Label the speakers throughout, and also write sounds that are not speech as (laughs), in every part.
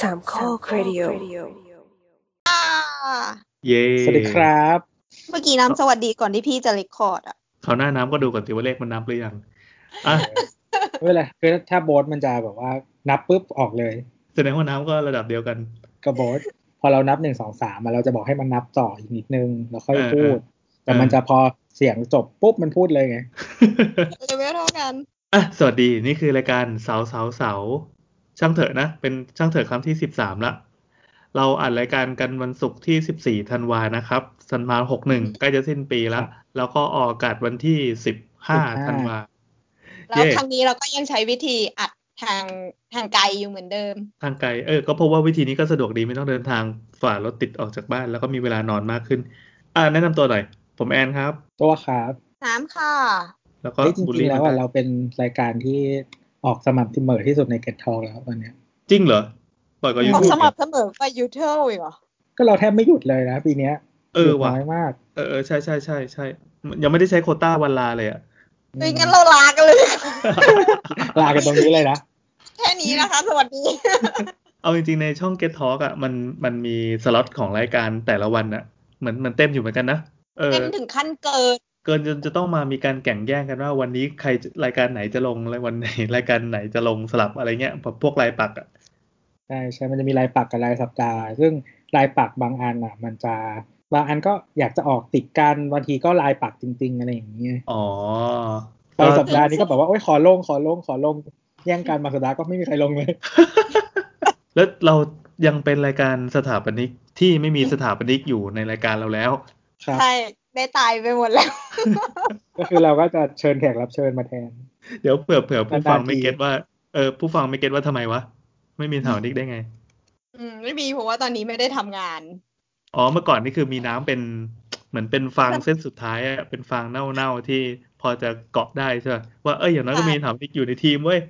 Speaker 1: สามข้อครดิโอ
Speaker 2: อ่า
Speaker 3: เย้
Speaker 4: สวัสดีครับ
Speaker 2: เมื่อกี้น้ำสวัสดีก่อนที่พี่จะเลคคอร์ดอ่ะ
Speaker 3: เขาวหน้าน้ำก็ดูก่อนสิว่าเลขมันนับหรือยังอ่ะ
Speaker 4: ไม่เป็นไรคือถ้าโบทมันจะแบบว่านับปุ๊บออกเลย
Speaker 3: แสดงว่าน้ำก็ระดับเดียวกัน (laughs)
Speaker 4: ก็โบทพอเรานับหนึ่งสองสามเราจะบอกให้มันนับต่ออีกนิดนึงแล้วค่อย
Speaker 3: เออ
Speaker 4: พูด
Speaker 3: เออ
Speaker 4: แต่มันจะพอเสียงจบปุ๊บมันพูดเลยไง
Speaker 2: เลเวลเท่ากัน
Speaker 3: อ่ะสวัสดีนี่คือรายการเสาเสาเสาช่างเถอะนะ เป็นช่างเถอะครั้งที่สิบสามละเราอัดรายการกันวันศุกร์ที่สิบสี่ธันวานะครับสันมาหกหนึ่งใกล้จะสิ้นปีละแล้วก็ออกอากาศวันที่สิบห้า
Speaker 4: 15
Speaker 3: ธันวา
Speaker 2: แล้ว
Speaker 3: เย่
Speaker 2: ครั้งนี้เราก็ยังใช้วิธีอัดทางทางไกลอยู่เหมือนเดิม
Speaker 3: ทางไกลเออก็เพราะว่าวิธีนี้ก็สะดวกดีไม่ต้องเดินทางฝ่ารถติดออกจากบ้าน แล้วก็มีเวลานอนมากขึ้น อ่าแนะนำตัวหน่อย ผมแอนครับ
Speaker 4: ตัวครับ
Speaker 2: น้ำค่ะ
Speaker 3: แล้วก็
Speaker 4: เฮ้ยจ
Speaker 3: บุล
Speaker 4: ริง
Speaker 3: ลี่
Speaker 4: ๆแล้วอะ
Speaker 3: มา
Speaker 4: เราเป็นรายการที่ออกสม่ำเสมอที่สุดในเกตทองแล้ววันเนี้ย
Speaker 3: จริงเหรอปล่อยก็ยู
Speaker 2: ออก
Speaker 3: ทูบ
Speaker 2: สมัครเสมอไปยูเทลอีกเหรอ
Speaker 4: ก็เราแทบไม่หยุดเลยนะปีเนี้ย
Speaker 3: เอ
Speaker 4: ห
Speaker 3: อ
Speaker 4: ยุด
Speaker 3: ว่ะ
Speaker 4: น้อยมาก
Speaker 3: เออเออใช่ใช่ใช่ใช่ยังไม่ได้ใช้โควต้าวันลาเลยอะ
Speaker 2: ไม่งั้นเราลากันเลย
Speaker 4: ลากันตรงนี้เลยนะ
Speaker 2: แค่นี้นะคะ สวัสดี
Speaker 3: (laughs) เอาจริงๆ ในช่อง Get Talk อะมันมันมีสล็อตของรายการแต่ละวันอะเหมือนมันเต็มอยู่เหมือนกันนะ (laughs) เออ
Speaker 2: เป็นถึงขั้นเกิน
Speaker 3: เกินจนจะต้องมามีการแข่งแย่งกันว่าวันนี้ใครรายการไหนจะลงและวันไหน รายการไหนจะลงสลับอะไรเงี้ยพวกรายปักอะ
Speaker 4: ใช่ใช่ มันจะมีรายปักกับรายสัปดาห์ ซึ่งรายปักบางอันอ่ะ มันจะบางอันก็อยากจะออกติดกันบางทีก็รายปักจริง ๆ อะไรอย่างเงี้ย
Speaker 3: อ๋อ
Speaker 4: ไปสัปดาห์นี้ก็แบบว่าโอ๊ยขอลงขอลงขอลงแย่งกันมาสัปดาห์ก็ไม่มีใครลงเลย
Speaker 3: แล้วเรายังเป็นรายการสถาปนิกที่ไม่มีสถาปนิกอยู่ในรายการเราแล้ว
Speaker 4: ครับ
Speaker 2: ใช่ได้ตายไปหมดแล้ว
Speaker 4: ก็คือเราก็จะเชิญแขกรับเชิญมาแทน
Speaker 3: เดี๋ยวเผื่อเผื่อผู้ฟังไม่
Speaker 4: นานๆที
Speaker 3: เก็ตว่าเออผู้ฟังไม่เก็ตว่าทำไมวะไม่มีสถาปนิกได้ไง
Speaker 2: อืมไม่มีเพราะว่าตอนนี้ไม่ได้ทำงาน
Speaker 3: อ๋อเมื่อก่อนนี่คือมีน้ำเป็นเหมือนเป็นฟางเส้นสุดท้ายอะเป็นฟางเน่าๆที่พอจะเกาะได้ใช่ไหมว่าเอ้ยอย่างน้อยก็
Speaker 2: ใช่
Speaker 3: มีถามนิกอยู่ในทีมเว้ย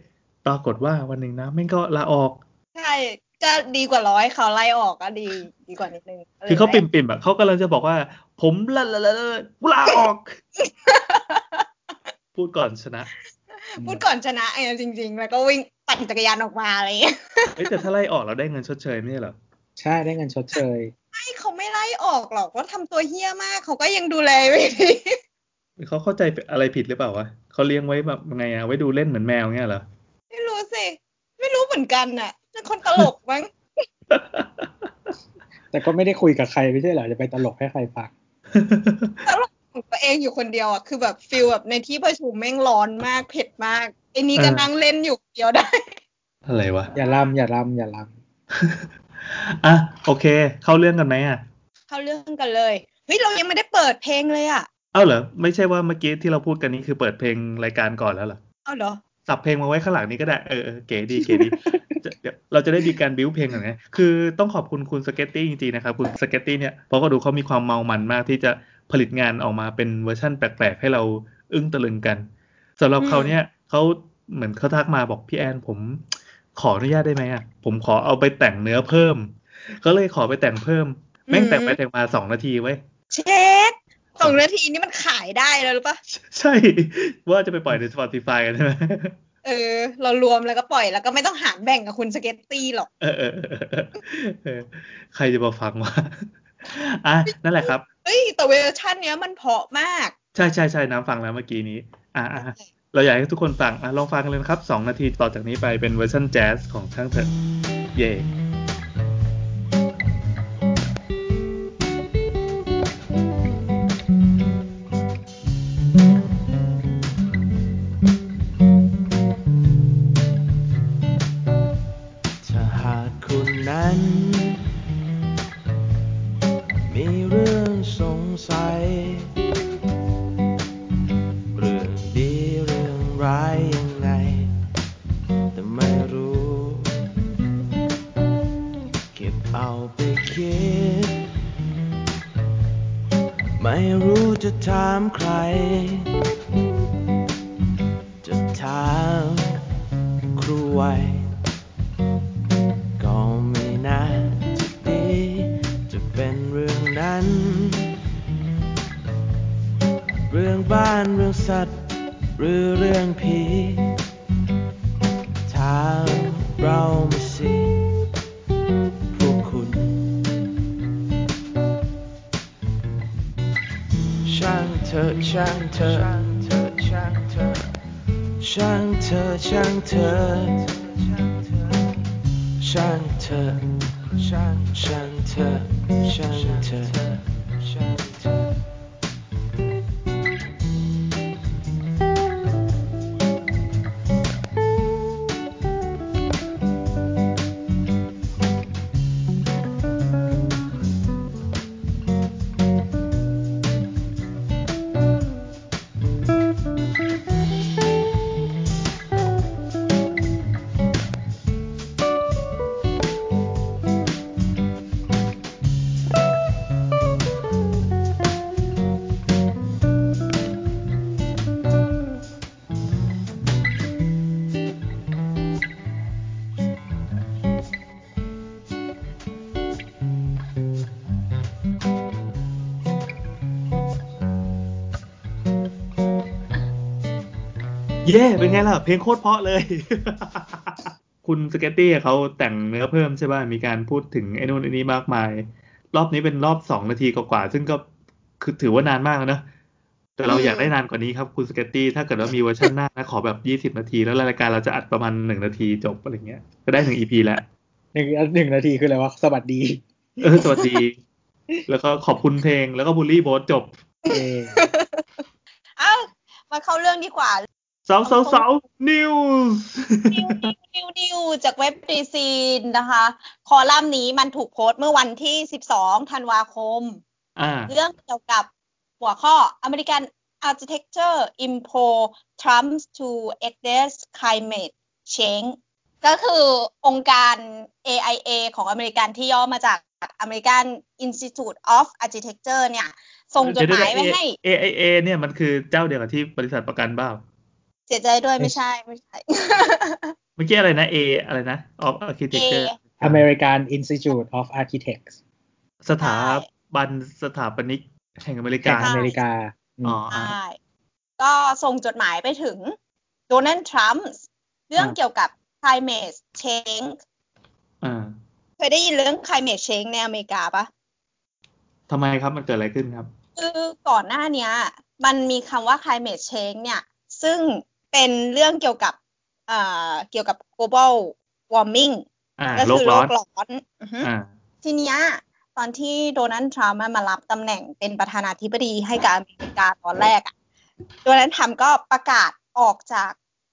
Speaker 3: ปรากฏว่าวันหนึ่งน้ำแม่งก็ลาออก
Speaker 2: ใช่จะดีกว่าร้อยเขาไล่ออกก็ดี ดีกว่านิดนึง
Speaker 3: คือเขาปิ่มๆแบบเขากำลังจะบอกว่า ผมละละละละกูลาออก พูดก่อนชนะ
Speaker 2: พูดก่อนชนะไงจริง ๆ แล้วก็วิ่งปั่นจักรยานออกมาอะไรอย่างเงี้ย
Speaker 3: เอ้ยแต่ถ้าไล่ออกเราได้เงินชดเชยไม่ใช่เหรอ
Speaker 4: ใช่ได้เงินชดเชย
Speaker 2: ไม่เขาไม่ไล่ออกหรอกว่าทำตัวเฮี้ยมากเขาก็ยังดูแลไม่ดี (laughs)
Speaker 3: เขาเข้าใจอะไรผิดหรือเปล่าวะเขาเลี้ยงไว้แบบไงอะไว้ดูเล่นเหมือนแมวเงี้ยเหรอ
Speaker 2: ไม่รู้สิ ไม่รู้เหมือนกันน่ะเป็นคนตลกมั้ง
Speaker 4: แต่ก็ไม่ได้คุยกับใครไม่ใช่เหรอจะไปตลกให้ใครฟัง
Speaker 2: ตลกของตัวเองอยู่คนเดียวอ่ะคือแบบฟิลแบบในที่ประชุมแม่งร้อนมากเผ็ดมากไอ้นี่ก็
Speaker 3: เออ
Speaker 2: นั่งเล่นอยู่คนเดียวได้ (laughs)
Speaker 3: อะไรวะ
Speaker 4: อย่าลำอย่าลำอย่าล
Speaker 3: อ่ะโอเค เข้าเรื่องกันไหมอ่ะ
Speaker 2: เข้าเรื่องกันเลยเฮ้ยเรายังไม่ได้เปิดเพลงเลยอ่ะ
Speaker 3: เอ้าเหรอไม่ใช่ว่าเมื่อกี้ที่เราพูดกันนี้คือเปิดเพลงรายการก่อนแล้วเหรอ
Speaker 2: เอาเหรอ
Speaker 3: สับเพลงมาไว้ข้างหลังนี้ก็ได้เออเออเก๋ดีเก๋ดี (laughs) จะเดี๋ยวเราจะได้มีการบิวเพลงหน่อยไงคือต้องขอบคุณคุณสเก็ตตี้จริงๆนะครับคุณสเก็ตตี้เนี่ยเพราะก็ดูเขามีความเมามันมากที่จะผลิตงานออกมาเป็นเวอร์ชั่นแปลกๆ ให้เราอึ้งตะลึงกันสำหรับเขาเนี่ยเขาเหมือนเขาทักมาบอกพี่แอนผม ขออนุญาตได้ไหมอ่ะผมขอเอาไปแต่งเนื้อเพิ่มก็เลยขอไปแต่งเพิ่มแม่งแต่งไปแต่งมาสองนาทีไว้ย (laughs)
Speaker 2: เช็คสองนาทีนี่มันขายได้แล้วหรือปะ
Speaker 3: ใช่ ว่าจะไปปล่อยใน Spotify กันใช่ไหม
Speaker 2: เออ เรารวมแล้วก็ปล่อยแล้วก็ไม่ต้องหารแบ่งกับคุณสเก็ตตี้หรอก
Speaker 3: เออเออเออเออใครจะมาฟังวะ (laughs) อ่ะ นั่นแหละครับ
Speaker 2: เฮ้ยแต่เวอร์ชันเนี้ยมันเพราะมาก
Speaker 3: ใช่ใช่ใช่น้ำฟังแล้วเมื่อกี้นี้ อ่ะอ่ะอ่ะเราอยากให้ทุกคนฟัง อ่ะ ลองฟังกันเลยนะครับ 2 นาทีต่อจากนี้ไปเป็นเวอร์ชันแจ๊สของช่างเถอะเย่
Speaker 5: ถ้าหากคุณนั้น มีเรื่องสงสัย เรื่องดีเรื่องร้ายยังไง แต่ไม่รู้ เก็บเอาไปคิด ไม่รู้จะถามใคร จะถามครูไว้ ก็ไม่น่าจะดี จะเป็นเรื่องนั้น เรื่องบ้านเรื่องสัตว์ หรือเรื่องผีถามเรามาสิ ช่างเธอ ช่างเธอ ช่างเธอ ช่างเธอ ช่างเธอ ช่างเธอ ช่างเธอ ช่างเธอ ช่างเธอ
Speaker 3: เย่เป็นไงล่ะ เพลงโคตรเพราะเลย (laughs) คุณสเกตตี้เขาแต่งเนื้อเพิ่มใช่ป่ะ มีการพูดถึงไอ้นู่นไอ้นี้มากมาย รอบนี้เป็นรอบสองนาทีกว่าๆซึ่งก็คือถือว่านานมากแล้วนะแต่เรา
Speaker 2: อืม
Speaker 3: อยากได้นานกว่านี้ครับคุณสเกตตี้ถ้าเกิดว่ามีเวอร์ชันหน้านะขอแบบยี่สิบ20 นาที แล้วรายการเราจะอัดประมาณหนึ่งนาทีจบอะไรเงี้ยก็ได้ถึงอีพีแล้ว
Speaker 4: หนึ่งหนึ่งนาทีคืออะไรวะสวัสดี
Speaker 3: เออสวัสดี แล้วก็ขอบคุณเพลงแล้วก็บูลลี่โบสจบ
Speaker 4: เอ
Speaker 2: (laughs) เอ้ามาเข้าเรื่องดีกว่า
Speaker 3: สาวสาวสาวนิวส์
Speaker 2: นิวนิวนิวนิวจากเว็บดีซีนนะคะ คอลัมน์นี้มันถูกโพสต์เมื่อวันที่ 12 ธันวาคม
Speaker 3: อ่า
Speaker 2: เรื่องเกี่ยวกับหัวข้อ American Architecture Impro Trumps to Address Climate Change ก็คือองค์การ AIA ของอเมริกันที่ย่อมาจาก American Institute of Architecture เนี่ย ส่งจดหมายไว้ให้
Speaker 3: AIA เนี่ยมันคือเจ้าเดียวกับที่บริษัทประกันบ้า
Speaker 2: เสียใจด้วยไม่ใช่ไม่ใช่
Speaker 3: เมื่อกี้อะไรนะ A อะไรนะ of architecture
Speaker 2: A
Speaker 4: อเมริกันอินสติทูตออฟอาร์เคเต็กส์
Speaker 3: สถาบันสถาปนิกแห่งอเมริ
Speaker 4: แห่
Speaker 3: กาง
Speaker 4: อเมริกาอืม
Speaker 3: อ๋ออ่ะ
Speaker 2: ใช่ก็ส่งจดหมายไปถึงโดนัลด์ทรัมป์เรื่องเกี่ยวกับ climate change
Speaker 3: อ่า
Speaker 2: เคยได้ยินเรื่อง climate change ในอเมริกาปะ
Speaker 3: ทำไมครับมันเกิดอะไรขึ้นครับ
Speaker 2: คือก่อนหน้าเนี้ย มันมีคำว่า climate change เนี่ย ซึ่งเป็นเรื่องเกี่ยวกับเอ่อเกี่ยวกับ global warming
Speaker 3: อ่า
Speaker 2: ก็
Speaker 3: โล
Speaker 2: คื
Speaker 3: ก
Speaker 2: โล
Speaker 3: ร้อน
Speaker 2: กร้อนอือฮึ
Speaker 3: อ่า
Speaker 2: ทีเนี้ยตอนที่โดนัลด์ทรัมป์มารับตำแหน่งเป็นประธานาธิบดีให้กับอเมริกาตอนแรกอะโดนัลด์ทรัมป์ก็ประกาศออกจาก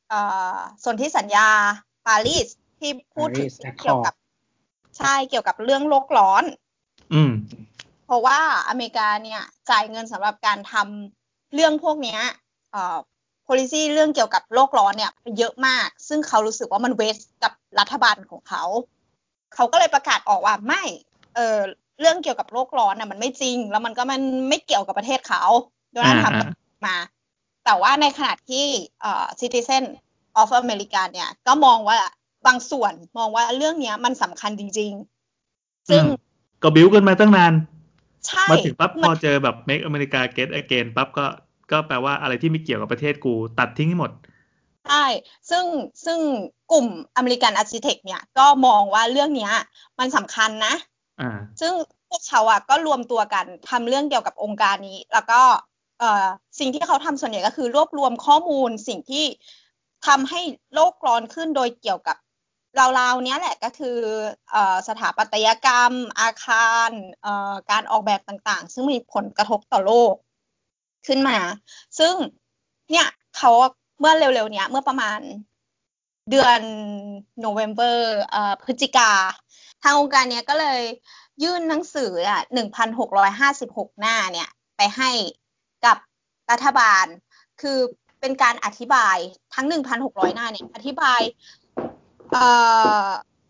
Speaker 2: เอ่อส่วนที่สัญญาปารีสที่พูดถึง
Speaker 4: Paris Accord
Speaker 2: เกี่ยวกับใช่เกี่ยวกับเรื่องโลกร้อน
Speaker 3: อืม
Speaker 2: เพราะว่าอเมริกาเนี่ยจ่ายเงินสำหรับการทำเรื่องพวกเนี้ยเอ่อ policy เรื่องเกี่ยวกับโลกร้อนเนี่ยเยอะมาก ซึ่งเขารู้สึกว่ามันเวสกับรัฐบาลของเขา เขาก็เลยประกาศออกว่าไม่เออเรื่องเกี่ยวกับโลกร้อนน่ะมันไม่จริง แล้วมันก็มันไม่เกี่ยวกับประเทศเขาโดนัลด์ทรัมป์
Speaker 3: อ่า
Speaker 2: ก็มา แต่ว่าในขณะที่เอ่อ citizen of America เนี่ยก็มองว่าบางส่วนมองว่าเรื่องเนี้ยมันสำคัญจริง ๆ ซึ่ง
Speaker 3: อืมก็บิ้วกันมาตั้งนาน
Speaker 2: ใช่
Speaker 3: มาถึงปั๊บพ
Speaker 2: มั
Speaker 3: อน เจอแบบ make America get again ปั๊บก็ก็แปลว่าอะไรที่ไม่เกี่ยวกับประเทศกู ตัดทิ้งให้หมด
Speaker 2: ใช่ ซึ่งซึ่งกลุ่มอเมริกันอาร์ติเทคเนี่ยก็มองว่าเรื่องเนี้ยมันสำคัญนะ
Speaker 3: อ่า
Speaker 2: ซึ่งพวกเขาอ่ะก็รวมตัวกันทำเรื่องเกี่ยวกับองค์การนี้ แล้วก็เอ่อสิ่งที่เขาทำส่วนใหญ่ก็คือรวบรวมข้อมูลสิ่งที่ทำให้โลกร้อนขึ้นโดยเกี่ยวกับราวๆเนี้ยแหละก็คือเอ่อสถาปัตยกรรม อาคารเอ่อการออกแบบต่างๆ ซึ่งมีผลกระทบต่อโลกขึ้นมา ซึ่งเนี่ยเขาเมื่อเร็วๆเนี้ยเมื่อประมาณเดือนโนเวม ber เอ่อพฤศจิกา ทางองค์การเนี้ยก็เลยยื่นหนังสืออ่ะหนึ่งพันหกร้อยห้าสิบหกหน้าเนี่ย ไปให้กับรัฐบาล คือเป็นการอธิบายทั้งหนึ่งพันหกร้อยหน้าเนี่ย อธิบายเอ่อ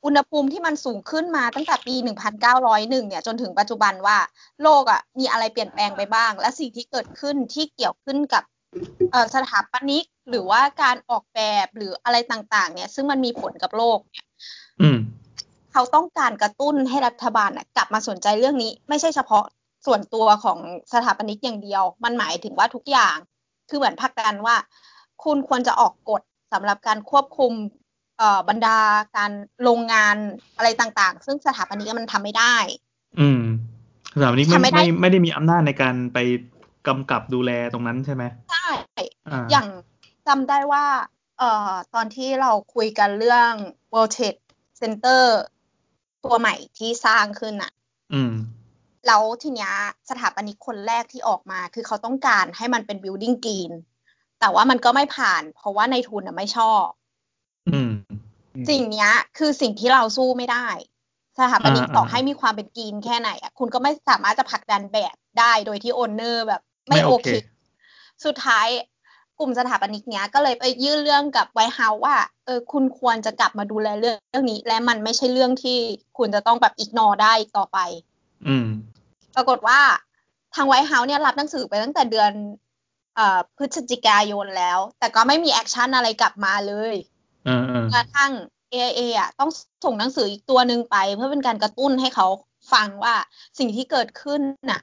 Speaker 2: อุณหภูมิที่มันสูงขึ้นมาตั้งแต่ปีหนึ่งพันเก้าร้อยหนึ่งเนี่ย จนถึงปัจจุบันว่าโลกอ่ะมีอะไรเปลี่ยนแปลงไปบ้าง และสิ่งที่เกิดขึ้นที่เกี่ยวขึ้นกับเอ่อสถาปนิก หรือว่าการออกแบบหรืออะไรต่างๆ เนี่ย ซึ่งมันมีผลกับโลก
Speaker 3: อืม
Speaker 2: เขาต้องการกระตุ้นให้รัฐบาลน่ะกลับมาสนใจเรื่องนี้ ไม่ใช่เฉพาะส่วนตัวของสถาปนิกอย่างเดียว มันหมายถึงว่าทุกอย่าง คือเหมือนพักกันว่า คุณควรจะออกกฎสำหรับการควบคุมเอ่อบรรดาการโรงงานอะไรต่างๆ ซึ่งสถาปนิกมันทำไม่ได้
Speaker 3: อืมสถาปนิก
Speaker 2: ทำไม่
Speaker 3: ไม่
Speaker 2: ได้
Speaker 3: ไม่ไม่ได้มีอำนาจในการไป กำกับดูแลตรงนั้นใช่ไหม
Speaker 2: ใช่
Speaker 3: อ่า
Speaker 2: อย่างจำได้ว่าเอ่อตอนที่เราคุยกันเรื่อง World Trade Center ตัวใหม่ที่สร้างขึ้นอะ
Speaker 3: อืม
Speaker 2: แล้วทีเนี้ยสถาปนิกคนแรกที่ออกมา คือเขาต้องการให้มันเป็นบิวดิ้งกรีนแต่ว่ามันก็ไม่ผ่าน เพราะว่าในทุนน่ะไม่ชอบ
Speaker 3: อืม
Speaker 2: สิ่งเนี้ยคือสิ่งที่เราสู้ไม่ได้ สถาปนิก
Speaker 3: อ่า
Speaker 2: ต่อให้
Speaker 3: อ่ามี
Speaker 2: มีความเป็นกรีนแค่ไหนอะคุณก็ไม่สามารถจะผลักดันแบบได้โดยที่โอนเนอร์แบบไม่
Speaker 3: ไม่
Speaker 2: โอ
Speaker 3: โอ
Speaker 2: เค
Speaker 3: เค
Speaker 2: สุดท้ายกลุ่มสถาปนิกเนี้ยก็เลยไปยื่นเรื่องกับไวท์เฮาส์ว่าเออคุณควรจะกลับมาดูแลเรื่องเรื่องนี้ และมันไม่ใช่เรื่องที่คุณจะต้องแบบอีกนอได้อีกต่อไป
Speaker 3: อืม
Speaker 2: ปรากฏว่าทางไวท์เฮาส์เนี่ยรับหนังสือไปตั้งแต่เดือนเอ่อพฤศจิกายนแล้ว แต่ก็ไม่มีแอคชั่นอะไรกลับมาเลย
Speaker 3: เออเออก
Speaker 2: ระทั่ง AIA อ่ะต้องส่งหนังสืออีกตัวหนึ่งไป เพื่อเป็นการกระตุ้นให้เขาฟังว่าสิ่งที่เกิดขึ้นน่ะ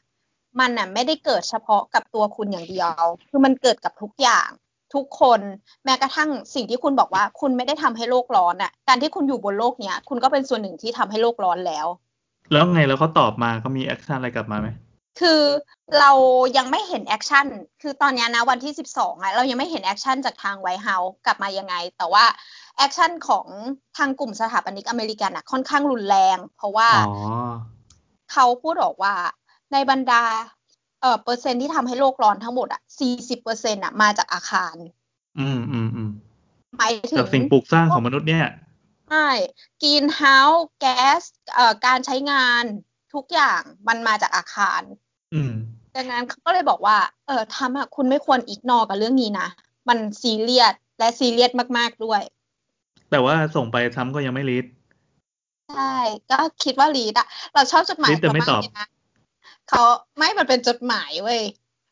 Speaker 2: มันน่ะไม่ได้เกิดเฉพาะกับตัวคุณอย่างเดียว คือมันเกิดกับทุกอย่าง ทุกคนแม้กระทั่งสิ่งที่คุณบอกว่าคุณไม่ได้ทำให้โลกร้อนน่ะการที่คุณอยู่บนโลกเนี้ยคุณก็เป็นส่วนหนึ่งที่ทำให้โลกร้อนแล้ว
Speaker 3: แล้วไงแล้วเขาตอบมาเขามีแอคชั่นอะไรกลับมาไหม
Speaker 2: คือเรายังไม่เห็นแอคชั่น คือตอนเนี้ยนะวันที่ 12อะเรายังไม่เห็นแอคชั่นจากทางไวท์เฮาส์กลับมายังไง แต่ว่าแอคชั่นของทางกลุ่มสถาปนิกอเมริกันอะค่อนข้างรุนแรง เพราะว่า
Speaker 3: อ๋อ
Speaker 2: เขาพูดออกว่าในบรรดาเอ่อเปอร์เซ็นต์ที่ทำให้โลกร้อนทั้งหมดอะ40เปอร์เซ็นต์อะมาจากอาคาร
Speaker 3: อืมอืมอืม
Speaker 2: หมายถึ
Speaker 3: จาก
Speaker 2: ง
Speaker 3: สิ่งปลูกสร้างของมนุษย์เนี่ย
Speaker 2: ใช่กีนเฮาส์แก๊สเอ่อการใช้งานทุกอย่างมันมาจากอาคาร
Speaker 3: อืม
Speaker 2: ดังนั้นเขาก็เลยบอกว่า เออทำอะคุณไม่ควรอิกนอกับเรื่องนี้นะ มันซีเรียสและซีเรียสมาก ๆ ด้วย
Speaker 3: แต่ว่าส่งไปทรัมป์ก็ยังไม่รีด
Speaker 2: ใช่ ก็คิดว่าลีดอะเราชอบจดหมาย
Speaker 3: ลีดแต่ไม่ตอบ
Speaker 2: เขาากเลยนะเขาไม่มันเป็นจดหมายเว้ย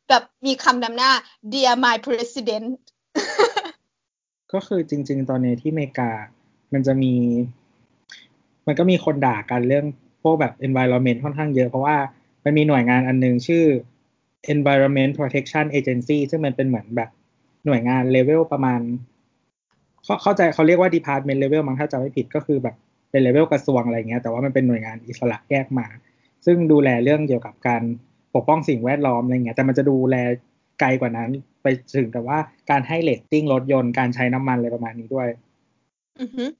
Speaker 2: แบบมีคำนำหน้า dear my president
Speaker 4: ก็คือจริง ๆ ตอนนี้ที่อเมริกา มันจะมี มันก็มีคนด่ากันเรื่องพวกแบบ environment ค่อนข้างเยอะ เพราะว่ามันมีหน่วยงานอันหนึงชื่อ environment protection agency ซึ่งมันเป็นเหมือนแบบหน่วยงานเลเวลประมาณเขาเข้าใจเขาเรียกว่า department level มั้งถ้าจำไม่ผิดก็คือแบบเป็นเลเวลกระทรวงอะไรเงี้ย แต่ว่ามันเป็นหน่วยงานอิสระแยกมา ซึ่งดูแลเรื่องเกี่ยวกับการปกป้องสิ่งแวดล้อมอะไรเงี้ย แต่มันจะดูแลไกลกว่านั้น ไปถึงกับว่าการให้เลตติ้งรถยนต์การใช้น้ำมันอะไรประมาณนี้ด้วย
Speaker 2: อือหือ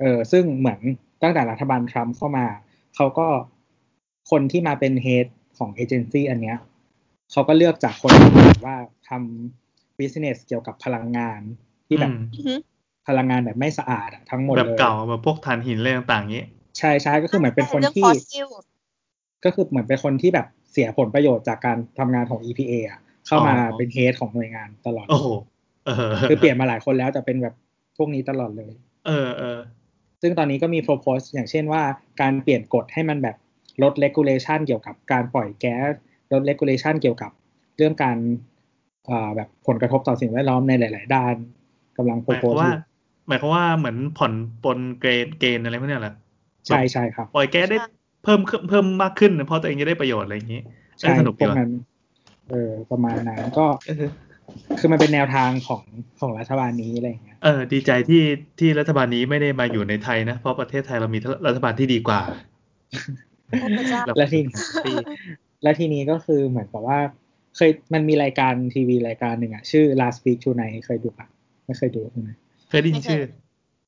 Speaker 4: เออซึ่งเหมือนตั้งแต่รัฐบาลทรัมป์เข้ามา เขาก็คนที่มาเป็นเฮดของเอเจนซี่อันเนี้ยเขาก็เลือกจากคนที่แบบว่าทำบิสเนสเกี่ยวกับพลังงานที่แบบ
Speaker 3: อืม
Speaker 2: อือหือ
Speaker 4: พลังงานแบบไม่สะอาดอะทั้งหมด
Speaker 3: แบบ
Speaker 4: เลย
Speaker 3: เก่าแบบพวกถ่านหินอะไรต่างๆนี้
Speaker 4: ใช่ใช่ก็คือเหมือนเป็นคน
Speaker 2: รื่อง
Speaker 4: ที่
Speaker 2: fossil
Speaker 4: ก็คือเหมือนเป็นคนที่แบบเสียผลประโยชน์จากการทำงานของ EPA อะเข้ามา
Speaker 3: อ๋อ
Speaker 4: เป็นเฮดของหน่วยงานตลอด
Speaker 3: โอ้โห เออ
Speaker 4: คือเปลี่ยนมาหลายคนแล้วแต่เป็นแบบพวกนี้ตลอดเลย
Speaker 3: เออเออ
Speaker 4: ซึ่งตอนนี้ก็มี propose อย่างเช่นว่าการเปลี่ยนกฎให้มันแบบลด regulation เกี่ยวกับการปล่อยแก๊สลด regulation เกี่ยวกับเรื่องการเอ่อแบบผลกระทบต่อสิ่งแวดล้อมในหลาย ๆ ด้านกำลัง
Speaker 3: หมายความ
Speaker 4: propose อ
Speaker 3: ว่า
Speaker 4: ยู่
Speaker 3: หมายความว่าเหมือนผ่อนปลนเกรดเกณฑ์อะไรพวกเนี้ยเหรอ
Speaker 4: ใช่ใช่ครับ
Speaker 3: ปล่อยแก๊สได้
Speaker 2: ใช่
Speaker 3: เพิ่มขึ้นเพิ่มมากขึ้น เพราะตัวเองจะได้ประโยชน์อะไรอย่างนี้เอ้
Speaker 4: ใช่
Speaker 3: ยสนุก
Speaker 4: พ
Speaker 3: ดี
Speaker 4: วก
Speaker 3: ว่ะ
Speaker 4: นั้นเออประมาณนั้นก็
Speaker 3: เออ
Speaker 4: คือมันเป็นแนวทางของของรัฐบาลนี้อะไรอย่างเงี้ย
Speaker 3: เออ ดีใจที่ที่รัฐบาลนี้ไม่ได้มาอยู่ในไทยนะ เพราะประเทศไทยเรามีรัฐบาลที่ดีกว่า
Speaker 2: โอ้พระเจ้า
Speaker 4: และที
Speaker 3: ปี
Speaker 4: และทีนี้ก็คือเหมือนกับว่า เคยมันมีรายการทีวีรายการหนึ่งอะชื่อ last week tonight เคยดูปะไม่เคยดูใช่ไหม
Speaker 3: เคยได้ยินชื่อ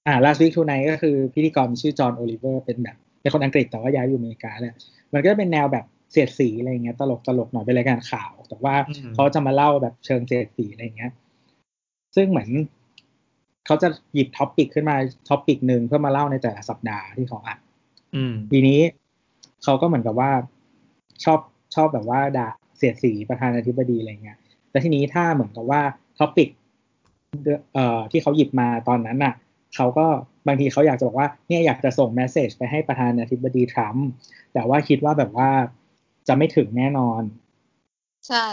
Speaker 4: อ่า last week tonight ก็คือพิธีกรชื่อจอห์นโอลิเวอร์เป็นแบบเป็นคนอังกฤษแต่ว่าย้ายอยู่อเมริกาแหละมันก็เป็นแนวแบบเสียดสีอะไรเงี้ยตลกตลกหน่อยเป็นรายการข่าว แต่ว่า
Speaker 3: อืม
Speaker 4: เขาจะมาเล่าแบบเชิงเสียดสีอะไรเงี้ย ซึ่งเหมือนเขาจะหยิบท็อปปิกขึ้นมาท็อปปิกหนึ่งเพื่อมาเล่าในแต่ละสัปดาห์ที่เขาอัด
Speaker 3: อืม
Speaker 4: ทีนี้เขาก็เหมือนกับว่าชอบชอบแบบว่าด่าเสียดสีประธานาธิบดีอะไรเงี้ยแต่ทีนี้ถ้าเหมือนกับว่าท็อปิกเอ่อที่เขาหยิบมาตอนนั้นน่ะเขาก็บางทีเขาอยากจะบอกว่าเนี่ยอยากจะส่งแมสเซจไปให้ประธานาธิบดีทรัมป์แต่ว่าคิดว่าแบบว่าจะไม่ถึงแน่นอน
Speaker 2: ใช่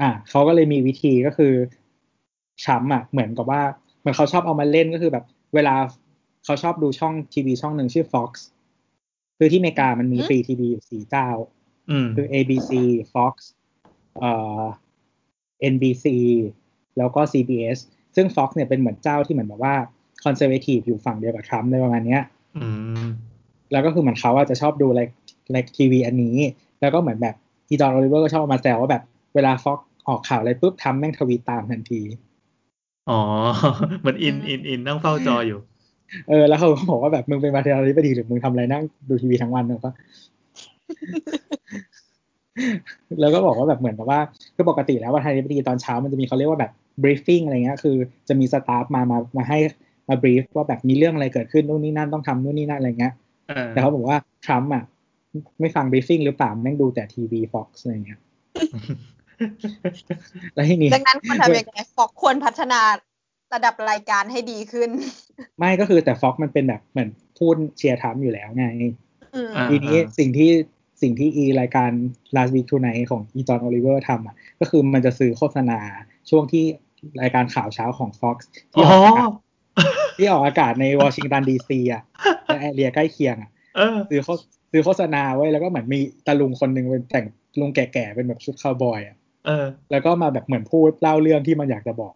Speaker 4: อ่ะเขาก็เลยมีวิธีก็คือช้ำอ่ะ เหมือนกับว่าเหมือนเขาชอบเอามาเล่นก็คือแบบ เวลาเขาชอบดูช่องทีวีช่องหนึ่งชื่อ Fox คือที่อเมริกามันมี
Speaker 2: อืม
Speaker 4: ฟรีทีวีอยู่สี่เจ้า
Speaker 3: อืม
Speaker 4: คือ ABC Fox เอ่อ NBC แล้วก็ CBS ซึ่ง Fox เนี่ยเป็นเหมือนเจ้าที่เหมือนแบบว่าคอนเซอร์เวทีฟอยู่ฝั่งเดียวกับทรัมป์ในประมาณเนี้ย
Speaker 3: อืม
Speaker 4: แล้วก็คือเหมือนเขาอาจจะชอบดูรายรายทีวีอันนี้ แล้วก็เหมือนแบบอีดอนโอลิเวอร์ก็ชอบเอามาแซวว่าแบบ เวลาฟ็อกออกข่าวอะไรปุ๊บทำแม่งทวีตตามทันที
Speaker 3: อ๋อ (laughs) เหมือนอินอินอินนั่งเฝ้าจออยู่
Speaker 4: เออแล้วเขาก็บอกว่าแบบมึงเป็นประธานาธิบดีหรือมึงทำอะไรนั่งดูทีวีทั้งวันเนอะก็ (laughs) แล้วก็บอกว่าแบบเหมือนแบบว่าคือปกติแล้วประธานาธิบดีตอนเช้ามันจะมีเขาเรียกว่าแบบ briefing อะไรเงี้ยคือจะมีสตาฟมามามาให้มา brief ว่าแบบมีเรื่องอะไรเกิดขึ้นนู่นนี่นั่นต้องทำนู่นนี่นั่นอะไรเงี้ย
Speaker 3: เออ
Speaker 4: แต่เขาบอกว่าทรัมป์อ่ะไม่ฟัง briefing หรือเปล่าแม่งดูแต่ทีวี Fox อะไรเงี้ยแล้วทีนี้
Speaker 2: ดังนั้นคนทำอเมริกาฟอกควรพัฒนาระดับรายการให้ดีขึ้น
Speaker 4: ไม่ก็คือแต่ฟ็อกมันเป็นแบบเหมือนพูดเชียร์ทรัมป์อยู่แล้วไง
Speaker 2: อืม
Speaker 3: อ่า
Speaker 4: ทีนี้สิ่งที่สิ่งที่อีรายการ Last Week Tonight ของอีจอนโอลิเวอร์ทำอ่ะก็คือมันจะซื้อโฆษณาช่วงที่รายการข่าวเช้าของ Fox ที่
Speaker 3: อ๋
Speaker 4: อ
Speaker 3: อ
Speaker 4: อกอากาศที่ออกอากาศในวอชิงตันดีซีอ่ะและแอเรียใกล้เคียงอ่ะ
Speaker 3: เออ
Speaker 4: ซื้อโฆซื้อโฆษณาไว้แล้วก็เหมือนมีตาลุงคนหนึ่งเป็นแต่งลุงแก่ๆ เป็นแบบชุดคาวบอยอ่ะ
Speaker 3: เออ
Speaker 4: แล้วก็มาแบบเหมือนพูดเล่าเรื่องที่มันอยากจะบอก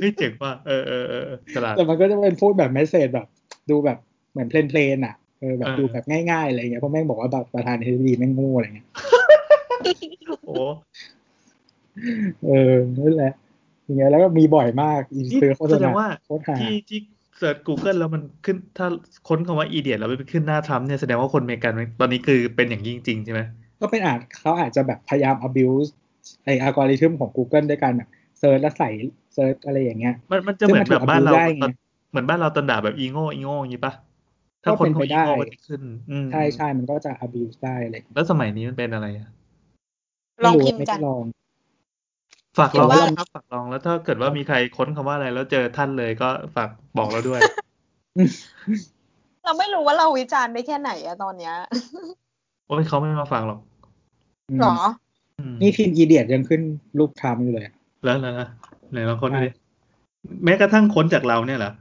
Speaker 3: เฮ้ยเจ๋งว่ะเออเออเออเออฉลาด
Speaker 4: แต่มันก็จะเป็นพูดแบบเมสเซจแบบ ดูแบบเหมือนเพลนเพลนๆอ่ะเออแบบ
Speaker 3: อ่า
Speaker 4: ดูแบบง่ายๆอะไรเงี้ยเพราะแม่งบอกว่าแบบประธานเฮดีแม่งโงูอะไรเงี้ย
Speaker 3: โอ้
Speaker 4: เออนั่นแหละอย่างเงี้ยแล้วก็มีบ่อยมากอี
Speaker 3: นี่
Speaker 4: ซื้อโฆษ
Speaker 3: แสด
Speaker 4: ณาง
Speaker 3: ว่า
Speaker 4: โฆษณา
Speaker 3: ที่ที่เสิร์ช Google แล้วมันขึ้นถ้าค้นคำว่าอีเดียแล้วไปขึ้นหน้าทรัมป์เนี่ยแสดงว่าคนอเมริกันตอนนี้คือเป็นอย่างยิ่งจริงใช่ไหม
Speaker 4: ก็เป็นอาจเขาอาจจะแบบพยายาม abuse ไออัลกอริทึมของ Google ด้วยการแบบเซิร์ชแล้วใส่เซิร์ชอะไรอย่างเงี้ย
Speaker 3: มันมันจะเหมือนแบบบ้านเรา
Speaker 4: ซึ่งมั
Speaker 3: ตอน
Speaker 4: นถูกอัพรูปได้ไง
Speaker 3: เหมือนบ้านเราตอนด่าแบบอีโง่อีโง่อย่างนี้ปะถ้า
Speaker 4: ก็
Speaker 3: คน
Speaker 4: เป็น
Speaker 3: เขา
Speaker 4: ไป
Speaker 3: อี
Speaker 4: ได้
Speaker 3: โง่ก็จะขึ้น อืม
Speaker 4: ใช่ใช่มันก็จะ abuse ได้อะไรเลย
Speaker 3: แล้วสมัยนี้มันเป็นอะไรอะ
Speaker 2: ลอง
Speaker 4: ไม่รู้
Speaker 2: พิมพ์
Speaker 4: ไม่
Speaker 2: กั
Speaker 4: ได้
Speaker 2: น
Speaker 4: ลอง
Speaker 3: ฝากลอง
Speaker 2: เดี๋ยวว่า
Speaker 3: นะครับฝากลองแล้วถ้าเกิดว่ามีใครค้นคำว่าอะไรแล้วเจอท่านเลยก็ฝากบอกเรา
Speaker 2: (laughs)
Speaker 3: ด้วย
Speaker 2: เราไม่รู้ว่าเราวิจารณ์ได้แค่ไหนอะตอนเนี้ย
Speaker 3: โอ้ยเขาไม่มาฟังหรอก
Speaker 4: อืม
Speaker 2: หรอ
Speaker 3: อืม
Speaker 4: นี่ทีมอีเดียยังขึ้นรูปทามอยู่เลยอะ
Speaker 3: แล้วแล้วนะไหนลองค้นดูดิแม้กระทั่งค้นจากเราเนี่ยเหรอ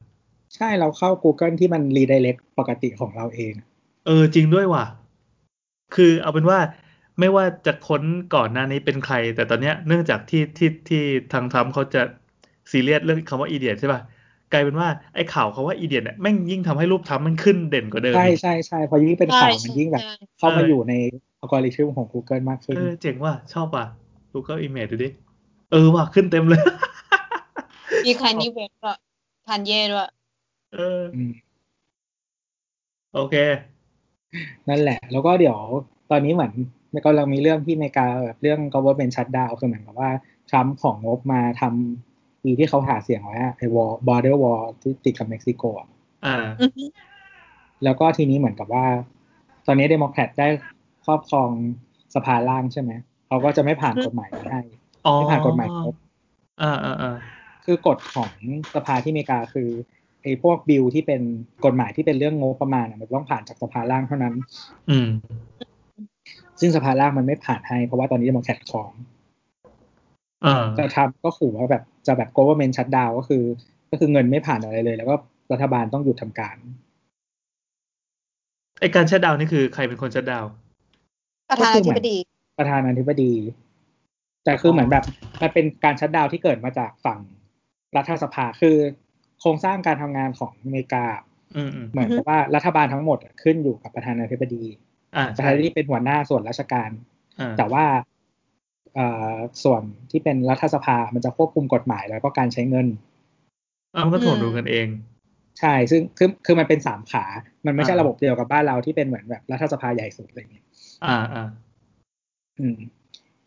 Speaker 4: ใช่เราเข้า Google ที่มัน redirect ปกติของเราเอง
Speaker 3: เออจริงด้วยว่ะ คือเอาเป็นว่าไม่ว่าจะค้นก่อนหน้านี้เป็นใคร แต่ตอนเนี้ยเนื่องจากที่ที่ที่ทางทรัมป์เขาจะซีเรียสเรื่องคำว่าอีเดียใช่ป่ะกลายเป็นว่าไอ้ข่าวคำว่าอีเดียเนี่ยแม่งยิ่งทำให้รูปทรัมป์มันขึ้นเด่นกว่าเดิม
Speaker 4: ใช่ใช่ใช่พอยิ่งเป็น
Speaker 2: ใช่
Speaker 4: ข่าว
Speaker 2: ใช่
Speaker 4: มันยิ่งแบบ
Speaker 2: ใช่
Speaker 4: เข้ามาอยู่ในอัลกอริทึมของ Google มากขึ้น
Speaker 3: เออเจ๋งว่ะชอบว่ะ Google Image ดูดิ เออว่ะขึ้นเต็มเลย
Speaker 2: มีใครนี่เวทด้วยทันเย่ด้วย
Speaker 3: (laughs) เออ
Speaker 4: ม
Speaker 3: โอเค
Speaker 4: นั่นแหละ แล้วก็เดี๋ยวตอนนี้เหมือนกำลังมีเรื่องที่อเมริกาแบบเรื่อง government shutdown คือเหมือนกับว่าทรัมป์ของงบมาทำปีที่เขาหาเสียงไว้อะไอ้ wall border wall ที่ติดกับเม็กซิโกอะ
Speaker 3: อ่า
Speaker 4: แล้วก็ทีนี้เหมือนกับว่า ตอนนี้เดโมแครตได้ครอบครองสภาล่างใช่ไหมเขาก็จะไม่ผ่านกฎหมายนี้ให้
Speaker 3: อ๋อ
Speaker 4: ไม่ผ่านกฎหมายงบ
Speaker 3: อ่าอ่าอ่า
Speaker 4: คือกฎของสภาที่อเมริกาคือไอ้พวกบิลที่เป็นกฎหมายที่เป็นเรื่องงบประมาณอะมันต้องผ่านจากสภาล่างเท่านั้น
Speaker 3: อืม
Speaker 4: ซึ่งสภาล่างมันไม่ผ่านให้ เพราะว่าตอนนี้มันแข็ของ
Speaker 3: อ่า
Speaker 4: จะทำก็ขู่ว่าแบบจะแบบ government shutdown ก็คือ ก็คือเงินไม่ผ่านอะไรเลย แล้วก็รัฐบาลต้องหยุดทำการ
Speaker 3: ไอการชัดดาวน์นี่คือใครเป็นคนชัดดาวน์
Speaker 2: ประธานาธิบดี
Speaker 4: ประธานาธิบดี แต่คือเหมือนแบบมันเป็นการชัดดาวน์ที่เกิดมาจากฝั่งรัฐสภาคือโครงสร้างการทำงานของอเมริกา
Speaker 3: อืมอืม
Speaker 4: เหมือนกับว่ารัฐบาลทั้งหมดอะขึ้นอยู่กับประธานาธิบดี
Speaker 3: อ่า
Speaker 4: ประธา
Speaker 3: ใช่
Speaker 4: นาธิบดีเป็นหัวหน้าส่วนราชการ
Speaker 3: อ่า
Speaker 4: แต่ว่าเอ่อส่วนที่เป็นรัฐสภา มันจะควบคุมกฎหมายแล้วก็การใช้เงิน
Speaker 3: เอามันก็ถ่วงดูกันเอง
Speaker 4: ใช่ ซึ่งคือคือมันเป็นสามขา มันไม่ใช่
Speaker 3: อ่า
Speaker 4: ระบบเดียวกับบ้านเราที่เป็นเหมือนแบบรัฐสภาใหญ่สุดอะไรอย่างเงี้ย
Speaker 3: อ่าอ่า
Speaker 4: อืม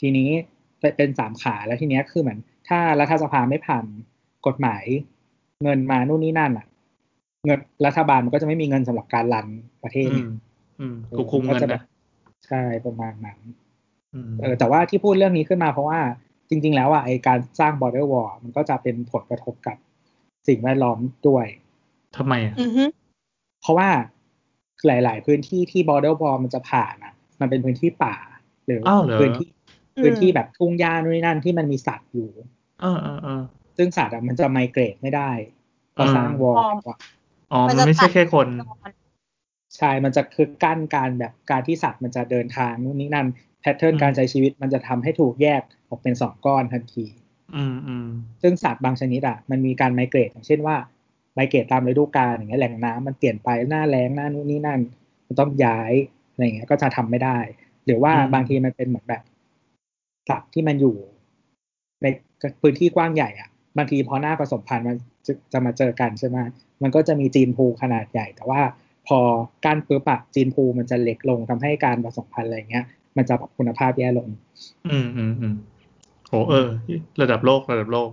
Speaker 4: ทีนี้เป็นเป็นสามขาแล้วทีเนี้ยคือเหมือน ถ้ารัฐสภาไม่ผ่านกฎหมาย เงินมานู่นนี่นั่นอ่ะ เงินรัฐบาลมันก็จะไม่มีเงินสำหรับการรันประเทศ
Speaker 3: อืม อืมกูคุมเงินนะ
Speaker 4: ใช่ประมาณนั้น
Speaker 3: อืม
Speaker 4: เออแต่ว่าที่พูดเรื่องนี้ขึ้นมาเพราะว่าจริง ๆ แล้วอ่ะไอการสร้าง border wall มันก็จะเป็นผลกระทบกับสิ่งแวดล้อมด้วย
Speaker 3: ทำไมอ่ะ
Speaker 2: อือฮึ
Speaker 4: เพราะว่าหลาย ๆ พื้นที่ที่ border wall มันจะผ่านอ่ะ มันเป็นพื้นที่ป่า หรือ
Speaker 3: อ้าวเหรอ
Speaker 4: พื้นที่พื้นที่แบบทุ่งหญ้านู่นนนั่นที่มันมีสัตว์อยู่
Speaker 3: อ่าอ่าอ่า
Speaker 4: ซึ่งสัตว์อ่ะมันจะไมเกรดไม่ได้พอสร้าง
Speaker 3: อ่า
Speaker 4: วอล
Speaker 3: อ๋อ มันไม่ใช่แค่คน
Speaker 4: ใช่มันจะคือกั้นการแบบการที่สัตว์มันจะเดินทางนู่นนี่นั่นแพทเทิร์น
Speaker 3: อืม
Speaker 4: การใช้ชีวิตมันจะทำให้ถูกแยกออกเป็นสองก้อนทันที
Speaker 3: อืมอืม
Speaker 4: ซึ่งสัตว์บางชนิดอ่ะมันมีการไมเกรตอย่างเช่นว่าไมเกรตตามฤดูกาลอย่างเงี้ยแหล่งน้ำมันเปลี่ยนไปหน้าแล้งหน้านู่นนี่นั่น มันต้องย้ายอะไรอย่างเงี้ยก็จะทำไม่ได้ หรือว่าบางทีมันเป็นเหมือนแบบ สัตว์ที่มันอยู่ ในพื้นที่กว้างใหญ่อ่ะบางทีพอหน้าผสมพันธุ์มันจะจะมาเจอกันใช่ไหมมันก็จะมีจีนพูขนาดใหญ่ แต่ว่าพอการปื้อปะจีนพูมันจะเล็กลงทำให้การผสมพันธุ์อะไรเงี้ย มันจะคุณภาพแย่ลง
Speaker 3: อืมอืมอืมโหเออ ระดับโลกระดับโลก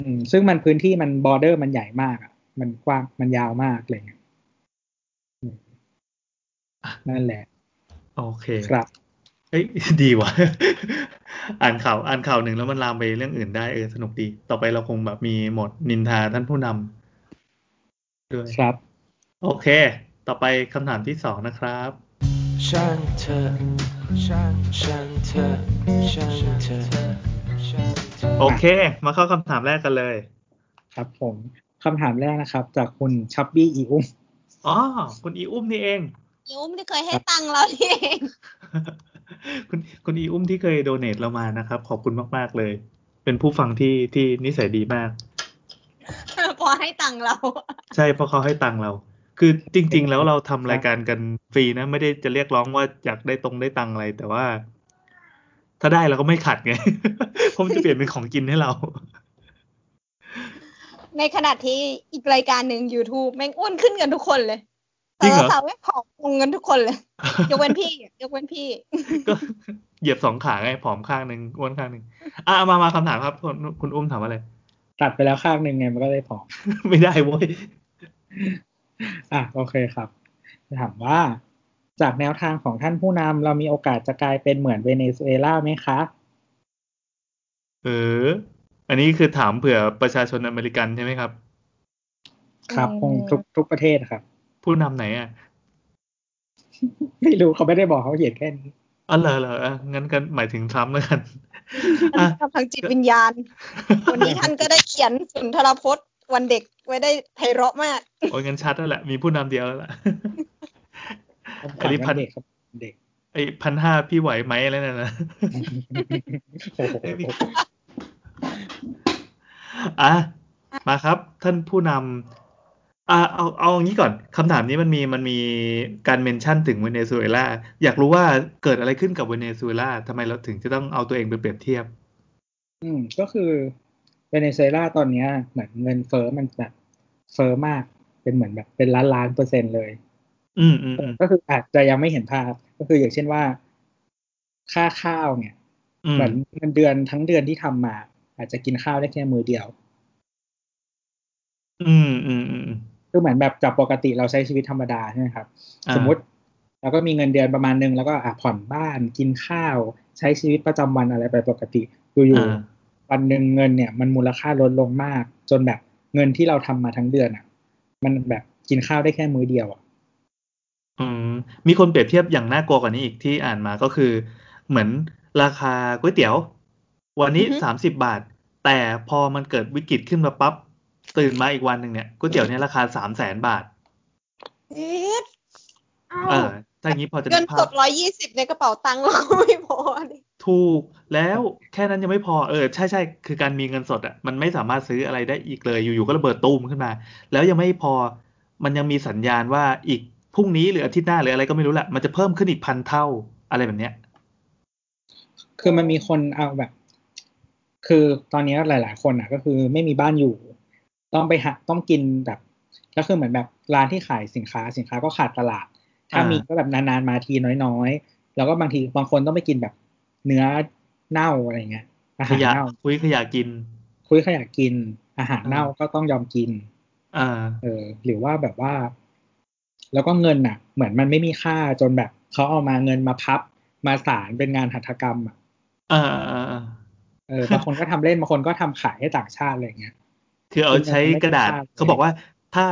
Speaker 4: อืมซึ่งมันพื้นที่มันบอร์เดอร์มันใหญ่มากอ่ะ มันกว้างมันยาวมากอะไรเงี้ยอืมนั่นแหละ
Speaker 3: โอเค
Speaker 4: ครับ
Speaker 3: เอ้ย (laughs) ดีว่ะ อ่านข่าวอ่านข่าวหนึ่งแล้วมันลามไปเรื่องอื่นได้เออสนุกดี ต่อไปเราคงแบบมีโหมดนินทาท่านผู้นำด้วย
Speaker 4: ครับ
Speaker 3: โอเค ต่อไปคำถามที่สองนะครับ
Speaker 5: ช่างเธอะช่างช่างเธอะช่างเธอะช่างเธอ
Speaker 3: โอเค มาเข้าคำถามแรกกันเลย
Speaker 4: ครับ ผมคำถามแรกนะครับ จากคุณชับบี้อีอุ้ม
Speaker 3: อ๋อ คุณอีอุ้มนี่เอง
Speaker 2: ยุ้มที่เคยให้ตังค์เรานี่เอง
Speaker 3: (laughs) คุณคุณอีอุ้มที่เคยโดเนทเรามานะครับ ขอบคุณมากๆเลย เป็นผู้ฟังที่ที่นิสัยดีมาก
Speaker 2: (laughs) พอให้ตังค์เรา
Speaker 3: ใช่เพราะเขาให้ตังค์เรา คือจริง ๆ แล้วเราทำรายการกันฟรีนะ ไม่ได้จะเรียกร้องว่าอยากได้ตรงได้ตังค์อะไร แต่ว่า ถ้าได้เราก็ไม่ขัดไง (laughs) เพราะมันจะเปลี่ยนเป็นของกินให้เรา (laughs)
Speaker 2: ในขณะที่อีกรายการหนึ่ง YouTube แม่งอ้วนขึ้นกันทุกคนเลย
Speaker 3: จริงเหรอ
Speaker 2: สาวๆแม่งผอมลงกันทุกคนเลย ยกเว้นพี่ ยกเว้นพี่
Speaker 3: ก็เหยียบสองขาไงผอมข้างหนึ่งอ้วนข้างหนึ่งอ่ะเอามามาคำถามครับคุณคุณอุ้มถามอะไร (laughs)
Speaker 4: ตัดไปแล้วข้างหนึ่งไงมันก็เลยผอม
Speaker 3: ไม่ได้เว้ย
Speaker 4: อ่ะโอเคครับถามว่า จากแนวทางของท่านผู้นำเรามีโอกาสจะกลายเป็นเหมือนเวเนซุเอลาไหมคะ
Speaker 3: เออ อันนี้คือถามเผื่อประชาชนอเมริกันใช่ไหมครับ
Speaker 4: ครับ
Speaker 2: อืม
Speaker 4: คงทุกทุกประเทศครับ
Speaker 3: ผู้นำไหนอ่ะ
Speaker 4: ไม่รู้เขาไม่ได้บอกเขาเขียนแค่นี้
Speaker 3: อ๋อเหรอเหรออ่ะงั้นกันหมายถึงทรัมป์แล้ว
Speaker 4: (laughs)
Speaker 3: กันอ่ะ
Speaker 2: ทางจิตวิญญาณ วันนี้ท่านก็ได้เขียนสุนทรพจน์ วันเด็กไว้ได้ไพเราะมาก
Speaker 3: โอ้ยงั้นชัดแล้วแหละมีผู้นำเดียวแล้วล่ะ (laughs) อันนี้พัน
Speaker 4: เด็กครับเด็ก
Speaker 3: ไอ้พันห้าพี่ไหวไหมอะไรนั่นนะ
Speaker 4: โอ้ (laughs) โห
Speaker 3: อ่ะมาครับ ท่านผู้นำอ่ะเอาเอาอย่างนี้ก่อนคำถามนี้มันมีมันมีการเมนชั่นถึงเวเนซุเอลาอยากรู้ว่าเกิดอะไรขึ้นกับเวเนซุเอลาทำไมเราถึงจะต้องเอาตัวเองไปเปรียบเทียบ
Speaker 4: อืมก็คือเวเนซุเอลาตอนเนี้ยเหมือนเงินเฟ้อมันแบบเฟ้อมากเป็นเหมือนแบบเป็นล้านล้านเปอร์เซ็นต์เลย
Speaker 3: อืมอืมอืม
Speaker 4: ก็คืออาจจะยังไม่เห็นภาพ ก็คืออย่างเช่นว่า ค่าข้าวเนี่ย
Speaker 3: อืม
Speaker 4: เหมือนเงินเดือนทั้งเดือนที่ทำมา อาจจะกินข้าวได้แค่มือเดียว
Speaker 3: อืมอืมอืม
Speaker 4: คือเหมือนแบบจากปกติเราใช้ชีวิตธรรมดาใช่ไหมครับ
Speaker 3: อ่ะ
Speaker 4: สมมติเราก็มีเงินเดือนประมาณหนึงแล้วก็อ่ะผ่อนบ้านกินข้าว ใช้ชีวิตประจำวันอะไรไปปกติอยู่
Speaker 3: อ่ะ
Speaker 4: ๆวันหนึ่งเงินเนี่ย มันมูลค่าลดลงมาก จนแบบเงินที่เราทำมาทั้งเดือนอ่ะ มันแบบกินข้าวได้แค่มื้อเดียวอ่ะ
Speaker 3: อืมมีคนเปรียบเทียบอย่างน่ากลัวกว่านี้อีกที่อ่านมาก็คือ เหมือนราคาก๋วยเตี๋ยว วันนี้
Speaker 2: อือฮึ
Speaker 3: สามสิบบาท แต่พอมันเกิดวิกฤตขึ้นมาปั๊บตื่นมาอีกวันหนึ่งเนี่ยก๋วยเตี๋ยวเนี่ยราคาสามแสนบาท
Speaker 2: อีดเอ้า
Speaker 3: เออถ้าอย่างนี้พอจะ
Speaker 2: เงิ
Speaker 3: นึ
Speaker 2: น
Speaker 3: กภา
Speaker 2: ส
Speaker 3: พ
Speaker 2: ดร้อยยี่สิบในกระเป๋าตังค์เราก็ไม่พอดิ
Speaker 3: ถูกแล้วแค่นั้นยังไม่พอเออใช่ใช่คือการมีเงินสดอ่ะมันไม่สามารถซื้ออะไรได้อีกเลยอยู่ๆก็ระเบิดตูมขึ้นมา แล้วยังไม่พอมันยังมีสัญญาณว่าอีกพรุ่งนี้หรืออาทิตย์หน้าหรืออะไรก็ไม่รู้แหละมันจะเพิ่มขึ้นอีกพันเท่าอะไรแบบเนี้ย
Speaker 4: คือมันมีคนเอาแบบ คือตอนนี้หลาย ๆ คนอ่ะ ก็คือไม่มีบ้านอยู่ ต้องไปหาต้องกินแบบก็คือเหมือนแบบร้านที่ขายสินค้าสินค้าก็ขาดตลาด ถ้า
Speaker 3: อ่ามี
Speaker 4: มีก็แบบนาน ๆ มาทีน้อย ๆ แล้วก็บางทีบางคนต้องไปกินแบบเนื้อเน่าอะไรเงี้ยอา
Speaker 3: ข
Speaker 4: หาร
Speaker 3: ยะ
Speaker 4: เน่า
Speaker 3: คุยขยะกิน
Speaker 4: คุยขยะกิน อาหารเน่า
Speaker 3: อ่า
Speaker 4: ก็ต้องยอมกิน
Speaker 3: อ่า
Speaker 4: เออ หรือว่าแบบว่า แล้วก็เงินน่ะ เหมือนมันไม่มีค่าจนแบบเขาเอามาเงินมาพับ มาสารเป็นงานหัตถกรรมอ่ะ
Speaker 3: อ่าอ่าอ่า
Speaker 4: เอ
Speaker 3: (laughs)
Speaker 4: อบางคนก็ทำเล่นบางคนก็ทำขายให้ต่างชาติอะไรเงี้ย
Speaker 3: คือเอาใช้กระดาษ
Speaker 4: ไม่ได้
Speaker 3: เขาบอกว่าถ้า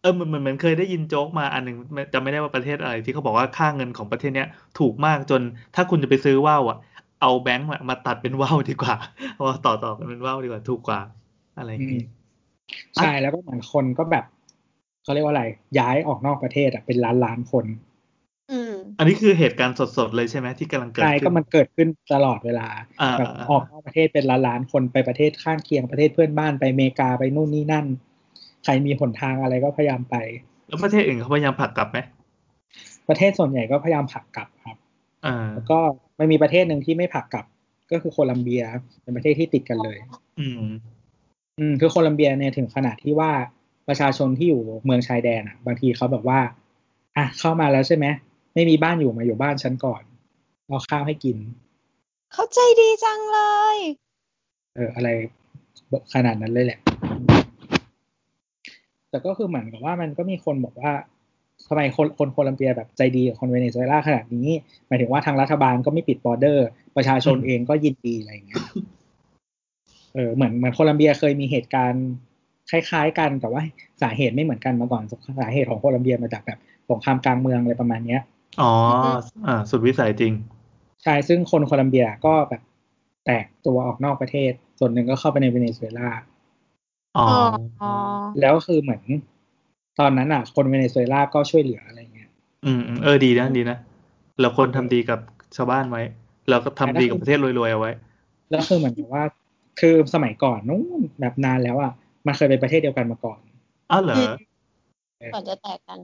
Speaker 3: เออเหมือนเหมือนเหมือนเคยได้ยินโจ๊กมาอันหนึ่งจำไม่ได้ว่าประเทศอะไร ที่เขาบอกว่าค่าเงินของประเทศเนี้ยถูกมากจนถ้าคุณจะไปซื้อว่าวอ่ะ เอาแบงค์มามาตัดเป็นว่าวดีกว่า (laughs) เอามาต่อต่อเป็นว่าวดีกว่าถูกกว่า อะไรอย่างงี้
Speaker 4: ใช่แล้วก็เหมือนคนก็แบบเขาเรียกว่าอะไร ย้ายออกนอกประเทศอ่ะเป็นล้านล้านๆคน
Speaker 2: อืม
Speaker 3: อันนี้คือเหตุการณ์สดๆเลยใช่ไหมที่กำลังเกิด
Speaker 4: ใช่
Speaker 3: ขึ้น
Speaker 4: ก็มันเกิดขึ้นตลอดเวลา
Speaker 3: อ่า
Speaker 4: แบ
Speaker 3: อ่า
Speaker 4: บ
Speaker 3: อ่า
Speaker 4: ออกนอกประเทศเป็นล้านล้านๆคนไปประเทศข้างเคียงประเทศเพื่อนบ้านไปอเมริกาไปนู่นนี่นั่น ใครมีหนทางอะไรก็พยายามไป
Speaker 3: แล้วประเทศอื่นเขาพยายามผลักกลับไหม
Speaker 4: ประเทศส่วนใหญ่ก็พยายามผลักกลับครับ
Speaker 3: อ่า
Speaker 4: แล้วก็มันมีประเทศหนึ่งที่ไม่ผลักกลับ ก็คือโคลัมเบียเป็นประเทศที่ติดกันเลย
Speaker 3: อืม
Speaker 4: อืมคือโคลัมเบียเนี่ยถึงขนาดที่ว่าประชาชนที่อยู่เมืองชายแดนอ่ะ บางทีเขาแบบว่า อ่ะเข้ามาแล้วใช่ไหมไม่มีบ้านอยู่มาอยู่บ้านฉันก่อนเอาข้าวให้กิน
Speaker 2: เข้าใจดีจังเลย
Speaker 4: เอออะไรขนาดนั้นเลยแหละ แต่ก็คือเหมือนกับว่ามันก็มีคนบอกว่าทำไมคนคนโคลัมเบียแบบใจดีกับคนเวเนซุเอลาขนาดนี้ หมายถึงว่าทางรัฐบาลก็ไม่ปิดบอร์เดอร์ ประชาชน
Speaker 3: อืม
Speaker 4: เองก็ยินดีอะไรอย่างเงี้ย เออเหมือนเหมือนโคลัมเบียเคยมีเหตุการณ์คล้าย ๆ กันแต่ว่าสาเหตุไม่เหมือนกันมาก่อนสาเหตุของโคลัมเบียมาจากแบบสงครามกลางเมืองอะไรประมาณเนี้ย
Speaker 3: อ๋อ อ่า สุดวิสัยจริง
Speaker 4: ใช่ซึ่งคนโคลัมเบียก็แบบแตกตัวออกนอกประเทศ ส่วนหนึ่งก็เข้าไปในเวเนซุเอลา
Speaker 3: อ๋ออ
Speaker 2: อ๋อ
Speaker 4: แล้วคือเหมือนตอนนั้นอ่ะ คนเวเนซุเอลาก็ช่วยเหลืออะไรเงี้ย
Speaker 3: อืมอืมเออ ดีนะ ดีนะ เราควรทำดีกับชาวบ้านไว้ เราก็ทำดีกับประเทศรวยๆเอาไว้
Speaker 4: แล้วคือเหมือนกับว่า คือสมัยก่อนนู้นแบบนานแล้วอ่ะมันเคยเป็นประเทศเดียวกันมาก่อน
Speaker 3: อ้าวเหรอ
Speaker 2: ก่อนจะแตกกัน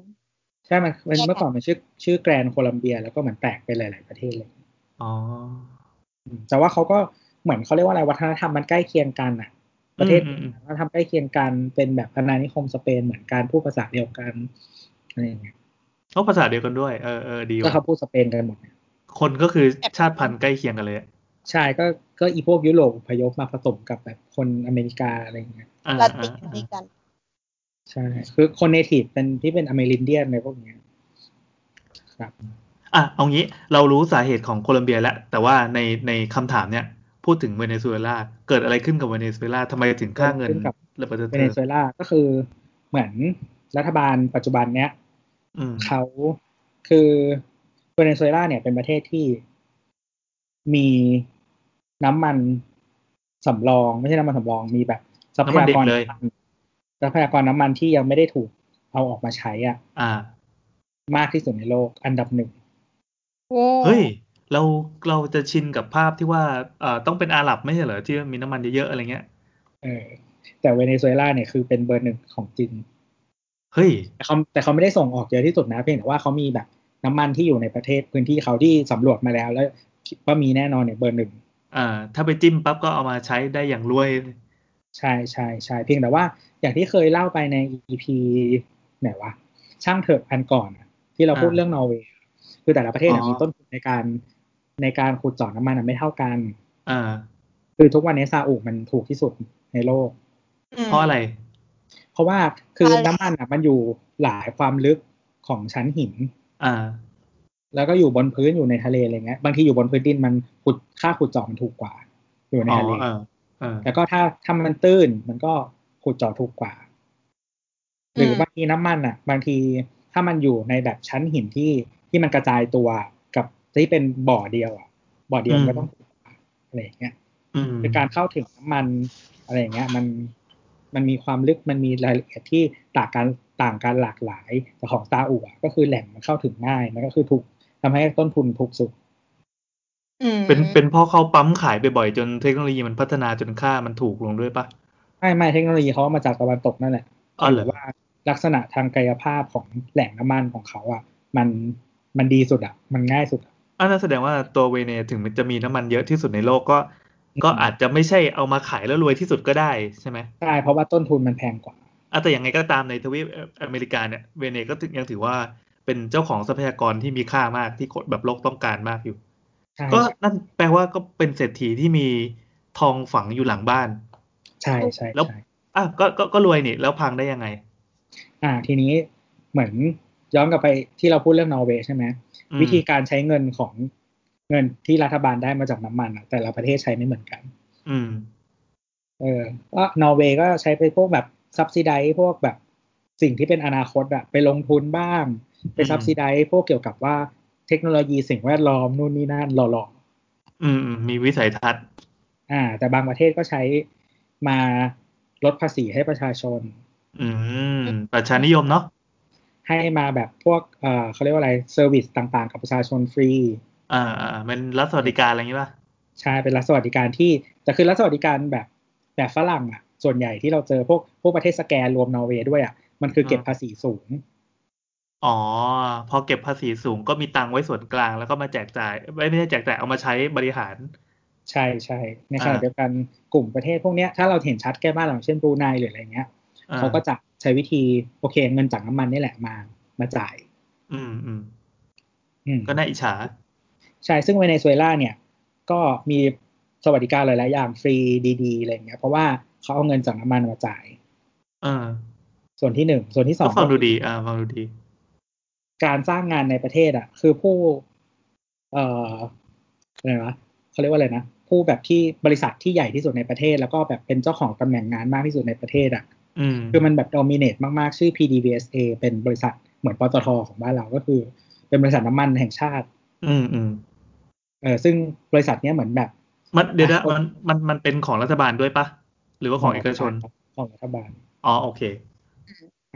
Speaker 4: ใช่มันมัน
Speaker 2: ใช่ค่ะ
Speaker 4: เมื่อก่อนมันชื่อชื่อแกรนโคลัมเบีย แล้วก็เหมือนแตกไปหลาย ๆ ประเทศเลย
Speaker 3: อ๋อ
Speaker 4: อืมแต่ว่าเขาก็เหมือนเขาเรียกว่าอะไรวัฒนธรรมมันใกล้เคียงกันอ่ะ ประเทศ
Speaker 3: อืมอืม
Speaker 4: วัฒนธรรมใกล้เคียงกันเป็นแบบอาณานิคมสเปนเหมือนกันพูดภาษาเดียวกันอะไรอย่างเงี้ย
Speaker 3: เขาภาษาเดียวกันด้วย เออเออดี
Speaker 4: ก็
Speaker 3: ว่ะ
Speaker 4: เขาพูดสเปนกันหมดเนี่ย
Speaker 3: คนก็คือชาติพันธุ์ใกล้เคียงกันเลยอะ
Speaker 4: ใช่ก็ก็อีพวกยุโรปอพยพมาผสมกับแบบคนอเมริกาอะไรอย่างเงี้ย
Speaker 3: อ่า
Speaker 2: ละติ
Speaker 3: อ่า
Speaker 2: ด
Speaker 3: อ่า
Speaker 2: ดีกัน
Speaker 4: ใช่ คือคนเนทีฟเป็นที่เป็นอเมรินเดียนอะไรพวกเนี้ย
Speaker 3: อ่ะเอางี้ เรารู้สาเหตุของโคลัมเบียแล้ว แต่ว่าในในคำถามเนี่ย พูดถึงเวเนซุเอลา เกิดอะไรขึ้นกับเวเนซุเอลาทำไมถึงค่าเงิน
Speaker 4: เกิดอะไรขึ้นกับ
Speaker 3: ระเบิดเถิด
Speaker 4: เวเนซุเอลาก็คือเหมือนรัฐบาลปัจจุบันเนี้ย
Speaker 3: อืม
Speaker 4: เขาคือเวเนซุเอลาเนี่ยเป็นประเทศที่มีน้ำมันสำรอง ไม่ใช่น้ำมันสำรอง มีแบบทรัพยากร
Speaker 3: น้ำมันดิบเลย
Speaker 4: ำมันทรัพยากรน้ำมันที่ยังไม่ได้ถูกเอาออกมาใช้อ่ะ
Speaker 3: อ่า
Speaker 4: มากที่สุดในโลกอันดับหนึ่ง
Speaker 2: โอ้
Speaker 3: เฮ้ย เราเราจะชินกับภาพที่ว่าเอ่อต้องเป็นอาหรับไม่ใช่เหรอที่มีน้ำมันเยอะๆอะไรเงี้ย
Speaker 4: เออ แต่เวเนซุเอลาเนี่ยคือเป็นเบอร์หนึ่งของจริง
Speaker 3: เฮ้ย
Speaker 4: แต่เขาแต่เขาไม่ได้ส่งออกเยอะที่สุดนะเพียงแต่ว่าเขามีแบบน้ำมันที่อยู่ในประเทศพื้นที่เขาที่สำรวจมาแล้ว แล้วคิดว่ามีแน่นอนเนี่ยเบอร์หนึ่ง
Speaker 3: อ่า ถ้าไปจิ้มปั๊บก็เอามาใช้ได้อย่างรวย
Speaker 4: ใช่ใช่ใช่เพียงแต่ว่าอย่างที่เคยเล่าไปใน EP ไหนวะช่างเถอะอันก่อนอะที่เราพูด
Speaker 3: อ่า
Speaker 4: เรื่องนอร์เวย์คือแต่ละประเทศเนี่ย
Speaker 3: อ๋อ
Speaker 4: มีต้นทุนในการในการขุดเจาะน้ำมันอะไม่เท่ากัน
Speaker 3: อ่า
Speaker 4: คือทุกวันนี้ซาอุมันถูกที่สุดในโลก
Speaker 3: เพราะอะไร
Speaker 4: เพราะว่าคือน้ำมันอะมันอยู่หลายความลึกของชั้นหิน
Speaker 3: อ่า
Speaker 4: แล้วก็อยู่บนพื้นอยู่ในทะเลอะไรเงี้ยบางทีอยู่บนพื้นดินมันขุดค่าขุดเจาะมันถูกกว่า อยู่ใน
Speaker 3: อ๋อ
Speaker 4: ทะเล
Speaker 3: เออเออ
Speaker 4: แล้วก็ถ้าถ้ามันตื้นมันก็ขุดเจาะถูกกว่า หรือบางทีน้ำมันอ่ะ บางทีถ้ามันอยู่ในแบบชั้นหินที่ที่มันกระจายตัวกับที่เป็นบ่อเดียวอ่ะบ่อเดียวมันก็ต้องถูกกว่าอะไรอย่างเงี้ย
Speaker 3: อืม
Speaker 4: คือการเข้าถึงน้ำมันอะไรอย่างเงี้ย มันมันมีความลึกมันมีรายละเอียดที่ต่างกันต่างกันหลากหลายแต่ของตาอู่อะก็คือแหล่งมันเข้าถึงง่ายมันก็คือถูกทำให้ต้นทุนถูกสุด
Speaker 2: อืม
Speaker 3: เป็นเป็นเพ่อเขาปั๊มขายบ่อยๆจนเทคโนโลยีมันพัฒนาจนค่ามันถูกลงด้วยปะ
Speaker 4: ไม่ไม่เทคโนโลยีเขาเอามาจากตะวันตกนั่นแหละ
Speaker 3: อ๋อเหรอ
Speaker 4: แต่ว่าลักษณะทางกายภาพของแหล่งน้ำมันของเขาอ่ะ มันมันดีสุดอ่ะ มันง่ายสุดอะ
Speaker 3: อันนั้นแสดงว่าตัวเวเนถึงมันจะมีน้ำมันเยอะที่สุดในโลกก็ ก็อาจจะไม่ใช่เอามาขายแล้วรวยที่สุดก็ได้ใช่ไหม
Speaker 4: ใช่เพราะว่าต้นทุนมันแพงกว่า
Speaker 3: อะแต่อย่างไงก็ตามในทวีปเอ่ออเมริกาเนี่ยเวเนก็ถึงยังถือว่าเป็นเจ้าของทรัพยากรที่มีค่ามากที่คนแบบโลกต้องการมากอยู่
Speaker 4: ใช่
Speaker 3: ก็นั่นแปลว่าก็เป็นเศรษฐีที่มีทองฝังอยู่หลังบ้าน
Speaker 4: ใช่ใช่
Speaker 3: แล้ว
Speaker 4: ใช่
Speaker 3: อ่ะก็ก็ก็รวยนี่แล้วพังได้ยังไง
Speaker 4: อ่า ทีนี้เหมือนย้อนกลับไปที่เราพูดเรื่องนอร์เวย์ใช่ไหม
Speaker 3: อืม
Speaker 4: วิธีการใช้เงินของเงินที่รัฐบาลได้มาจากน้ำมันอ่ะแต่ละประเทศใช้ไม่เหมือนกัน
Speaker 3: อืม
Speaker 4: เออก็นอร์เวย์ก็ใช้ไปพวกแบบซับซิไดพวกแบบสิ่งที่เป็นอนาคตอะไปลงทุนบ้าง ไป
Speaker 3: อืม
Speaker 4: ซับซิไดพวกเกี่ยวกับว่าเทคโนโลยีสิ่งแวดล้อมนู่นนี่นั่นหล่อ
Speaker 3: อืมอืมมีวิสัยทัศน์
Speaker 4: ๆอ่า แต่บางประเทศก็ใช้มาลดภาษีให้ประชาชน
Speaker 3: อืมประชานิยมเนาะ
Speaker 4: ให้มาแบบพวกเออเขาเรียกว่าอะไรเซอร์วิสต่างๆ กับประชาชนฟรี
Speaker 3: อ่าอ่าเป็นรัฐสวัสดิการอะไรอย่างงี้ป่ะ
Speaker 4: ใช่เป็นรัฐสวัสดิการที่แต่คือรัฐสวัสดิการแบบแบบฝรั่งอะส่วนใหญ่ที่เราเจอพวกพวกประเทศสแกนรวมนอร์เวย์ด้วยอะมันคือเก็บภาษีสูง
Speaker 3: อ๋อ พอเก็บภาษีสูงก็มีตังค์ไว้ส่วนกลางแล้วก็มาแจกจ่ายไม่ไม่ใช่แจกจ่ายเอามาใช้บริหาร
Speaker 4: ใช่ใช่ในขณะ
Speaker 3: อ่า
Speaker 4: เดียวกันกลุ่มประเทศพวกเนี้ยถ้าเราเห็นชัดใกล้บ้านเราเช่นบรูไนหรืออะไรเงี้ย
Speaker 3: อ่
Speaker 4: เขาก็จะใช้วิธีโอเคเงินจากน้ำมันนี่แหละมามาจ่าย
Speaker 3: อืมอืม
Speaker 4: อืม
Speaker 3: ก็น่าอิจฉา
Speaker 4: ใช่ซึ่งเวเนซุเอลาเนี่ย ก็มีสวัสดิการหลายๆอย่างฟรีดีๆอะไรเงี้ยเพราะว่าเขาเอาเงินจากน้ำมันมาจ่าย
Speaker 3: เออ
Speaker 4: ส่วนที่หนึ่งส่วนที่สอ
Speaker 3: ก็
Speaker 4: ง
Speaker 3: ฟัง
Speaker 4: ก็
Speaker 3: ดูดี อ่าฟังดูดี
Speaker 4: การสร้างงานในประเทศอ่ะ คือผู้ เอ่ออะไรวะเขาเรียกว่าอะไรนะผู้แบบที่บริษัทที่ใหญ่ที่สุดในประเทศ แล้วก็แบบเป็นเจ้าของตำแหน่งงานมากที่สุดในประเทศอ่ะ
Speaker 3: อืม
Speaker 4: คือมันแบบโดมิเนตมากๆ ชื่อ PDVSA เป็นบริษัทเหมือนปตทของบ้านเราก็คือ เป็นบริษัทน้ำมันแห่งชาติ
Speaker 3: อืมอืม
Speaker 4: เออซึ่งบริษัทเนี้ยเหมือนแบบ
Speaker 3: มันเดี๋ยวนะมันมันมันเป็นของรัฐบาลด้วยปะหรือว่าของเอกชน
Speaker 4: ของรัฐบาล
Speaker 3: อ๋อโอเค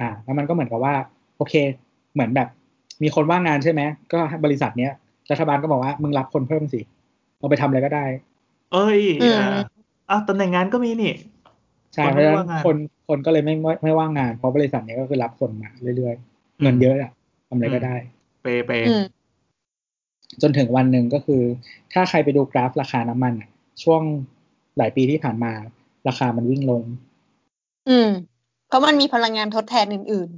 Speaker 4: อ่าแล้วมันก็เหมือนกับว่า โอเค เหมือนแบบ มีคนว่างงานใช่ไหมก็ให้บริษัทเนี้ยรัฐบาลก็บอกว่ามึงรับคนเพิ่มสิเอาไปทำอะไรก็ได้
Speaker 3: เอ้ย
Speaker 2: อืม
Speaker 3: อ่าอ่ะตำแหน่งงานก็มีนี่
Speaker 4: ใช่
Speaker 3: คน
Speaker 4: เพ
Speaker 3: ไม่
Speaker 4: ราะฉะ
Speaker 3: ว่างงาน
Speaker 4: นั้นคนคนก็เลยไม่ไม่ไม่ว่างงาน เพราะบริษัทเนี้ยก็คือรับคนมาเรื่อยๆ เงินเยอะอะทำอะไรก็ได้
Speaker 3: เปเป
Speaker 2: อืม
Speaker 4: จนถึงวันหนึ่งก็คือ ถ้าใครไปดูกราฟราคาน้ำมันอะช่วงหลายปีที่ผ่านมา ราคามันวิ่งลง
Speaker 2: อืม เพราะมันมีพลังงานทดแทนอื่น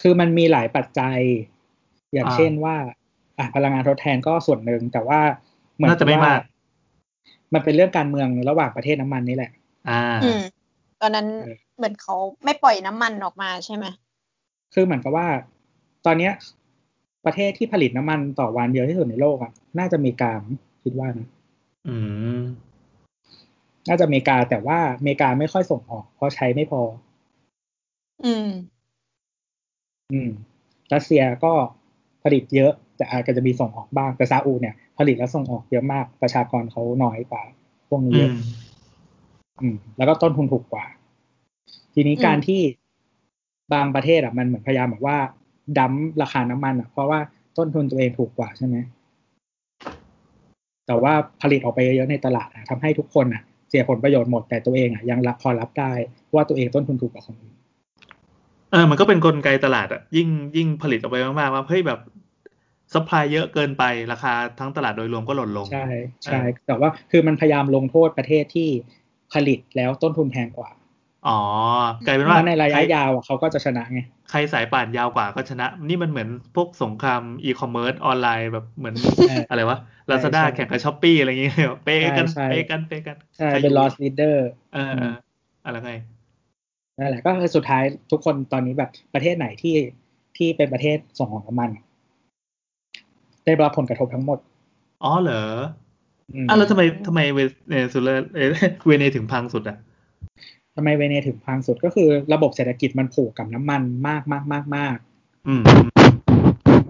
Speaker 4: คือมันมีหลายปัจจัย อย่างเช่นว่าอ่ะพลังงานทดแทนก็ส่วนหนึ่งแต่ว่าเหมือน
Speaker 3: น่าจะไม่มาก
Speaker 4: มันเป็นเรื่องการเมืองระหว่างประเทศน้ำมันนี่แหละ
Speaker 3: อ่า
Speaker 2: ๆ อืม ตอนนั้น
Speaker 4: เออ
Speaker 2: เหมือนเขาไม่ปล่อยน้ำมันออกมาใช่ไหม
Speaker 4: คือเหมือนกับว่า ตอนเนี้ยประเทศที่ผลิตน้ำมันต่อวันเยอะที่สุดในโลกอ่ะน่าจะมีการคิดว่านะ
Speaker 3: อืม
Speaker 4: น่าจะอเมริกาแต่ว่าอเมริกาไม่ค่อยส่งออก เพราะใช้ไม่พอ
Speaker 2: อืม
Speaker 4: อืมรัสเซียก็ผลิตเยอะ แต่อาจจะมีส่งออกบ้างแต่ซาอุเนี่ยผลิตและส่งออกเยอะมาก ประชากรเขาน้อยกว่าพวก
Speaker 3: อื
Speaker 4: นี้เยอะ
Speaker 3: ม
Speaker 4: อืม แล้วก็ต้นทุนถูกกว่า ทีนี้
Speaker 2: อืม
Speaker 4: การที่บางประเทศอ่ะมันเหมือนพยายามแบบว่าดั้มราคาน้ำมันอ่ะ เพราะว่าต้นทุนตัวเองถูกกว่าใช่ไหม แต่ว่าผลิตออกไปเยอะๆในตลาดอะทำให้ทุกคนอ่ะ เสียผลประโยชน์หมดแต่ตัวเองอ่ะยังรับพอรับได้ว่าตัวเองต้นทุนถูกกว่าคนอื่น
Speaker 3: เออมันก็เป็นกลไกตลาดอะยิ่งยิ่งผลิตออกไปมากๆว่าเฮ้ยแบบสป라이เยอะเกินไปราคาทั้งตลาดโดยรวมก็หล่นลง
Speaker 4: ใช่ใช่
Speaker 3: อ่า
Speaker 4: แต่ว่าคือมันพยายามลงโทษประเทศที่ผลิตแล้วต้นทุนแพงกว่า
Speaker 3: อ๋อกลายเป็น
Speaker 4: เพ
Speaker 3: ว่า
Speaker 4: ราะในระยะ
Speaker 3: ใค
Speaker 4: ยาวอ่ะเขาก็จะชนะไง
Speaker 3: ใครสายป่านยาวกว่าก็ชนะ นี่มันเหมือนพวกสงครามอีคอมเมิร์ซออนไลน์แบบเหมือน
Speaker 4: เออ
Speaker 3: อะไรวะลาซาด้า
Speaker 4: ใช่
Speaker 3: แข่งกับช้อปปี้อะไรอย่างเงี้ยแบบเปย์กัน
Speaker 4: ใช่
Speaker 3: เปย์กันเปย์กัน
Speaker 4: ใช่
Speaker 3: ใคร
Speaker 4: เป็น
Speaker 3: ยู่
Speaker 4: loss leader
Speaker 3: เออเอออะไรไง
Speaker 4: นั่นแหละก็คือสุดท้ายทุกคนตอนนี้แบบประเทศไหนที่ที่เป็นประเทศส่งออกน้ำมัน ได้รับผลกระทบทั้งหมด
Speaker 3: อ๋อเหรอ
Speaker 4: อืม
Speaker 3: อ่ะแล้วทำไมทำไมเวเนซุเอลาเอ่อ (laughs) เวเนถึงพังสุดอ่ะ
Speaker 4: ทำไมเวเนถึงพังสุดก็คือระบบเศรษฐกิจมันผูกกับน้ำมันมากมากมากมาก
Speaker 3: อืม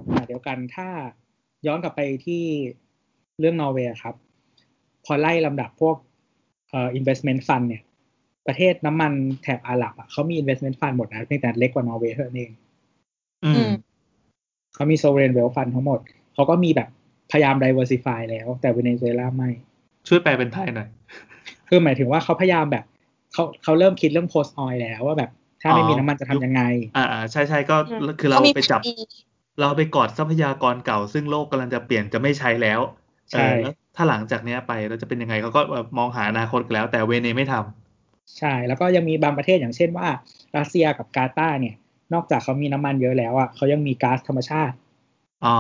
Speaker 4: ขณะเดียวกันถ้าย้อนกลับไปที่เรื่องนอร์เวย์อะครับ พอไล่ลำดับพวกเอ่อ investment fund เนี่ย ประเทศน้ำมันแถบอาหรับอะเขามี investment fund หมดนะเพียงแต่เล็กกว่านอร์เวย์เท่านั้นเอง
Speaker 3: อืม
Speaker 4: เขามี sovereign wealth fund ทั้งหมด เขาก็มีแบบพยายาม diversify แล้วแต่เวเนซุเอลาไม่
Speaker 3: ช่วยแปลเป็นไทยหน่อย
Speaker 4: คือหมายถึงว่าเขาพยายามแบบเขาเขาเริ่มคิดเรื่อง post oil แล้วว่าแบบถ้าไม่มีน้ำมันจะทำยังไง
Speaker 3: อ่าอ่าใช่ใช่ก็
Speaker 2: อืม
Speaker 3: คือเรา
Speaker 2: ก็มี
Speaker 3: ไปจับ
Speaker 2: แผน E
Speaker 3: เราไปกอดทรัพยากรเก่า ซึ่งโลกกำลังจะเปลี่ยนจะไม่ใช้แล้ว
Speaker 4: ใช่
Speaker 3: เออแล้วถ้าหลังจากเนี้ยไปเราจะเป็นยังไงเขาก็แบบมองหาอนาคตกันแล้ว แต่เวเนไม่ทำ
Speaker 4: ใช่ แล้วก็ยังมีบางประเทศอย่างเช่นว่ารัสเซียกับกาตาร์เนี่ย นอกจากเขามีน้ำมันเยอะแล้วอ่ะเขายังมีก๊าซธรรมชาติ
Speaker 3: อ๋อ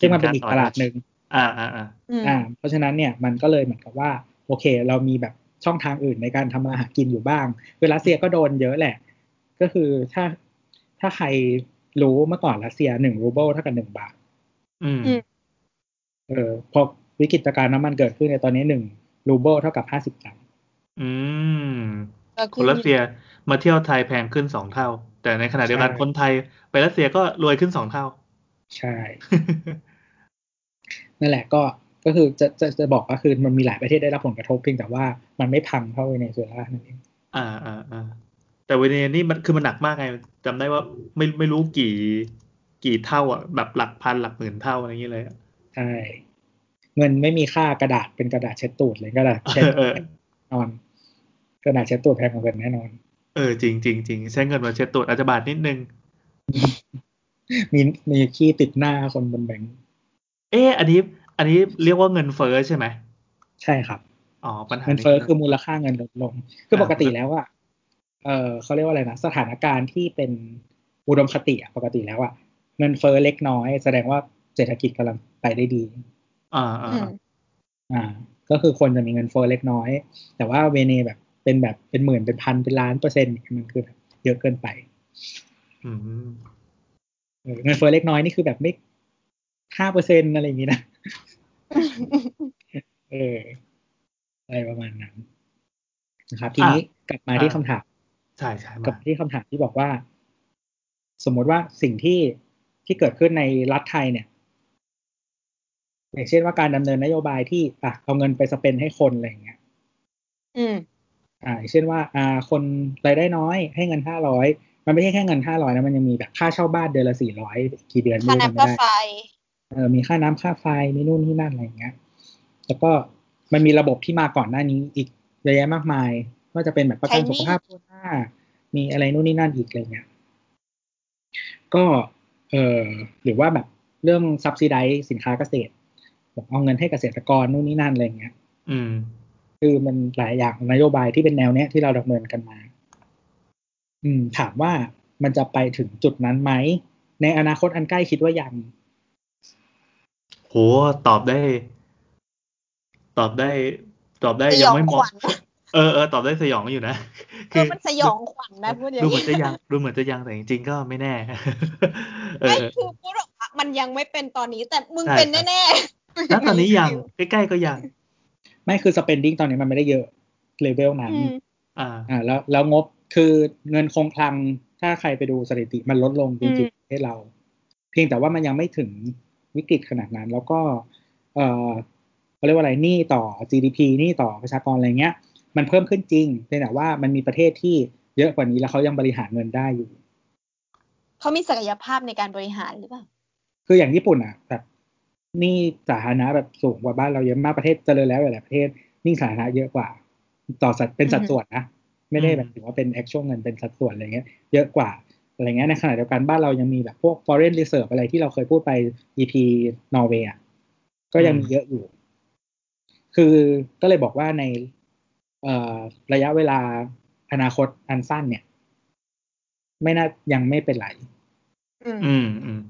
Speaker 4: ซึ่งมันเป็นอีกตลาดหนึ่ง
Speaker 3: อ่าอ่าอ่า
Speaker 2: อืม
Speaker 4: อ่าเพราะฉะนั้นเนี่ยมันก็เลยเหมือนกับว่า โอเค เรามีแบบช่องทางอื่นในการทำมาหากินอยู่บ้างคือรัสเซียก็โดนเยอะแหละ ก็คือถ้าถ้าใครรู้เมื่อก่อนรัสเซียหนึ่งรูเบิลเท่ากับหนึ่งบาท
Speaker 3: อืม
Speaker 4: เออพอวิกฤตการณ์น้ำมันเกิดขึ้นในยตอนนี้หนึ่งรูเบิลเท่ากับห้าสิบตังค์
Speaker 3: อืม
Speaker 2: แล้ว
Speaker 3: คนรัสเซียมาเที่ยวไทยแพงขึ้นสองเท่า แต่ในขณะเดียวกันคนไทยไปรัสเซียก็รวยขึ้นสองเท่า
Speaker 4: ใช่ นั่นแหละก็ก็คือจะจะจะบอกก็คือมันมีหลายประเทศได้รับผลกระทบเพียงแต่ว่ามันไม่พังเท่าเวเนซุเอลานั่นเอง
Speaker 3: อ่าอ่าอ่าแต่เวเนนี่มันคือมันหนักมากไงจำได้ว่าไม่ไม่รู้กี่ กี่เท่าอ่ะแบบหลักพันหลักหมื่นเท่าอะไรอย่างเงี้ยเลยอะ
Speaker 4: ใช่เงินไม่มีค่ากระดาษเป็นกระดาษเช็ดตูดเลยกระดาษเช็ด
Speaker 3: เออ
Speaker 4: นอน กระดาษเช็ดตูดแพงกว่าเงินแน่นอน
Speaker 3: เออจริงจริงจริงใช้เงินมาเช็ดตูดอาจจะบาดนิดนึง
Speaker 4: มีมีขี้ติดหน้าคนบนแบงค์
Speaker 3: เอออันนี้ อันนี้เรียกว่าเงินเฟ้อใช่ไหม
Speaker 4: ใช่ครับ
Speaker 3: อ๋อปัญหา
Speaker 4: เงินเฟ้อคือมูลค่าเงินลดลง คือปกติแล้วอะเออเขาเรียกว่าอะไรนะ สถานการณ์ที่เป็นอุดมคติอะปกติแล้วอะเงินเฟ้อเล็กน้อย แสดงว่าเศรษฐกิจกำลังไปได้ดี
Speaker 3: อ่าอ่า
Speaker 2: อืม
Speaker 3: (laughs)
Speaker 4: อ่า ก็คือคนจะมีเงินเฟ้อเล็กน้อย แต่ว่าเวเนแบบเป็นแบบเป็นหมื่นเป็นพันเป็นล้านเปอร์เซ็นต์เนี่ยมันคือแบบเยอะเกินไป
Speaker 3: อืม
Speaker 4: เออเงินเฟ้อเล็กน้อยนี่คือแบบไม่ห้าเปอร์เซ็นต์อะไรอย่างงี้นะ เอออะไรประมาณนั้นนะครับ ทีนี้กลับมาที่คำถาม
Speaker 3: ใช่ใช่
Speaker 4: กับ
Speaker 3: มา
Speaker 4: ที่คำถามที่บอกว่า สมมติว่าสิ่งที่ที่เกิดขึ้นในรัฐไทยเนี่ย อย่างเช่นว่าการดำเนินนโยบายที่อ่ะเอาเงินไปสเปนให้คนอะไรอย่างเงี้ย
Speaker 2: อืม
Speaker 4: อ่าอย่างเช่นว่า อ่า คนรายได้น้อยให้เงินห้าร้อยมันไม่ใช่แค่เงินห้าร้อยนะมันยังมีแบบค่าเช่าบ้านเดือนละสี่ร้อยกี่เดือน
Speaker 2: ค่า
Speaker 4: ไม่รู้
Speaker 2: น้ำ
Speaker 4: จำไม่
Speaker 2: ค่า
Speaker 4: ได้
Speaker 2: ไฟ
Speaker 4: เออมีค่าน้ำค่าไฟมีนู่นนี่นั่นอะไรอย่างเงี้ย แล้วก็มันมีระบบที่มาก่อนหน้านี้อีกเยอะแยะมากมายว่าจะเป็นแบบประกัน
Speaker 2: ใช้หนี้
Speaker 4: สุขภาพโคหน้า มีอะไรนู่นนี่นั่นอีกอะไรเงี้ย ก็เออหรือว่าแบบเรื่อง subsidize สินค้าเกษตรแบบเอาเงินให้เกษตรกรนู่นนี่นั่นอะไรเงี้ย
Speaker 3: อืม
Speaker 4: คือมันหลายอย่างนโยบายที่เป็นแนวเนี้ยที่เราดำเนินกันมา อืม ถามว่ามันจะไปถึงจุดนั้นไหม ในอนาคตอันใกล้คิดว่ายัง
Speaker 3: โหตอบได้ ตอบได้ ตอบได้
Speaker 2: ส
Speaker 3: ยั
Speaker 2: ย
Speaker 3: ง
Speaker 2: อง
Speaker 3: ไม่ห
Speaker 2: ข
Speaker 3: มด
Speaker 2: วัญ
Speaker 3: เออเออตอบได้สยองอยู่นะ
Speaker 2: เออมันสยองขวัญนะพูดอย่าง
Speaker 3: ดูเหมือ
Speaker 2: นี้
Speaker 3: นจะยังดูเหมือนจะยังแต่จริงๆก็ไม่แน่ (laughs) เอ
Speaker 2: ไม่
Speaker 3: อ
Speaker 2: คือพูดออกมามันยังไม่เป็นตอนนี้ แต่มึง
Speaker 3: ใช่
Speaker 2: เป็นแน่ๆ
Speaker 3: ณตอนนี้ยังใกล้ๆก็ยัง
Speaker 4: ไม่คือ spending ตอนนี้มันไม่ได้เยอะเลเวลนั้น
Speaker 2: อืม
Speaker 3: อ่า
Speaker 4: อ่า แล้วแล้วงบคือเงินคงคลัง ถ้าใครไปดูสถิติมันลดลงจ
Speaker 2: อื
Speaker 4: ริง
Speaker 2: ม
Speaker 4: ๆประเทศเรา เพียงแต่ว่ามันยังไม่ถึงวิกฤตขนาดนั้น แล้วก็ เออเขาเรียกว่าอะไรหนี้ต่อ GDP หนี้ต่อประชากรอะไรเงี้ย มันเพิ่มขึ้นจริงเพียงแต่ว่ามันมีประเทศที่เยอะกว่านี้แล้วเขายังบริหารเงินได้อยู่
Speaker 2: เขามีศักยภาพในการบริหารหรือเปล่า
Speaker 4: คืออย่างญี่ปุ่นอ่ะแบบหนี้สาธารณะแบบสูงกว่าบ้านเราเยอะมากประเทศเจริญแล้วหลายๆประเทศหนี้สาธารณะเยอะกว่า ต่อสัดเป็นสัด
Speaker 2: อือฮึ
Speaker 4: ส่วนนะไม่ได้
Speaker 3: อืม
Speaker 4: แบบถือว่าเป็น actual เงินเป็นสัดส่วนอะไรเงี้ย เยอะกว่าอะไรเงี้ยในขณะเดียวกันบ้านเรายังมีแบบพวก foreign reserve อะไรที่เราเคยพูดไป EP นอร์เวย์อะก็ยังมีเยอะอยู่ คือก็เลยบอกว่าในเอ่อระยะเวลาอนาคตอันสั้นเนี่ย ไม่น่ายังไม่เป็นไร
Speaker 2: อืม
Speaker 3: อืมอืม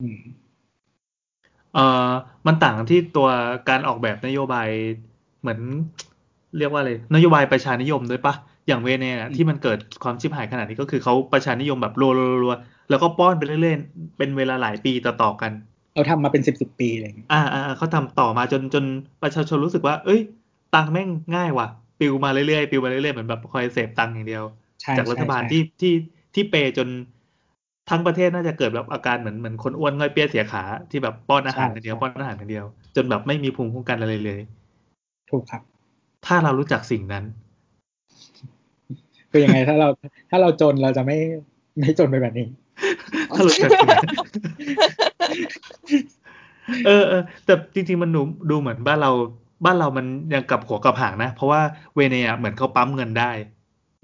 Speaker 4: อืม
Speaker 3: เอ่อมันต่างที่ตัวการออกแบบนโยบายเหมือน เรียกว่าอะไรนโยบายประชานิยมด้วยปะอย่างเวเนเนย
Speaker 4: อืม
Speaker 3: ที่มันเกิดความชิบหายขนาดนี้ก็คือเขาประชานิยมแบบรัวๆรัวๆแล้วก็ป้อนไปเรื่อยๆเป็นเวลาหลายปีต่อๆกัน
Speaker 4: เราทำมาเป็นสิบสิบปีอะไรอย่างเงี้ย
Speaker 3: อ่าอ่าอ่าเขาทำต่อมาจนจนประชาชนรู้สึกว่า เอ้ย ตังค์แม่งง่ายว่ะปิวมาเรื่อยๆปิวมาเรื่อยๆเหมือนแบบคอยเสพตังค์อย่างเดียว
Speaker 4: ใช่
Speaker 3: จากรัฐบาล
Speaker 4: ใช่ใช่
Speaker 3: ที่ที่ที่เปย์จนทั้งประเทศน่าจะเกิดแบบอาการเหมือนเหมือนคนอ้วนง่อยเปี้ยเสียขาที่แบบป้อนอาหารอย่างเดียวป้อนอาหารอย่างเดียว จนแบบไม่มีภูมิคุ้มกันอะไรเลย
Speaker 4: ถูกครับ
Speaker 3: ถ้าเรารู้จักสิ่ง
Speaker 4: (laughs)
Speaker 3: นั้น
Speaker 4: คือยังไงถ้าเราถ้าเราจนเราจะไม่ไม่จนไปแบบนี้
Speaker 3: ถ้ารู้จักสิ่งนั้นเออเออแต่จริง ๆ มันดูดูเหมือนบ้านเรา บ้านเรามันยังกลับหัวกลับหางนะ เพราะว่าเวเนยเหมือนเขาปั๊มเงินได้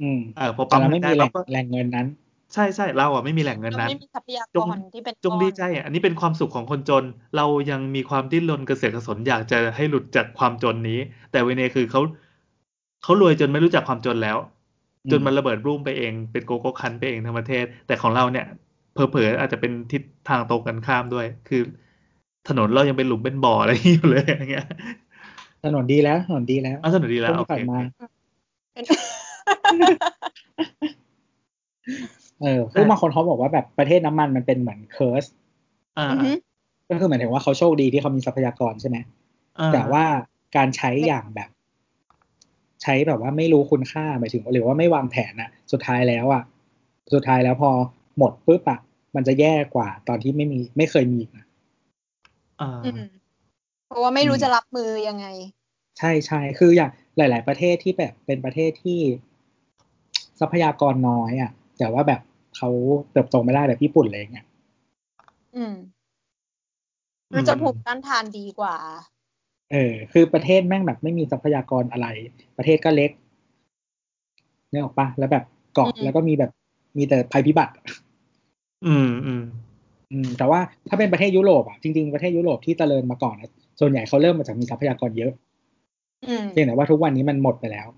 Speaker 4: อืม
Speaker 3: เออพอ
Speaker 4: แต่
Speaker 3: ปั๊ม
Speaker 4: เรา
Speaker 3: เงิ
Speaker 4: ไม่
Speaker 3: นได้
Speaker 4: มีแห
Speaker 3: เรา
Speaker 4: ล่ง
Speaker 3: ก็
Speaker 4: แหล่งเงินนั้น
Speaker 3: ใช่ใช่เราอ่ะไม่มีแหล่งเงิน
Speaker 2: เรา
Speaker 3: นั้น
Speaker 2: ไม่มีทรัพยาก
Speaker 3: จง
Speaker 2: รที่เป็น
Speaker 3: จง
Speaker 2: ก้อน
Speaker 3: ดีใจอ่ะอันนี้เป็นความสุขของคนจน เรายังมีความดิ้นรนกระเสือกกระสนอยากจะให้หลุดจากความจนนี้ แต่เวเนคือเขาเขารวยจนไม่รู้จักความจนแล้ว
Speaker 4: อืม
Speaker 3: จนมันระเบิดรูมไปเอง เป็นโกโก้คันไปเองทั้งประเทศ แต่ของเราเนี่ยเผลอๆอาจจะเป็นทิศทางตรงกันข้ามด้วย คือ ถนนเรายังเป็นหลุมเป็นบ่ออะไรอยู่เลยอย่างเงี้ย
Speaker 4: ถนนดีแล้วถนนดีแล้ว
Speaker 3: เอาสนุกดีแล้ว
Speaker 4: ช่
Speaker 3: โอ
Speaker 4: ที่ผ่า
Speaker 3: เคน
Speaker 4: มา
Speaker 2: เป็น
Speaker 4: เออคือบางคนเขาบอกว่าแบบประเทศน้ำมันมันเป็นเหมือนเคิร์ส
Speaker 3: อ่า
Speaker 2: อือฮึ
Speaker 4: ก็คือหมายถึงว่าเขาโชคดีที่เขามีทรัพยากรใช่ไหม
Speaker 3: อ่
Speaker 4: แต่ว่าการใช้อย่างแบบ ใช้แบบว่าไม่รู้คุณค่าหมายถึงหรือว่าไม่วางแผนอะสุดท้ายแล้วอะสุดท้ายแล้วพอหมดปุ๊บอะมันจะแย่กว่าตอนที่ไม่มีไม่เคยมีอีกนะ
Speaker 3: อ่า
Speaker 2: อืมเพราะว่าไม่รู้จะรับมือยังไง
Speaker 4: ใช่ใช่ คืออย่างหลาย ๆ ประเทศที่แบบเป็นประเทศที่ ทรัพยากรน้อยอ่ะ แต่ว่าแบบเขาเติบโตไม่ได้แบบญี่ปุ่นอะไรอย่างเงี้ย
Speaker 2: อืมมันจะผูกต้านทานดีกว่า
Speaker 4: เออ คือประเทศแม่งแบบไม่มีทรัพยากรอะไร ประเทศก็เล็กเนี่ยออกปะแล้วแบบเกาะ
Speaker 2: อืม
Speaker 4: แล้วก็มีแบบมีแต่ภัยพิบัติ
Speaker 3: อืมอืม
Speaker 4: อืม แต่ว่าถ้าเป็นประเทศยุโรปอ่ะ จริง ๆ ประเทศยุโรปที่เจริญมาก่อนอะส่วนใหญ่เขาเริ่มมาจากมีทรัพยากรเยอะ
Speaker 2: อืม
Speaker 4: เพียงแต่ว่าทุกวันนี้มันหมดไปแล้ว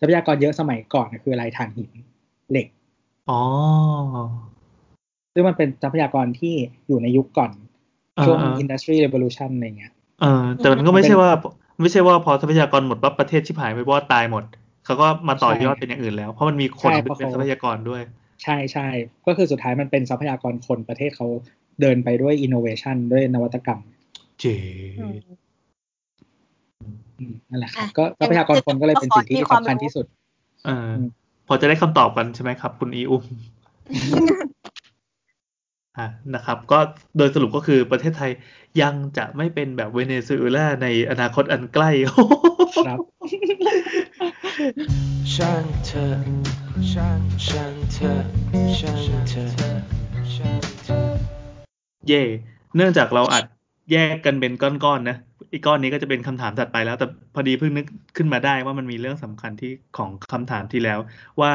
Speaker 4: ทรัพยากรเยอะสมัยก่อนเนี่ยคืออะไรถ่านหินเหล็ก
Speaker 3: อ๋อ
Speaker 4: ซึ่งมันเป็นทรัพยากรที่อยู่ในยุคก่อน
Speaker 3: อ่า
Speaker 4: ช่วง
Speaker 3: อ่า
Speaker 4: industry revolution อะไรเงี้ย
Speaker 3: เออแต่มันก็ไม่ใช่ว่า ไม่ใช่ว่าพอทรัพยากรหมดปั๊บประเทศชิบหายไปเพราะว่าตายหมด เขาก็มาต่อยอด
Speaker 4: ใช่
Speaker 3: เป็นอย่างอื่นแล้ว เพราะมันมีคน
Speaker 4: ใช่
Speaker 3: เป็น
Speaker 4: เพราะ
Speaker 3: เป็น
Speaker 4: เขา
Speaker 3: ทรัพยากรด้วย
Speaker 4: ใช่ใช่ก็คือสุดท้ายมันเป็นทรัพยากรคนประเทศเขาเดินไปด้วย innovation ด้วยนวัตกรรม
Speaker 3: เจ๋
Speaker 2: อืม
Speaker 4: อืมนั่นแหละครับ
Speaker 2: อ่ะ
Speaker 4: ก็ทรัพยากรคนก็เลยเป็นสิ่งที่
Speaker 2: มีความรู้
Speaker 4: สำคัญที่สุด
Speaker 3: เอออ
Speaker 4: ม
Speaker 3: พอจะได้คำตอบกันใช่ไหมครับ คุณอีอุ้มอ่ะนะครับ ก็โดยสรุปก็คือประเทศไทยยังจะไม่เป็นแบบเวเนซุเอลาในอนาคตอันใกล้ (laughs)
Speaker 4: ครับ
Speaker 5: ช่างเธอช่างช่างเธอช่างเธอช่างเธอ
Speaker 3: เย่เนื่องจากเราอัดแยกกันเป็นก้อนๆนะอีกก้อนนี้ก็จะเป็นคำถามถัดไปแล้ว แต่พอดีเพิ่งนึกขึ้นมาได้ว่ามันมีเรื่องสำคัญที่ของคำถามที่แล้ว ว่า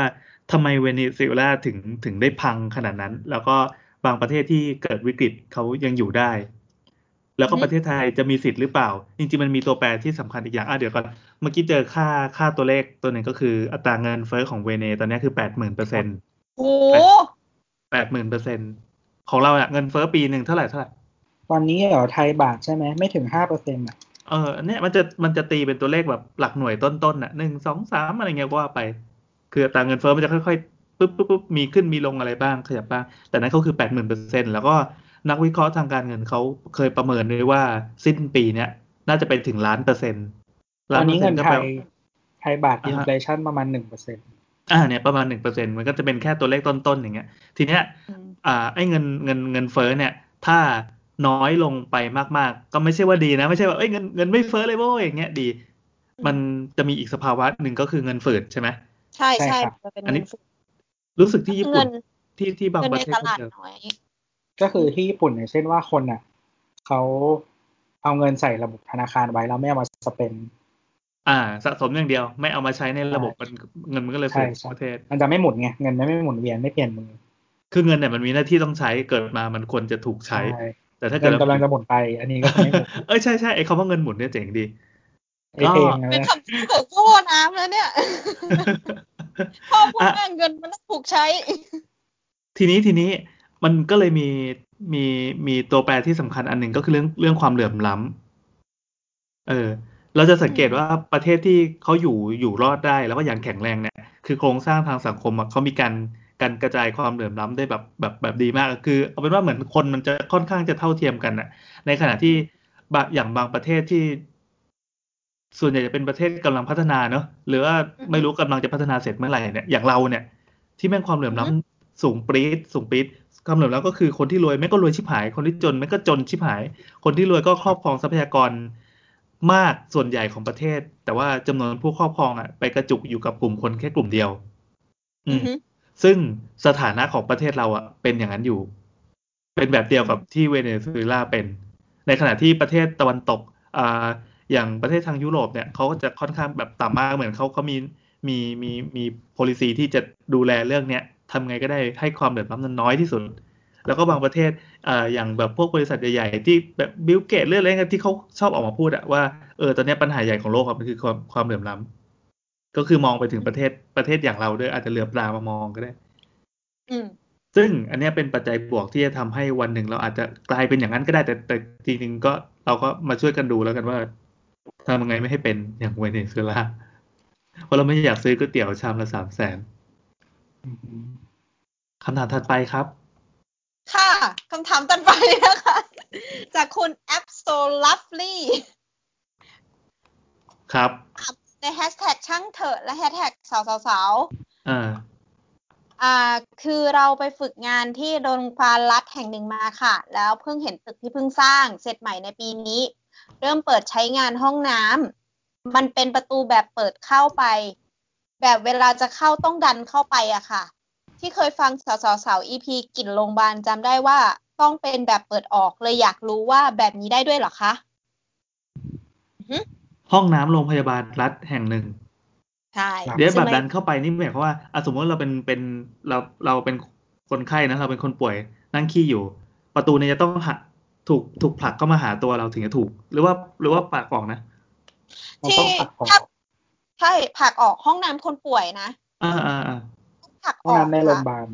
Speaker 3: ทำไมเวเนซุเอลาถึงถึงได้พังขนาดนั้น แล้วก็บางประเทศที่เกิดวิกฤตเขายังอยู่ได้ แล้วก็
Speaker 2: อืม
Speaker 3: ประเทศไทยจะมีสิทธิ์หรือเปล่า จริงๆมันมีตัวแปรที่สำคัญอีกอย่างอ่ะเดี๋ยวก่อนเมื่อกี้เจอค่าค่าตัวเลขตัวหนึ่งก็คืออัตราเงินเฟ้อของเวเนตอนนี้คือแปดหมื่นเปอร์เซ็นต์
Speaker 2: โอ้โห
Speaker 3: แปดหมื่นเปอร์เซ็นของเราอะเงินเฟ้อปีหนึ่งเท่าไหร่เท่าไหร่
Speaker 4: ตอนนี้เหรอไทยบาทใช่ไหมไม่ถึงห้าเปอร์เซ็นต์อ่ะ
Speaker 3: เอออันเนี่ยมันจะมันจะตีเป็นตัวเลขแบบหลักหน่วยต้นๆน่ะหนึ่งสองสามอะไรเงี้ยก็ว่าไป คืออัตราเงินเฟ้อมันจะค่อยๆปุ๊บปุ๊บปุ๊บมีขึ้นมีลงอะไรบ้างขยับบ้าง แต่นั้นเขาคือแปดหมื่นเปอร์เซ็นแล้วก็นักวิเคราะห์ทางการเงินเขาเคยประเมินด้วยว่าสิ้นปีเนี้ยน่าจะเป็นถึงล้านเปอร์เซ็นต์
Speaker 4: ตอนนี้เงินไทย
Speaker 3: ว่า
Speaker 4: ไทยบาท
Speaker 3: อ่า
Speaker 4: อิ
Speaker 3: ฮะ
Speaker 4: นฟลชันประมาณหนึ่งเปอร์เซ็นต์
Speaker 3: อ่าเนี่ยประมาณหนึ่งเปอร์เซ็นมันก็จะเป็นแค่ตัวเลขต้นๆอย่างเงี้ยทีเนี้ย อ่าไอ้เงินเงินเงินเฟ้อเนี่ย ถ้าน้อยลงไปมากๆ ก็ไม่ใช่ว่าดีนะ ไม่ใช่ว่าเอ้ยเงินเงินไม่เฟ้อเลยโว้ยอย่างเงี้ยดี มันจะมีอีกสภาวะหนึ่งก็คือเงินฝืดใช่ไหม
Speaker 2: ใช่ใช่มันเป็น
Speaker 3: อันนี้
Speaker 2: เงินฝืด
Speaker 3: รู้สึกที่ญี่ปุ่น
Speaker 2: เงิน
Speaker 3: ที่ที่บาง
Speaker 2: เงิน
Speaker 3: ประ
Speaker 2: ในต
Speaker 3: เทศก็
Speaker 2: ลาด
Speaker 3: เจอ
Speaker 2: น้อย
Speaker 4: ก็คือที่ญี่ปุ่นอย่างเช่นว่าคนอ่ะเขาเอาเงินใส่ระบบธนาคารไว้แล้วไม่เอามาสเปน
Speaker 3: อ่า สะสมอย่างเดียว ไม่เอามาใช้ในระบบมันเงินมันก็เลยฝืด
Speaker 4: ใช่
Speaker 3: ทั้งประเทศ
Speaker 4: มันจะไม่หมุนไงเงินมันไม่หมุนเวียนไม่เปลี่ยนมือ
Speaker 3: คือเงินเนี่ยมันมีหน้าที่ต้องใช้เกิดมามันควรจะถูกใช้ แต่ถ้าเกิ
Speaker 4: เงิ
Speaker 3: ด
Speaker 4: นกำลังจะหมุนไป อันนี้ก็ไม่หมุน
Speaker 3: เอ้ยใช่ใช่ไอ้คำว่าเงินหมุนเนี่ยเจ๋งดี (laughs)
Speaker 4: ไอ้เพลงนะ
Speaker 2: เป็นคำพูดของโทษน้ำแล้วเนี่ยพ่อพูดว่าเงินมันต้องถูกใช้
Speaker 3: ทีนี้ทีนี้มันก็เลยมีมีมีตัวแปรที่สำคัญอันหนึ่งก็คือเรื่องเรื่องความเหลื่อมล้ำเออ เราจะสังเกตว่าประเทศที่เขาอยู่อยู่รอดได้แล้วก็อย่างแข็งแรงเนี่ย คือโครงสร้างทางสังคมอะเขามีการการกระจายความเหลื่อมล้ำได้แบบแบบแบบดีมาก คือเอาเป็นว่าเหมือนคนมันจะค่อนข้างจะเท่าเทียมกันอะในขณะที่บางอย่างบางประเทศที่ ส่วนใหญ่จะเป็นประเทศกำลังพัฒนาเนอะหรือว่าไม่รู้กำลังจะพัฒนาเสร็จเมื่อไหร่เนี่ยอย่างเราเนี่ย ที่แม่งความเหลื่อมล้ำ
Speaker 2: อืม
Speaker 3: สูงปรี๊ดสูงปรี๊ดความเหลื่อมล้ำก็คือคนที่รวยแม่งก็รวยชิบหาย คนที่จนแม่งก็จนชิบหาย คนที่รวยก็ครอบครองทรัพยากรมากส่วนใหญ่ของประเทศ แต่ว่าจำนวนผู้ครอบครองอ่ะไปกระจุกอยู่กับกลุ่มคนแค่กลุ่มเดียว อืม ซึ่งสถานะของประเทศเราอ่ะเป็นอย่างนั้นอยู่ เป็นแบบเดียวกับที่เวเนซุเอลาเป็น ในขณะที่ประเทศตะวันตกอ่าอย่างประเทศทางยุโรปเนี่ยเขาก็จะค่อนข้างแบบต่ำมากเหมือนเขาเขามีมีมีมี policy ที่จะดูแลเรื่องเนี้ยทำไงก็ได้ให้ความเดือดร้อนมันน้อยที่สุด แล้วก็บางประเทศอ่าอย่างแบบพวกบริษัทใหญ่ๆที่แบบบิลเกตเรื่องอะไรเงี้ยที่เขาชอบออกมาพูดอะว่าเออตอนเนี้ยปัญหาใหญ่ของโลกอะมันคือความความเหลื่อมล้ำก็คือมองไปถึงประเทศประเทศอย่างเราด้วยอาจจะเหลือบตามามองก็ได้
Speaker 2: อืม
Speaker 3: ซึ่งอันเนี้ยเป็นปัจจัยบวกที่จะทำให้วันหนึ่งเราอาจจะกลายเป็นอย่างนั้นก็ได้แต่แต่จริงๆก็เราก็มาช่วยกันดูแล้วกันว่าทำยังไงไม่ให้เป็นอย่างเวเนซุเอลาเพราะเราไม่อยากซื้อก๋วยเตี๋ยวชามละสามแสน
Speaker 4: อืมอืม
Speaker 3: คำถามถัดไปครับ
Speaker 2: ค่ะคำถามต่อไปนะคะ จากคุณ a p s o lovely
Speaker 3: ครับ
Speaker 2: ในแฮชแท็กช่างเถอะและแฮชแท็กสาวสาวสาว
Speaker 3: อ่า
Speaker 2: ๆอ่า คือเราไปฝึกงานที่โรงพยาบาลรัฐแห่งหนึ่งมาค่ะ แล้วเพิ่งเห็นตึกที่เพิ่งสร้าง เสร็จใหม่ในปีนี้ เริ่มเปิดใช้งานห้องน้ำมันเป็นประตูแบบเปิดเข้าไป แบบเวลาจะเข้าต้องดันเข้าไปอะค่ะ ที่เคยฟังสาวสาวสาวๆๆ EP กลิ่นโรงพยาบาลจำได้ว่าต้องเป็นแบบเปิดออกเลยอยากรู้ว่าแบบนี้ได้ด้วยเหรอคะ
Speaker 3: ห้องน้ำโรงพยาบาลรัฐแห่งหนึ่ง
Speaker 2: ใช่
Speaker 3: เดี๋ยว
Speaker 2: ซึ่
Speaker 3: แบ
Speaker 2: ง
Speaker 3: บ
Speaker 2: ไม่
Speaker 3: ดันเข้าไปนี่หมายความว่าอ่ะสมมติเราเป็นเป็นเราเราเป็นคนไข้นะเราเป็นคนป่วยนั่งขี้อยู่ ประตูเนี่ยจะต้องหักถูกถูกผลักเข้ามาหาตัวเราถึงจะถูก หรือว่าหรือว่าปากออกนะ
Speaker 4: เรา
Speaker 2: ที่
Speaker 4: ต้องตัดออก
Speaker 2: ถ้าใช่ผลักออกห้องน้ำคนป่วยนะ
Speaker 3: อ่าอ่าอ่า
Speaker 2: ผลัก
Speaker 4: ห้
Speaker 2: อ
Speaker 4: อง
Speaker 2: อก
Speaker 4: น้ำในโรง
Speaker 2: ค่ะ
Speaker 4: พยาบาล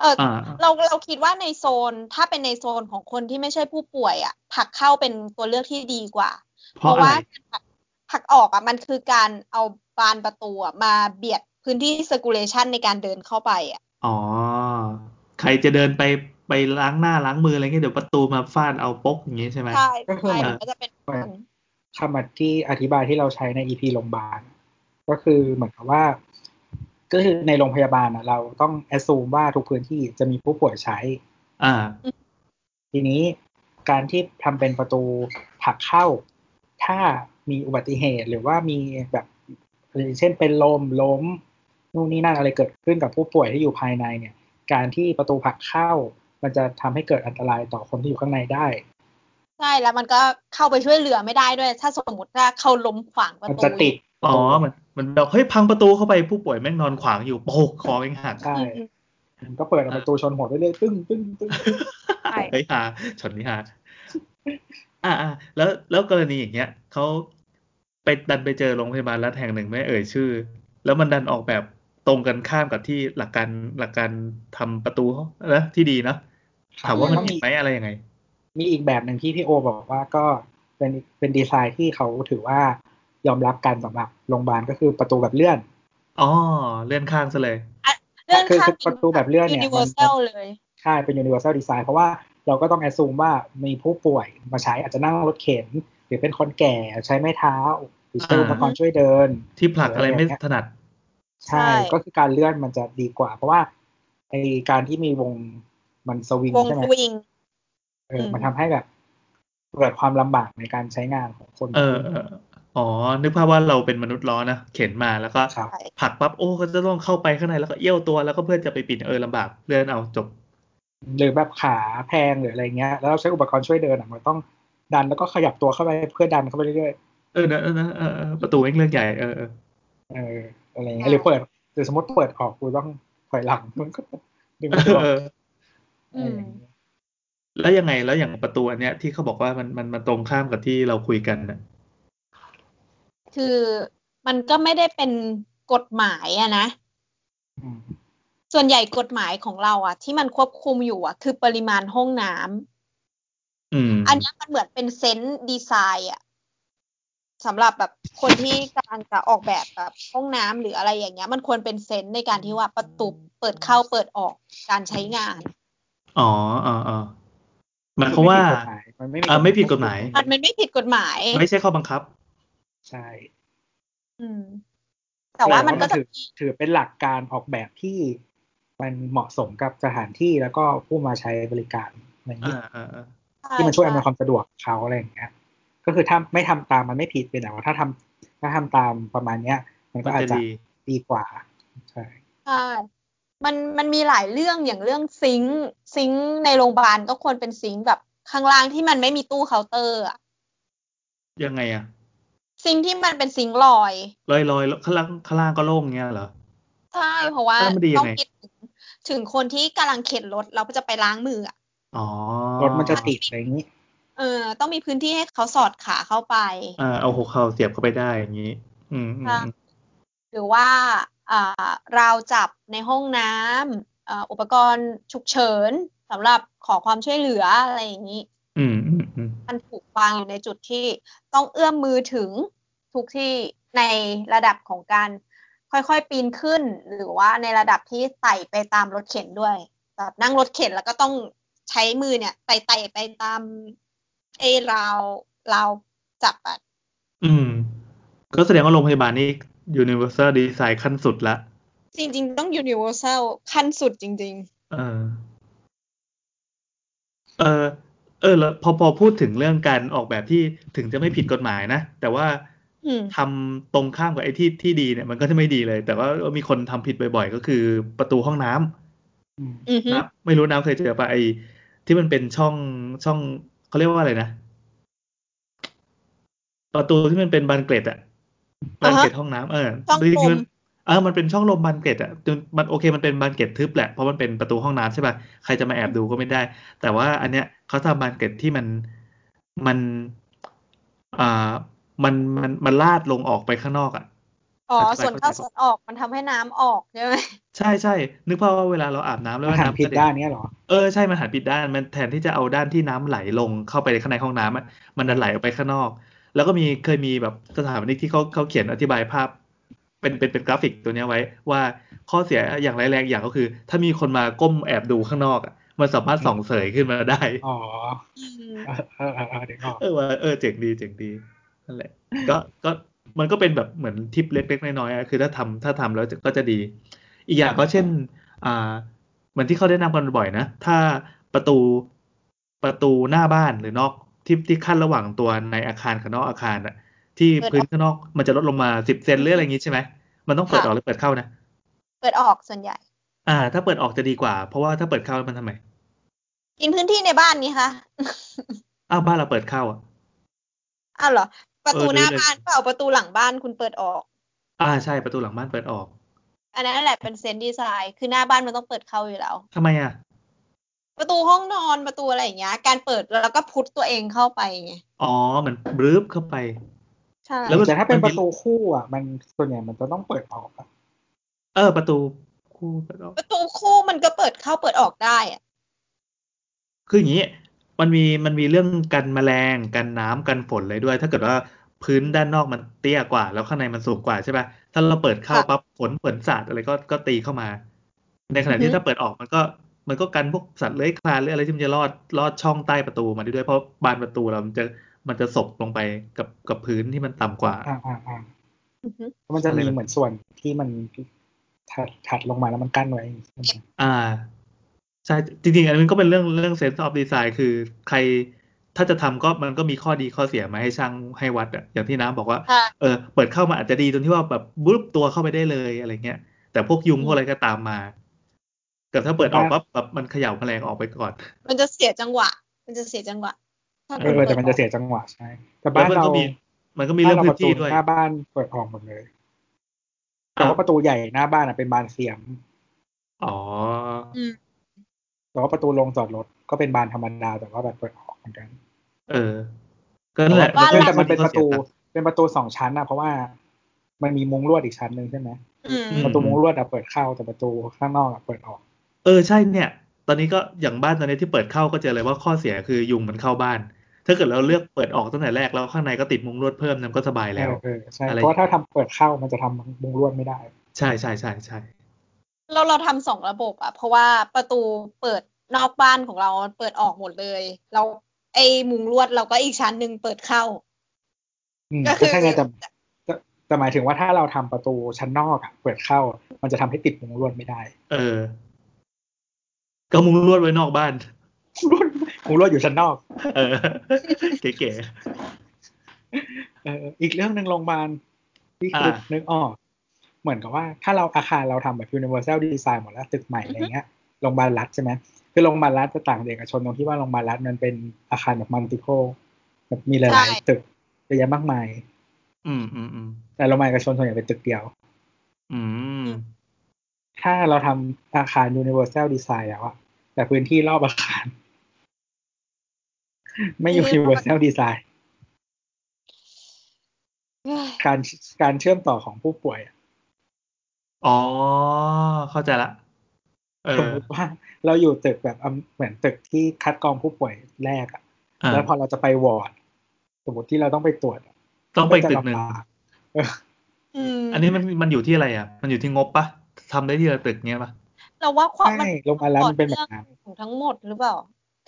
Speaker 2: เออ
Speaker 3: อ่า
Speaker 2: เราเราคิดว่าในโซนถ้าเป็นในโซนของคนที่ไม่ใช่ผู้ป่วยอ่ะผลักเข้าเป็นตัวเลือกที่ดีกว่า
Speaker 3: เพราะอะไร
Speaker 2: ว่าผลักผลักออกอ่ะมันคือการเอาบานประตูอะมาเบียดพื้นที่ circulation ในการเดินเข้าไปอ่ะ
Speaker 3: อ๋อ ใครจะเดินไปไปล้างหน้าล้างมืออะไรเงี้ยเดี๋ยวประตูมาฟาดเอาปกอย่างงี้ใช่ไหม
Speaker 2: ใช่
Speaker 4: ก็คือ
Speaker 2: ใช่
Speaker 4: เหมือน
Speaker 2: มันก็จะเป็นผล
Speaker 4: คำอธิอธิบายที่เราใช้ใน EP โรงพยาบาล ก็คือเหมือนกับว่า ก็คือในโรงพยาบาลนะเราต้องแอสซูมว่าทุกพื้นที่จะมีผู้ป่วยใช้
Speaker 3: อ่า
Speaker 4: ทีนี้การที่ทำเป็นประตูผลักเข้า ถ้ามีอุบัติเหตุหรือว่ามีแบบอย่างเช่นเป็นลมล้มนู่นนี่นั่นอะไรเกิดขึ้นกับผู้ป่วยที่อยู่ภายในเนี่ย การที่ประตูผลักเข้า มันจะทำให้เกิดอันตรายต่อคนที่อยู่ข้างในได้
Speaker 2: ใช่แล้วมันก็เข้าไปช่วยเหลือไม่ได้ด้วย ถ้าสมมติถ้าเขาล้มขวางประ
Speaker 4: มัน
Speaker 2: ตู
Speaker 4: จะติด
Speaker 3: อ๋อเหมันเหมันแบบเฮ้ยพังประตูเข้าไปผู้ป่วยแม่งนอนขวางอยู่โปกคอเองหัก
Speaker 4: ใช่
Speaker 2: อืมอืม
Speaker 4: มันก็เปิดประตูชนหัวไปเรื่อยตึ้งตึ้งตึ้ง
Speaker 2: ใช่
Speaker 3: เฮ้ยฮาชนนี่ฮาอ่าอ่าแล้วแล้วกรณีอย่างเงี้ยเขาไปดันไปเจอโรงพยาบาลรัฐแห่งหนึ่งไม่เอ่ยชื่อ แล้วมันดันออกแบบตรงกันข้ามกับที่หลักการหลักการทำประตูนะที่ดีเนอะถามว่ามันผิดไหมอะไรยังไง
Speaker 4: มีอีกแบบหนึ่งที่พี่โอบอกว่าก็เป็นเป็นดีไซน์ที่เขาถือว่ายอมรับกันสำหรับโรงพยาบาลก็คือประตูแบบเลื่อน
Speaker 3: อ๋อเลื่อนข้างซะเลย
Speaker 2: เรื่อง
Speaker 4: คือ
Speaker 2: ข้าง
Speaker 4: ประตูแบบเลื่อนเนี่ยมัน
Speaker 2: universal เลย
Speaker 4: ใช่เป็น universal design เพราะว่าเราก็ต้องแอ u m มว่ามีผู้ป่วยมาใช้อาจจะนั่งรถเข็น หรือเป็นคนแก่ใช้ไม้เท้า หรือใช้อุปกรณ์ช่วยเดิน
Speaker 3: ที่ผลักอะไรไม่ถนัด
Speaker 4: ใช่
Speaker 2: ใช่
Speaker 4: ก็คือการเลื่อนมันจะดีกว่า เพราะว่าไอการที่มีวงมันสวิง
Speaker 2: วง
Speaker 4: ใช่ไหม
Speaker 2: สวิง
Speaker 4: เอออ
Speaker 2: ม
Speaker 4: มันทำให้แบบเกิดความลำบากในการใช้งานของคน
Speaker 3: เออเอออ๋อ นึกภาพว่าเราเป็นมนุษย์ล้อนะ เข็นมาแล้วก็
Speaker 4: ครับ
Speaker 2: ใช่
Speaker 3: ผลักปั๊บ โอ้ ก็จะต้องเข้าไปข้างในแล้วก็เอี้ยวตัวแล้วก็เพื่อจะไปปิดเออลำบากเลื่อนเอาจบ
Speaker 4: หรือแบบขาแพงหรืออะไรเงี้ย แล้วเราใช้อุปกรณ์ช่วยเดินอ่ะมันต้องดันแล้วก็ขยับตัวเข้าไปเพื่อดันเข้าไปเรื่อย
Speaker 3: เออนะเออนะเออเออประตูเองเรื่องใหญ่เออเออ
Speaker 4: ๆเอออะไรเงี้ยหรือเปิดหรือสมมติเปิดออกกูต้องถอยหลัง (laughs) มันก็ดึงตัว
Speaker 3: เออ
Speaker 4: อะไรอย่างเงี้ย
Speaker 3: แล้วยังไงแล้วอย่างประตูอันเนี้ยที่เขาบอกว่ามันมันมันตรงข้ามกับที่เราคุยกันน่ะ
Speaker 2: คือมันก็ไม่ได้เป็นกฎหมายอะนะ
Speaker 4: อืม
Speaker 2: ส่วนใหญ่กฎหมายของเราอะที่มันควบคุมอยู่อะคือปริมาณห้องน้ำ
Speaker 3: อืม
Speaker 2: อันเนี้ยมันเหมือนเป็นเซนส์ดีไซน์อะสำหรับแบบคนที่กำลังจะออกแบบแบบห้องน้ำหรืออะไรอย่างเงี้ย มันควรเป็นเซนส์ในการที่ว่าประตูเปิดเข้าเปิดออกการใช้งาน
Speaker 3: อ๋ออ๋ออ๋อหมายความว่า
Speaker 4: มันไม่
Speaker 3: อ่าไม่ผิดกฎหมาย
Speaker 2: มันมันไม่ผิดกฎหมาย
Speaker 3: ไม่ใช่ข้อบังคับ
Speaker 4: ใช่
Speaker 2: อืม แต่ว่ามันก็จะ
Speaker 4: ถือถือเป็นหลักการออกแบบที่มันเหมาะสมกับสถานที่แล้วก็ผู้มาใช้บริการอะไรอย่างเงี้
Speaker 3: อ่าย อ่าอ่า
Speaker 4: ที่มันช่วยอำนวยค
Speaker 2: ใช่
Speaker 4: วามสะดวกเขาอะไรอย่างเงี้ยก็คือถ้าไม่ทำตามมันไม่ผิดเป็นแต่ว่าถ้าทำถ้าทำตามประมาณเนี้ย มัน
Speaker 3: มั
Speaker 4: ก็
Speaker 3: น
Speaker 4: อาจ
Speaker 3: จะ
Speaker 4: จะ
Speaker 3: ดี
Speaker 4: ดีกว่าใช่
Speaker 2: ใช่มันมันมีหลายเรื่องอย่างเรื่องซิงค์ซิงค์ในโรงพยาบาลก็ควรเป็นซิงค์แบบข้างล่างที่มันไม่มีตู้เคาน์เตอร์อะ
Speaker 3: ยังไงอะ
Speaker 2: ซิงค์ที่มันเป็นซิงค์ลอย
Speaker 3: ลอยลอยข้างล่างข้างล่างก็โล่งเงี้ยเหรอ
Speaker 2: ใช่เพราะว่า
Speaker 3: เออมันดียั
Speaker 2: ต้อง ง
Speaker 3: ไง
Speaker 2: คิดถึงถึงคนที่กำลังเข็นรถเราจะไปล้างมืออะ
Speaker 3: อ๋อ
Speaker 4: รถมันจะติดอะไรอย่างนี้
Speaker 2: เออ ต้องมีพื้นที่ให้เขาสอดขาเข้าไป
Speaker 3: อ่าเอาหัวเข่าเสียบเข้าไปได้อย่างนี้ อืมอืม
Speaker 2: ค่ะ หรือว่าอ่าราวจับในห้องน้ำอ่าอุปกรณ์ฉุกเฉินสำหรับขอความช่วยเหลืออะไรอย่างนี้
Speaker 3: อืมอืมอืม
Speaker 2: มันถูกวางอยู่ในจุดที่ต้องเอื้อมมือถึงทุกที่ในระดับของการค่อยๆปีนขึ้น หรือว่าในระดับที่ไต่ไปตามรถเข็นด้วยแบบนั่งรถเข็นแล้วก็ต้องใช้มือเนี่ยไต่ไต่ๆไปตามไอ้ราวราวจับอะ
Speaker 3: อืม ก็แสดงว่าโรงพยาบาลนี่ universal design ขั้นสุดละ
Speaker 2: จริงๆ ต้อง universal ขั้นสุดจริง
Speaker 3: เออ เออ เออ แล้วพอพอพูดถึงเรื่องการออกแบบที่ถึงจะไม่ผิดกฎหมายนะ แต่ว่า
Speaker 2: ๆ อืม
Speaker 3: ทำตรงข้ามกับไอ้ที่ที่ดีเนี่ย มันก็จะไม่ดีเลย แต่ว่ามีคนทำผิดบ่อยๆ ก็คือประตูห้องน้ำ
Speaker 4: อืม
Speaker 2: อือฮึ
Speaker 3: นะไม่รู้น้ำเคยเจอปะไอที่มันเป็นช่องช่องเขาเรียกว่าอะไรนะ ประตูที่มันเป็นบานเกล็ดอะบานเกล็ดห้องน้ำเออ
Speaker 2: ช่อง
Speaker 3: จ
Speaker 2: ลม
Speaker 3: ริๆนเออมันเป็นช่องลมบานเกล็ดอะจนมันโอเคมันเป็นบานเกล็ดทึบแหละเพราะมันเป็นประตูห้องน้ำใช่ป่ะใครจะมาแอบดูก็ไม่ได้ แต่ว่าอันเนี้ยเขาทำบานเกล็ดที่มันมันอ่า มันมันมันลาดลงออกไปข้างนอกอ่ะ
Speaker 2: อ๋อ
Speaker 3: อธิบาย
Speaker 2: ส่วนเข้า
Speaker 3: เข้าใจ
Speaker 2: ส่วนออกมันทำให้น้ำออกใช่ไหม
Speaker 3: ใช่ใช่นึกภาพว่าเวลาเราอาบน้ำแล้ว
Speaker 4: อาหาร
Speaker 3: น้ำ
Speaker 4: ผิด
Speaker 3: กระเด็
Speaker 4: ด้าน
Speaker 3: น
Speaker 4: เนี้ยเหรอ
Speaker 3: เออใช่มันหันผิดด้านมันแทนที่จะเอาด้านที่น้ำไหลลงเข้าไปข้างในห้องน้ำอะมันดันไหลออกไปข้างนอก แล้วก็มีเคยมีแบบสถาปนิกที่เขาเขาเขียนอธิบายภาพ เป็นเป็นเป็นกราฟิกตัวเนี้ยไว้ ว่าข้อเสียอย่างร้ายแรงอย่างก็คือ ถ้ามีคนมาก้มแอบดูข้างนอกอะมันสามารถส่องเสยขึ้นมาได้
Speaker 4: อ๋อ
Speaker 2: อืม
Speaker 4: เออเออเออเออเดี๋ยวก่อน
Speaker 3: เออว่าเออเจ๋งดีเจ๋งดีนั่นแหละ ก็ก็มันก็เป็นแบบเหมือนทิปเล็กๆน้อยๆอะคือถ้าทำถ้าทำแล้วจะก็จะดี อีกอย่างก็เช่น อ่าเหมือนที่เขาได้นำกันบ่อยนะ ถ้าประตูประตูหน้าบ้านหรือนอกที่ที่ขั้นระหว่างตัวในอาคารกับนอกอาคารอะที่พื้นข้างนอกมันจะลดลงมาสิบเซนหรืออะไรอย่างงี้ใช่ไหมมันต้องเปิดออกหรือเปิดเข้านะ
Speaker 2: เปิดออกส่วนใหญ่
Speaker 3: อ่า ถ้าเปิดออกจะดีกว่า เพราะว่าถ้าเปิดเข้าแล้วมันทำไม
Speaker 2: กินพื้นที่ในบ้านนี่คะ
Speaker 3: อ้าวบ้านเราเปิดเข้าอ่ะ
Speaker 2: อ้าวเหรอ ประตู
Speaker 3: เออ
Speaker 2: หน้า
Speaker 3: เลย
Speaker 2: บ้านเปล่าประตูหลังบ้านคุณเปิดออก
Speaker 3: อ่าใช่ประตูหลังบ้านเปิดออก
Speaker 2: อันนั้นแหละเป็นเซนส์ดีไซน์คือหน้าบ้านมันต้องเปิดเข้าอยู่แล้ว
Speaker 3: ทำไมอ่ะ
Speaker 2: ประตูห้องนอนประตูอะไรอย่างเงี้ย การเปิดแล้วก็พุทตัวเองเข้าไปไง
Speaker 3: อ๋อมันบรื้บเข้าไป
Speaker 2: ใช่
Speaker 3: แล้ว มัน
Speaker 4: แต่ถ้าเป็น
Speaker 3: มัน
Speaker 4: ป
Speaker 3: มี
Speaker 4: ระตูคู่อ่ะ มันส่วนใหญ่มันจะต้องเปิดออกอะ
Speaker 3: เออ ประตูคู่เปิดออก
Speaker 2: ประตูคู่มันก็เปิดเข้าเปิดออกได้อะ
Speaker 3: คืออย่างนี้ มันมีมันมีเรื่องกันแมลงกันน้ำกันฝนเลยด้วย ถ้าเกิดว่าพื้นด้านนอกมันเตี้ยกว่า แล้วข้างในมันสูงกว่าใช่ปะถ้าเราเปิดเข้าปั๊บฝนฝนสาดอะไรก็ก็ตีเข้ามา ในขณะที่ถ้าเปิดออกมันก็ มันก็กันพวกสัตว์เลื้อยคลานหรืออะไรที่มันจะลอดลอดช่องใต้ประตูมาได้ด้วยเพราะบานประตูเรามันจะมันจะสบลงไปกับกับพื้นที่มันต่ำกว่า
Speaker 4: อ่าอ่าอ่า
Speaker 2: อือฮึ
Speaker 4: แล้วมันจะมี
Speaker 3: อะไรแบบ
Speaker 4: เหมือนส่วนที่มันถัดถัดลงมาแล้วมันกั้นไว้อย่างงี้ใช่ไหม
Speaker 3: อ่าใช่จริงๆ อันนี้ก็เป็นเรื่องเรื่อง sense of design คือใครถ้าจะทำก็มันก็มีข้อดีข้อเสียมาให้ช่างให้วัดอะอย่างที่น้ำบอกว่า
Speaker 2: ค่ะ
Speaker 3: เออเปิดเข้ามาอาจจะดีตรงที่ว่าแบบบุบตัวเข้าไปได้เลยอะไรเงี้ย แต่พวกยุงพวกอะไรก็ตามมาแต่ถ้าเปิดออกปั๊บแบบมันเขย่าแมลงออกไปก่อน
Speaker 2: มันจะเสียจังหวะ มันจะเสียจังหวะถ้า
Speaker 3: เอ
Speaker 4: เอ
Speaker 3: อ
Speaker 4: อแต่มันจะเสียจังหวะใช่แต่
Speaker 3: แล้ว
Speaker 4: บ้าน
Speaker 3: มั
Speaker 4: เรา
Speaker 3: ก็มี มันก็มีเรื่อง
Speaker 4: บ้า
Speaker 3: พื้น
Speaker 4: ประตู
Speaker 3: ที่ด้วย
Speaker 4: หน้าบ้านเปิดออกหมดเลยแต่
Speaker 3: อ้าว
Speaker 4: ว่าประตูใหญ่หน้าบ้านอ่ะเป็นบานเสียม
Speaker 3: อ๋อ
Speaker 2: อืม
Speaker 4: แต่ว่าประตูลงจอดรถก็เป็นบานธรรมดาแต่ว่าแบบเปิดออกเหมือนกัน
Speaker 3: เออ ก็นั่นแหละ
Speaker 4: เออแต่มัน
Speaker 3: ก็
Speaker 4: เป็นประ
Speaker 3: ข้อสี
Speaker 4: ตู
Speaker 3: ย
Speaker 4: เป็นประตูสองชั้นนะเพราะว่ามันมีมุ้งลวดอีกชั้นหนึ่งใช่ไหม
Speaker 2: อืม
Speaker 3: ม
Speaker 4: ประตูมุ้งลวดอะเปิดเข้าแต่ประตูข้างนอกอะเปิดออก
Speaker 3: เออใช่เนี่ย ตอนนี้ก็อย่างบ้านตอนนี้ที่เปิดเข้าก็เจอเลยว่าข้อเสียคือยุงมันเข้าบ้าน ถ้าเกิดเราเลือกเปิดออกตั้งแต่แรกแล้วข้างในก็ติดมุงลวดเพิ่มนั่นก็สบายแล้ว
Speaker 4: เออเออใช่
Speaker 3: อะไร
Speaker 4: เพราะว่าถ้าทำเปิดเข้ามันจะทำมุงลวดไม่ได้
Speaker 3: ใช่ใช่ใช่ใช่
Speaker 2: เราเราทำสองระบบอะเพราะว่าประตูเปิดนอกบ้านของเราเปิดออกหมดเลย เราไอ้มุงลวดเราก็อีกชั้นหนึ่งเปิดเข้า (sighs)
Speaker 4: อืม
Speaker 2: ก็คือ
Speaker 4: ใช่ไงแต่แต่แต่หมายถึงว่าถ้าเราทำประตูชั้นนอกอะเปิดเข้า มันจะทำให้ติดมุงลวดไม่ได้
Speaker 3: เออ ก็มุงลวดไว้นอกบ้าน
Speaker 4: มุงลวดมุงลวดอยู่ชั้นนอก
Speaker 3: เออ เก๋
Speaker 4: เอออีกเรื่องหนึ่งโรงพยาบาลที่คืออา นึกออก เหมือนกับว่าถ้าเราอาคารเราทำแบบ universal design หมดแล้วตึกใหม่อะไรเงี้ยโรงพยาบาลรัฐใช่ไหมคือโรงพยาบาลรัฐจะต่างจากเอกชนตรงที่ว่าโรงพยาบาลรัฐมันเป็นอาคารแบบ multiple แบบมีห
Speaker 2: ใช่
Speaker 4: ลายๆตึกเยอะแยะมากมาย
Speaker 3: ๆอืมอืมอืม
Speaker 4: แต่โรงพยาบาลเอกชนส่วนใหญ่เป็นตึกเดียว
Speaker 3: อืม
Speaker 4: ถ้าเราทำอาคาร universal design แล้วอะแต่พื้นที่รอบอาคาร (laughs) ไม่ universal design
Speaker 2: เอ้ย
Speaker 4: การการเชื่อมต่อของผู้ป่วยอะ
Speaker 3: อ๋อ เข้าใจละ เอ
Speaker 4: สม
Speaker 3: อ
Speaker 4: มติว่าเราอยู่ตึกแบบอำเหมือนตึกที่คัดกรองผู้ป่วยแรกอะ
Speaker 3: อ่ะ
Speaker 4: แล้วพอเราจะไปวอร์ดสมมติที่เราต้องไปตรวจอะ
Speaker 3: ต้องไปตึกหนึ่ง
Speaker 4: มัจะลำบาเออ
Speaker 2: อืม
Speaker 3: อันนี้มันมันอยู่ที่อะไรอ่ะ มันอยู่ที่งบปะทำได้ทีละตึกเนี้ยปะ
Speaker 2: เราว่าความ
Speaker 4: ใช่
Speaker 2: มัน
Speaker 4: โรงพยาบาลรัฐมันเป็นแบบ
Speaker 2: ต่อ
Speaker 4: นั้น
Speaker 2: เองของทั้งหมดหรือเปล่า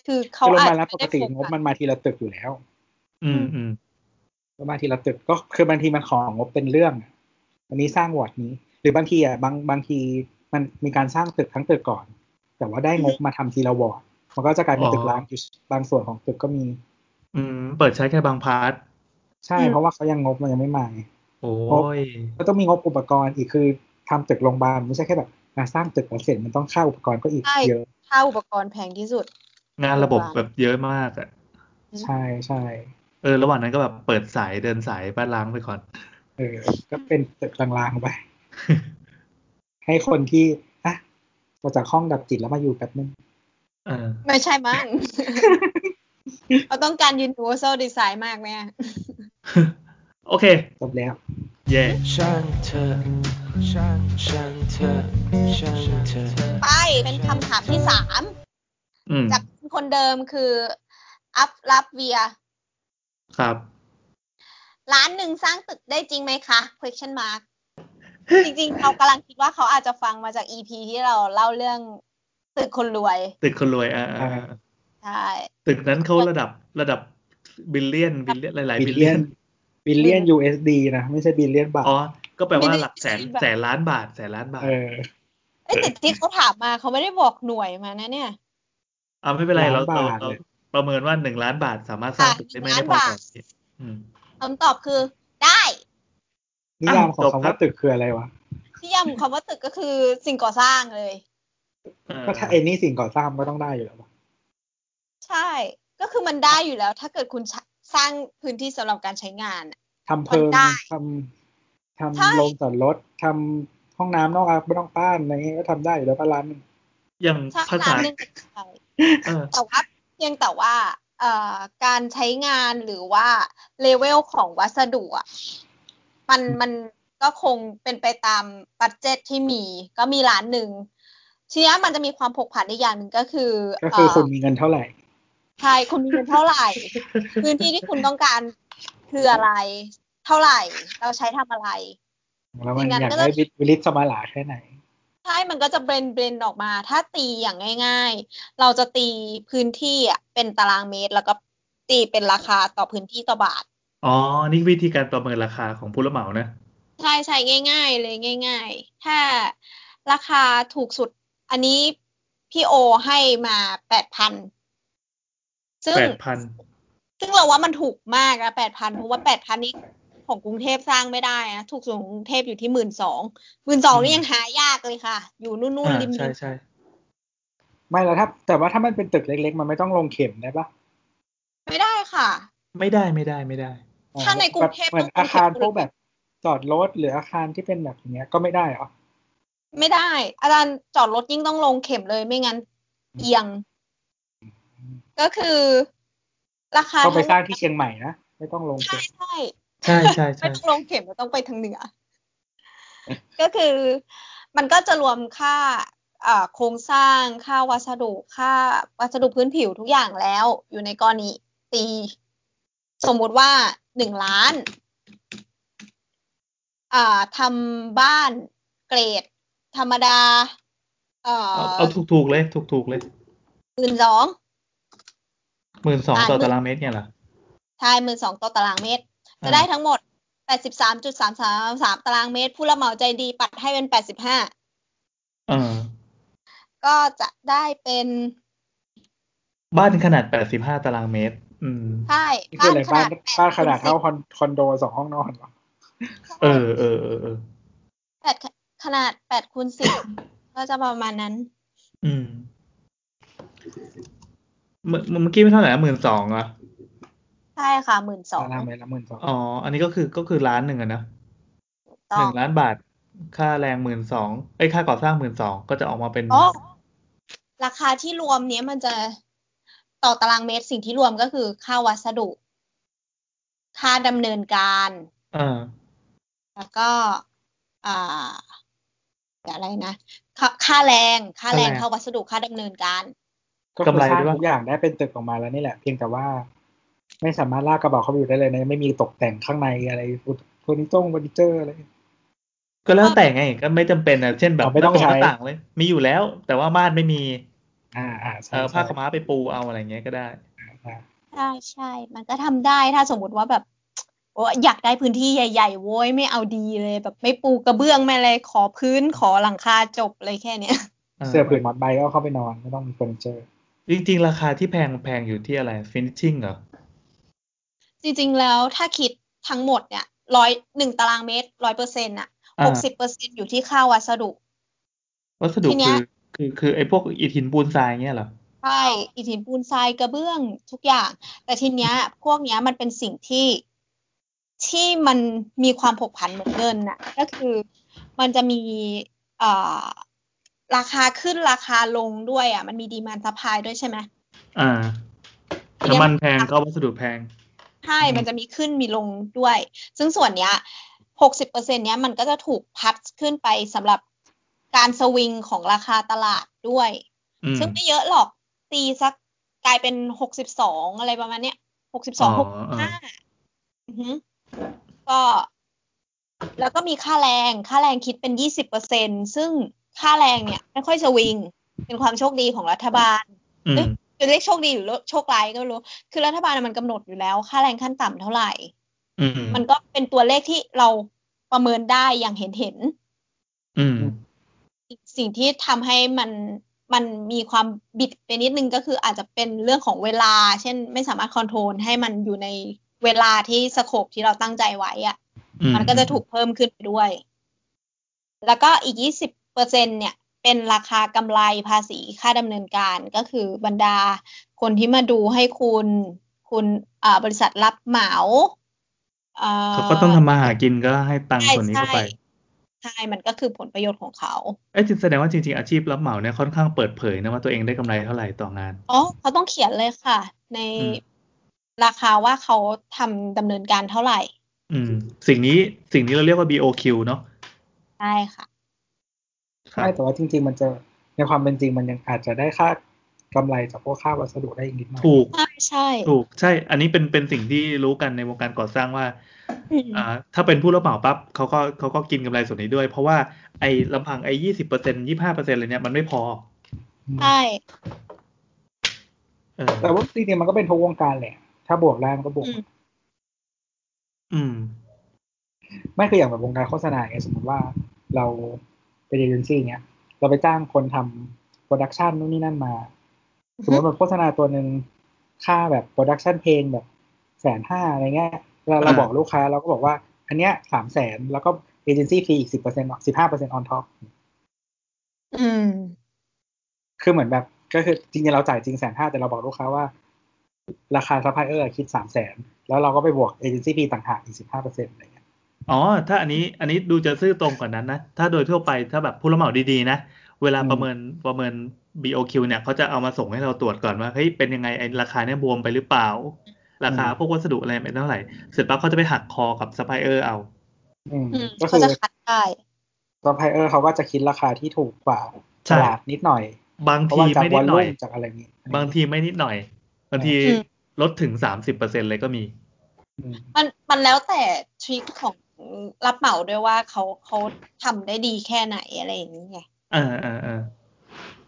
Speaker 2: คือเขา
Speaker 4: คือโรงพ
Speaker 2: อาจ
Speaker 4: ยา
Speaker 2: จะ
Speaker 4: บาลรัฐป
Speaker 2: ไม่
Speaker 4: ก
Speaker 2: ได้
Speaker 4: ติ
Speaker 2: โฟ
Speaker 4: งบ
Speaker 2: กัส
Speaker 4: มันมาทีละตึกอยู่แล้ว
Speaker 3: อืมอืม
Speaker 4: โรงพยาบาลทีละตึกก็คือบางทีมันของงบเป็นเรื่องอะอันนี้สร้างวอร์ดนี้ หรือบางทีอะบางบางทีมันมีการสร้างตึกทั้งตึกก่อน แต่ว่าได้งบมาทำทีละวอร์ดมันก็จะกลายเป็นตึกร้างอยู่บางส่วนของตึกก็มี
Speaker 3: อืมเปิดใช้แค่บางพาร์ท
Speaker 4: ใช่เพราะว่าเขายังงบมันยังไม่มาไง
Speaker 3: โอ้ย
Speaker 4: ก็ต้องมีงบอุปกรณ์อีกคือทำตึกโรงพยาบาลไม่ใช่แค่แบบอ่ะสร้างตึกแล้วเสร็จมันต้องค่าอุปกรณ์ก็อีก
Speaker 2: ใช่
Speaker 4: เยอะ
Speaker 2: ค่าอุปกรณ์แพงที่สุด
Speaker 3: งานระบบแบบเยอะมากอะ
Speaker 4: ใช่ใช่
Speaker 3: เออ ระหว่างนั้นก็แบบเปิดสายเดินสายบ้านล้างไปก่อน
Speaker 4: เออ ก็เป็นตึกลางๆไป ให้คนที่อ่ะมาจากห้องดับจิตแล้วมาอยู่แป๊บนึง
Speaker 3: เออ (laughs)
Speaker 2: ไม่ใช่
Speaker 4: (laughs)
Speaker 2: มั้ง เราต้องการ universal design มากแม่
Speaker 3: โอเค
Speaker 4: จบแล้ว
Speaker 3: เย่
Speaker 5: ช่างเธอช่างช่างเธอช่างเธอ
Speaker 2: ไปเป็นคำถามที่สาม
Speaker 3: อืม
Speaker 2: จากคนเดิมคืออัพรับเวีย
Speaker 3: ครับ
Speaker 2: ร้านหนึ่งสร้างตึกได้จริงไหมคะ question
Speaker 4: (laughs)
Speaker 2: mark จริงๆ เรากำลังคิดว่าเขาอาจจะฟังมาจาก EP ที่เราเล่าเรื่องตึกคนรวย
Speaker 3: ตึกคนรวยอ่าอ่า
Speaker 4: อ่า
Speaker 2: ใช่
Speaker 3: ตึกนั้นเขาระดับระดับบิลเลียนบิลเลียนหลายๆ
Speaker 4: บิ
Speaker 3: บิ
Speaker 4: ล
Speaker 3: ล
Speaker 4: เลี
Speaker 3: เลี
Speaker 4: ย
Speaker 3: ย
Speaker 4: น
Speaker 3: น
Speaker 4: บิลเลียน USD นะไม่ใช่บิลเลียนบาท
Speaker 3: อ๋อ ก็แปลว่าหลักแสนแสนล้านบาทแสนล้านบาท
Speaker 4: เออ
Speaker 2: เอ้ยแต่ที่เขาถามมาเขาไม่ได้บอกหน่วยมานะเนี่ย
Speaker 3: อ่าไม่เป็นไรเราเรา
Speaker 4: ล้านบาท
Speaker 3: เรา
Speaker 4: เลย
Speaker 3: ประเมินว่าหนึ่งล้านบาทสามารถสร้างตึกได้ไหม
Speaker 2: อ่ะ
Speaker 3: ในพ
Speaker 2: ล้า
Speaker 3: อบ
Speaker 2: นาท
Speaker 3: ก่อนอืม
Speaker 2: คำตอบคือได้
Speaker 4: นิยามของ
Speaker 3: จบครับ
Speaker 4: คำว่าตึกคืออะไรวะ
Speaker 2: ที่ย้ำคำว่าตึกก็คือสิ่งก่อสร้างเลย
Speaker 3: เออ
Speaker 4: ก็ถ้าไอ้นี่สิ่งก่อสร้างก็ต้องได้อยู่แล้ววะ
Speaker 2: ใช่ ก็คือมันได้อยู่แล้ว ถ้าเกิดคุณใช้สร้างพื้นที่สำหรับการใช้งานน่ะ
Speaker 4: ทำเพิ่ม
Speaker 2: มันได้
Speaker 4: ทำ
Speaker 2: ใช่
Speaker 4: ทำลงจอดรถทำห้องน้ำนอกอาคารนอกบ้านอะไรเงี้ยก็ทำได้อยู่แล้วปะร้าน
Speaker 3: อย่าง
Speaker 2: ใช่
Speaker 3: ภาษา
Speaker 2: ร้านหนึงใช่
Speaker 3: เออ
Speaker 2: แต่ว่าเพียงแต่ว่าเอ่อการใช้งานหรือว่าเลเวลของวัสดุอะมันมันก็คงเป็นไปตามบัตเจตที่มี ก็มีร้านหนึ่งทีนี้มันจะมีความผกผันอีกอย่างหนึ่งก็คือ
Speaker 4: ก็คือ
Speaker 2: เ
Speaker 4: คุณมีเงินเท่าไหร่
Speaker 2: ใช่คุณมีเงินเท่าไหร่ พื้นที่ที่คุณต้องการคืออะไร เท่าไหร่ เราใช้ทำอะไร
Speaker 4: แล้วมัน
Speaker 2: จริงๆ
Speaker 4: อยาก
Speaker 2: ก็จะ
Speaker 4: ได้วิลิสสมาหลาแค่ไหน
Speaker 2: ใช่ มันก็จะเบรนเบรนออกมา ถ้าตีอย่างง่าย ๆ เราจะตีพื้นที่อ่ะเป็นตารางเมตร แล้วก็ตีเป็นราคาต่อพื้นที่ต่อบาท
Speaker 3: อ๋อ นี่วิธีการประเมินราคาของผู้รับเหมานะ
Speaker 2: ใช่ใช่ง่าย ๆ เลยง่าย ๆ ถ้าราคาถูกสุด อันนี้พี่โอให้มาแปดพัน ซึ่ง
Speaker 3: แปดพัน
Speaker 2: ซึ่งเราว่ามันถูกมากนะแปดพันเพราะว่าแปดพันนี้ของกรุงเทพสร้างไม่ได้นะถูกสุดของกรุงเทพอยู่ที่หมื่นสองหมื่นสองนี่ยังหายากเลยค่ะ อยู่นู่นนู่น
Speaker 3: อ่า
Speaker 2: ริม
Speaker 3: ใช่ใช่
Speaker 4: ไม่แล้วถ้า แต่ว่าถ้ามันเป็นตึกเล็ก ๆ มันไม่ต้องลงเข็มได้ปะ
Speaker 2: ๆไม่ได้ค่ะ
Speaker 3: ไม่ได้ไม่ได้ไม่ได้
Speaker 2: ถ้าในกรุงเทพ
Speaker 4: แบบเหมือน
Speaker 2: ต้องลงเข็ม
Speaker 4: อาคารพวกแบบจอดรถหรืออาคารที่เป็นแบบอย่างเงี้ยก็ไม่ได้เหรอ
Speaker 2: ไม่ได้ อาจารย์จอดรถยิ่งต้องลงเข็มเลยไม่งั้น เอียง ก็คือ ราคา
Speaker 4: ต้องไปสร้างที่เชียงใหม่นะไม่ต้องลง
Speaker 2: ใช่
Speaker 4: เข็ม
Speaker 2: ใช่
Speaker 3: ใช่ใช่
Speaker 2: ไม่
Speaker 3: ใช่
Speaker 2: ต้องลงเข็มเราต้องไปทางเหนือ (laughs) ก็คือ มันก็จะรวมค่าเอ่อโครงสร้างค่าวัสดุ ค่าวัสดุพื้นผิวทุกอย่างแล้ว อยู่ในกรณีตี สมมุติว่าหนึ่งล้านอ่าทำบ้านเกรด ธรรมดา เอ่
Speaker 3: เอา
Speaker 2: อ
Speaker 3: เอาถูกถูกๆเลยถูกถูกๆเลย
Speaker 2: หมื่นสอง
Speaker 3: หมื่นสองต่อตารางเมตรเนี่ยเหรอ
Speaker 2: ใช่หมื่นสองต่อตารางเมตร จะได้ทั้งหมดแปดสิบสามจุดสามสามสามตารางเมตร ผู้รับเหมาใจดีปัดให้เป็นแปดสิบห้า
Speaker 3: เออ
Speaker 2: ก็จะได้เป็น
Speaker 3: บ้านขนาดแปดสิบห้าตารางเมตร อืม
Speaker 2: ใช่
Speaker 4: นี่คืออะไรบ้านบ้านขนาดเท่า
Speaker 2: แป
Speaker 4: คอนคอนโดสองห้องนอนเหรอ
Speaker 2: คูณ10
Speaker 3: เออเออเออเออ
Speaker 2: แปดขนาดแปดคูณสิบก็จะประมาณนั้น
Speaker 3: อืม เมื่อเมื่อกี้ไม่เท่าไหร่หมื่นสองอ่ะ
Speaker 2: ใช่ค่ะหมื่นสอง
Speaker 4: ตารางเมตรละหมื่นสอง
Speaker 3: อ๋อ อันนี้ก็คือก็คือล้านหนึ่งอะนะ
Speaker 2: ต้
Speaker 3: ห
Speaker 2: อ
Speaker 3: นึ่
Speaker 2: ง
Speaker 3: งล้านบาท ค่าแรงหมื่นสองไอ้ยค่าก่อสร้างหมื่นสองก็จะออกมาเป็น
Speaker 2: อ๋อราคาที่รวมเนี้ยมันจะต่อตารางเมตรสิ่งที่รวมก็คือค่าวัสดุ ค่าดำเนินการ
Speaker 3: เออ
Speaker 2: แล้วก็อ่าอะไรนะค่าค่าแรง ค่าแรง
Speaker 3: ค่าแรง
Speaker 2: ค่าวัสดุค่าดำเนินการ
Speaker 4: ก็คื
Speaker 3: กำ
Speaker 4: อ
Speaker 3: ไร
Speaker 4: สร้าง
Speaker 3: ด้วยปะ
Speaker 4: ทุกอย่างได้เป็นตึกออกมาแล้วนี่แหละ เพียงแต่ว่า ไม่สามารถลากกระเป๋าเข้าไปอยู่ได้เลยนะไม่มีตกแต่งข้างในอะไรเฟอร์นิเจอร์เฟอร์นิเจอร์อะไร
Speaker 3: ก็แล้วแต่ไงก็ไม่จำเป็นอ่ะเช่นแบบ
Speaker 4: อ๋อไม่ต้องใช้
Speaker 3: หน้าต่างเลย มีอยู่แล้ว แต่ว่าม่านไม่มี
Speaker 4: อ่าอ่าใช่
Speaker 3: เออ
Speaker 4: ใช่
Speaker 3: ผ้าขาวม้าไปปูเอาอะไรเงี้ยก็ได้
Speaker 4: อ่า
Speaker 2: ใช่ใช่ มันก็ทำได้ถ้าสมมติว่าแบบโอ้อยากได้พื้นที่ใหญ่ๆโว้ยไม่เอาดีเลย แบบไม่ปูกระเบื้องไม่อะไรขอพื้นขอหลังคาจบเลยแค่เนี้ย (laughs)
Speaker 4: เสื้อผืนหมอนใบก็เข้าไปนอนไม่ต้องมีเฟอร์นิเจอร์
Speaker 3: จริงๆ ราคาที่แพงแพงอยู่ที่อะไร finishing เหรอ
Speaker 2: จริงๆแล้วถ้าคิดทั้งหมดเนี่ยร้อยหนึ่งตารางเมตรร้อยเปอร์เซ็นต์อะ
Speaker 3: อ่า
Speaker 2: หกสิบเปอร์เซ็นอยู่ที่ค่าวัสดุ
Speaker 3: วัสดุ
Speaker 2: ทีเนี้ย
Speaker 3: คือคือคือไอ้พวกอิฐหินปูนทรายเงี้ยเหรอ
Speaker 2: ใช่อิฐหินปูนทรายกระเบื้องทุกอย่าง แต่ทีเนี้ย พวกเนี้ยมันเป็นสิ่งที่ที่มันมีความผกผันเหมือนเงินน่ะ ก็คือมันจะมีเอ่อราคาขึ้นราคาลงด้วยอ่ะ มันมีดีมานซัพพลายด้วยใช่ไหม
Speaker 3: อ่า
Speaker 2: ทีเนี้ย
Speaker 3: น้ำมันแพงก็วัสดุแพง
Speaker 2: ใช่ ช่
Speaker 3: อืม
Speaker 2: มันจะมีขึ้นมีลงด้วย ซึ่งส่วนเนี้ย หกสิบเปอร์เซ็นเนี้ยมันก็จะถูกพัดขึ้นไปสำหรับการสวิงของราคาตลาดด้วย
Speaker 3: อืม
Speaker 2: ซึ่งไม่เยอะหรอก ตีสักกลายเป็นหกสิบสองอะไรประมาณเนี้ยหกสิบสองหก
Speaker 3: อ๋อ
Speaker 2: ห้าก็ แล้วก็มีค่าแรง ค่าแรงคิดเป็นยี่สิบเปอร์เซ็นซึ่งค่าแรงเนี่ยไม่ค่อยสวิง เป็นความโชคดีของรัฐบาล
Speaker 3: อืม
Speaker 2: จะเรียกโชคดีหรือโชคร้ายก็ไม่รู้ คือรัฐบาลน่ะมันกำหนดอยู่แล้ว ค่าแรงขั้นต่ำเท่าไหร่
Speaker 3: อืม
Speaker 2: มันก็เป็นตัวเลขที่เราประเมินได้อย่างเห็นเห็นๆ
Speaker 3: อืม
Speaker 2: สิ่งที่ทำให้มันมันมีความบิดไปนิดนึงก็คืออาจจะเป็นเรื่องของเวลา เช่นไม่สามารถคอนโทรลให้มันอยู่ในเวลาที่สโคปที่เราตั้งใจไว้อะ
Speaker 3: อื
Speaker 2: มันก็จะถูกเพิ่มขึ้นไปด้วย แล้วก็อีก 20เปอร์เซ็นเนี่ย เป็นราคากำไรภาษีค่าดำเนินการก็คือบรรดาคนที่มาดูให้คุณ คุณอ่าบริษัทรับเหมาอ่
Speaker 3: เขาก็ต้องทำมาหากินก็ให้ตังค์ส่วนนี้เข้าไป
Speaker 2: ใช่ใช่มันก็คือผลประโยชน์ของเขา
Speaker 3: เอ้ยจริงแสดงว่าจริงๆ อาชีพรับเหมาเนี่ยค่อนข้างเปิดเผยนะว่าตัวเองได้กำไรเท่าไหร่ต่องาน
Speaker 2: อ๋อเขาต้องเขียนเลยค่ะ ใน
Speaker 3: อืม
Speaker 2: ราคาว่าเขาทำดำเนินการเท่าไหร่
Speaker 3: อืม สิ่งนี้สิ่งนี้เราเรียกว่า BOQ เนาะ
Speaker 2: ใช่ค่ะ
Speaker 3: ครั
Speaker 4: ใช่
Speaker 3: บ
Speaker 4: แต่ว่าจริง ๆ มันจะในความเป็นจริงมันยังอาจจะได้ค่ากำไรจากพวกค่าวัสดุได้อีกนิดหน่อย
Speaker 3: ถูก
Speaker 2: ใช่ใช่
Speaker 3: ถูกใช่ อันนี้เป็นเป็นสิ่งที่รู้กันในวงการก่อสร้างว่า
Speaker 2: อืม
Speaker 3: อ่า ถ้าเป็นผู้รับเหมาปั๊บเขาก็เขาก็กินกำไรส่วนนี้ด้วย เพราะว่าไอ้ลำพังไอ้ยี่สิบเปอร์เซ็นยี่ห้าเปอร์เซ็นอะไรเนี่ยมันไม่พอ
Speaker 2: ใช่
Speaker 3: เออ
Speaker 4: แต่ว่าจริงๆมันก็เป็นทุกวงการแหละ ถ้าบวกได้มันก็บวก
Speaker 2: อืม
Speaker 3: อืม
Speaker 4: ไม่คืออย่างแบบวงการโฆษณาไงสมมติว่าเราเป็นเอเจนซี่เนี้ย เราไปจ้างคนทำโปรดักชันนู่นนี่นั่นมา สมมติแบบโฆษณาตัวหนึ่งค่าแบบโปรดักชันเพลงแบบแสนห้าอะไรเงี้ยเราเรา
Speaker 3: อ่า
Speaker 4: บอกลูกค้าเราก็บอกว่า อันเนี้ยสามแสนแล้วก็เอเจนซี่ฟรีอีกสิบเปอร์เซ็นต์สิบห้าเปอร์เซ็นต์ออนท็อป
Speaker 2: อืม
Speaker 4: คือเหมือนแบบก็คือจริงๆเราจ่ายจริงแสนห้าแต่เราบอกลูกค้าว่า ราคาซัพพลายเออร์คิดสามแสนแล้วเราก็ไปบวกเอเจนซี่ฟรีต่างหากอีกสิบห้าเปอร์เซ็นต์อะไรเงี้ย
Speaker 3: อ๋อ ถ้าอันนี้อันนี้ดูจะซื่อตรงกว่านั้นนะ ถ้าโดยทั่วไปถ้าแบบผู้รับเหมาดีๆนะ เวลา
Speaker 4: อืม
Speaker 3: ประเมินประเมิน BOQ เนี่ยเขาจะเอามาส่งให้เราตรวจก่อนว่าเฮ้ยเป็นยังไงไอ้ราคาเนี่ยบวมไปหรือเปล่า ราคาพวกวัสดุอะไรเป็นเท่าไหร่ เสร็จปั๊บเขาจะไปหักคอกับซัพพลายเออร์เอา
Speaker 4: อืม
Speaker 2: อืม
Speaker 4: ก็
Speaker 2: เขา
Speaker 4: คือ
Speaker 2: จะคัดได้
Speaker 4: ซัพพลายเออร์เขาก็จะคิดราคาที่ถูกกว่า
Speaker 3: ใช่
Speaker 4: ตลาดนิดหน่อย
Speaker 3: บาง
Speaker 4: เพราะ
Speaker 3: ทีไม่
Speaker 4: ว่าจาก
Speaker 3: นิ
Speaker 4: วอ
Speaker 3: ด
Speaker 4: ล
Speaker 3: หน่
Speaker 4: ลุ่
Speaker 3: อย
Speaker 4: มจากอะไรนี้
Speaker 3: บางทีไม่นิดหน่อย บางที
Speaker 2: อืม
Speaker 3: ลดถึงสามสิบเปอร์เซ็นเลยก็มี
Speaker 4: อืม
Speaker 2: มันมันแล้วแต่ทริคของรับเหมาด้วยว่าเขาเขาทำได้ดีแค่ไหนอะไรอย่างนี้ไง
Speaker 3: อ่าอ่าอ่า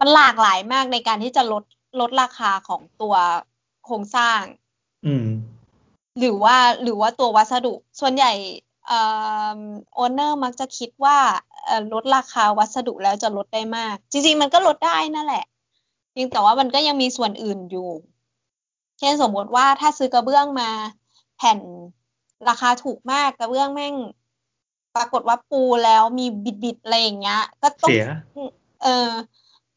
Speaker 2: มันหลากหลายมากในการที่จะลดลดราคาของตัวโครงสร้าง
Speaker 3: อืม
Speaker 2: หรือว่าหรือว่าตัววัสดุส่วนใหญ่เอ่โอเนอร์มักจะคิดว่าเอ่อลดราคาวัสดุแล้วจะลดได้มาก จริง ๆ มันก็ลดได้นั่นแหละเพียงแต่ว่ามันก็ยังมีส่วนอื่นอยู่ เช่นสมมติว่าถ้าซื้อกระเบื้องมา แผ่นราคาถูกมากกระเบื้องแม่ง ปรากฏว่าปูแล้วมีบิดๆอะไรอย่างเงี้ย ก็ต้อง
Speaker 3: เสีย
Speaker 2: เออ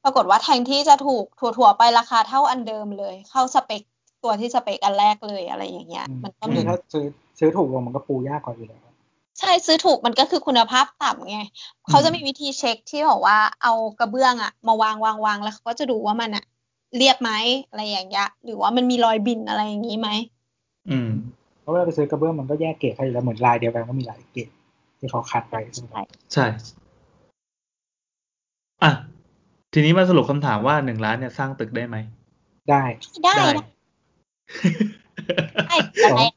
Speaker 2: ปรากฏว่าแทนที่จะถูกถั่วๆไปราคาเท่าอันเดิมเลย เข้าสเปคตัวที่สเปคอันแรกเลยอะไรอย่างเงี้ย มันก็
Speaker 4: คื
Speaker 2: มี
Speaker 4: อถ้าซื้อซื้อถูกลงมันก็ปูยากกว่าอยู่แล้ว
Speaker 2: ใช่ซื้อถูกมันก็คือคุณภาพต่ำไงเขาจะมีวิธีเช็คที่บอกว่าเอากระเบื้องอะมาวางวางวางแล้วเขาก็จะดูว่ามันอะเรียบไหมอะไรอย่างเงี้ยหรือว่ามันมีรอยบินอะไรอย่างนี้ไหม
Speaker 3: อืม
Speaker 4: เพราะเวลาไปซื้อกระเบื้องมันก็แยกเกรดเขาอยู่แล้วเหมือนลายเดียวกันก็มีหลายเกรดที่เขาคัดไป
Speaker 2: ใช่
Speaker 3: ใช่ อ่ะ ทีนี้มาสรุปคำถามว่าหนึ่งล้านเนี่ยสร้างตึกได้ไหม
Speaker 4: ได้
Speaker 2: ได้นะได้
Speaker 3: (laughs)
Speaker 2: แต่แรก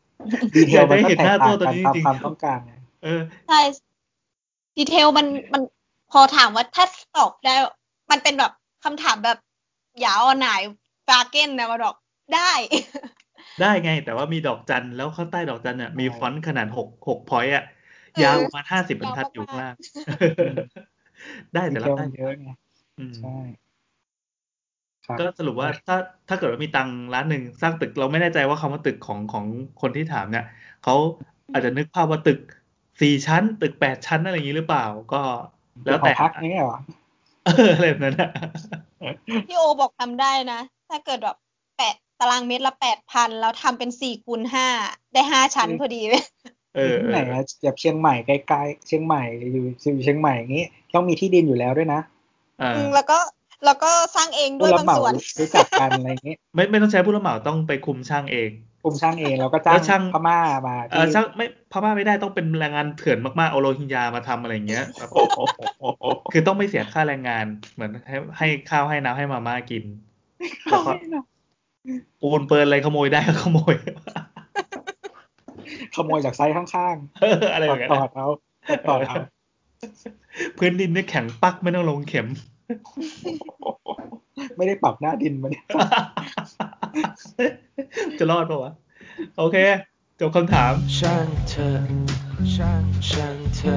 Speaker 4: ดีเทลมัน
Speaker 3: อยากได้
Speaker 4: ก็
Speaker 3: เห็นห
Speaker 4: แตก
Speaker 3: น้าตัว
Speaker 4: ต่าง
Speaker 3: ตัว
Speaker 4: กัน
Speaker 3: นี้
Speaker 4: ตาม
Speaker 3: จริง
Speaker 4: ความต้องการไง
Speaker 3: เออ
Speaker 2: ใช่ดีเทลมันมันพอถามว่าถ้าตอบได้ มันเป็นแบบคำถามแบบอย่าเอาไหนฟาเก้นนะมาดอกได้
Speaker 3: ได้ไง แต่ว่ามีดอกจัน แล้วข้างใต้ดอกจันเนี่ยมีฟอนต์ขนาดหกหกพอยต์อ่ะ
Speaker 2: เออย
Speaker 3: าวประมาณห้าสิบบรรทัดอยู่ข้างล่าง ได้
Speaker 4: ดี
Speaker 3: แต่
Speaker 4: เท
Speaker 3: รับ
Speaker 4: ล
Speaker 3: ได้
Speaker 4: มันเยอะไง
Speaker 3: อืม
Speaker 4: ใช่ครับ
Speaker 3: ก็สรุปว่าถ้าถ้าเกิดว่ามีตังค์ล้านหนึ่งสร้างตึกเราไม่แน่ใจว่าคำว่าตึกของของคนที่ถามเนี่ยเขาอาจจะนึกภาพว่าตึกสี่ชั้น ตึกแปดชั้นอะไรอย่างนี้หรือเปล่า ก็แล้วแต่
Speaker 4: หอพักนี่ไงวะ
Speaker 3: เอ (laughs) ออะไรแบบนั้นอะ
Speaker 2: พี่โอบอกทำได้นะ ถ้าเกิดแบบแปดตารางเมตรละแปดพันแล้วทำเป็นสี่คูณห้าได้ห้าชั้นพอดีเลย
Speaker 3: เออ
Speaker 4: ที่
Speaker 3: เอ
Speaker 4: ไหน
Speaker 3: อ
Speaker 4: อะแบบเชียงใหม่ไกลๆเชียงใหม่อยู่อยู่เชียงใหม่อย่างงี้ต้องมีที่ดินอยู่แล้วด้วยนะ
Speaker 3: อ่า
Speaker 2: อืมแล้วก็แล้วก็สร้างเองด้
Speaker 4: ผู้
Speaker 2: วย
Speaker 4: รับบ
Speaker 2: าง
Speaker 4: เหมา
Speaker 2: ส่วน
Speaker 3: (laughs)
Speaker 4: รู้จักกันอะไรอย่างงี้
Speaker 3: ไม่ไม่ต้องใช้ผู้รับเหมาต้องไปคุมช่างเอง
Speaker 4: โอ้ มช่างเองเราก็จ้าง
Speaker 3: แล้วช่าง
Speaker 4: พม่ามา
Speaker 3: เออช่างไม่พม่าไม่ได้ต้องเป็นแรงงานเถื่อนมากๆเอาโรฮิงญามาทำอะไรอย่างเงี้ยแบบคือต้องไม่เสียค่าแรงงานเหมือนให้ให้ข้าวให้น้ำให้มาม่ากิน
Speaker 4: เขาไม่หรอก
Speaker 3: ปูนเปินอะไรขโมยได้ก็ขโมย
Speaker 4: ขโมยจากไซต์ (laughs) ข้าง
Speaker 3: เอออะไร
Speaker 4: ๆ
Speaker 3: แบบนั้น
Speaker 4: ตอ
Speaker 3: อะ
Speaker 4: ดเอาตอดเอา
Speaker 3: พื้นดินเนี่ยแข็งปักไม่ต้องลงเข็ม (laughs)
Speaker 4: ไม่ได้ปรับหน้าดินมาเนี่ย
Speaker 3: จะรอดปะวะ โอเค จบคำถาม
Speaker 5: ช่างเธอช่างช่างเธอ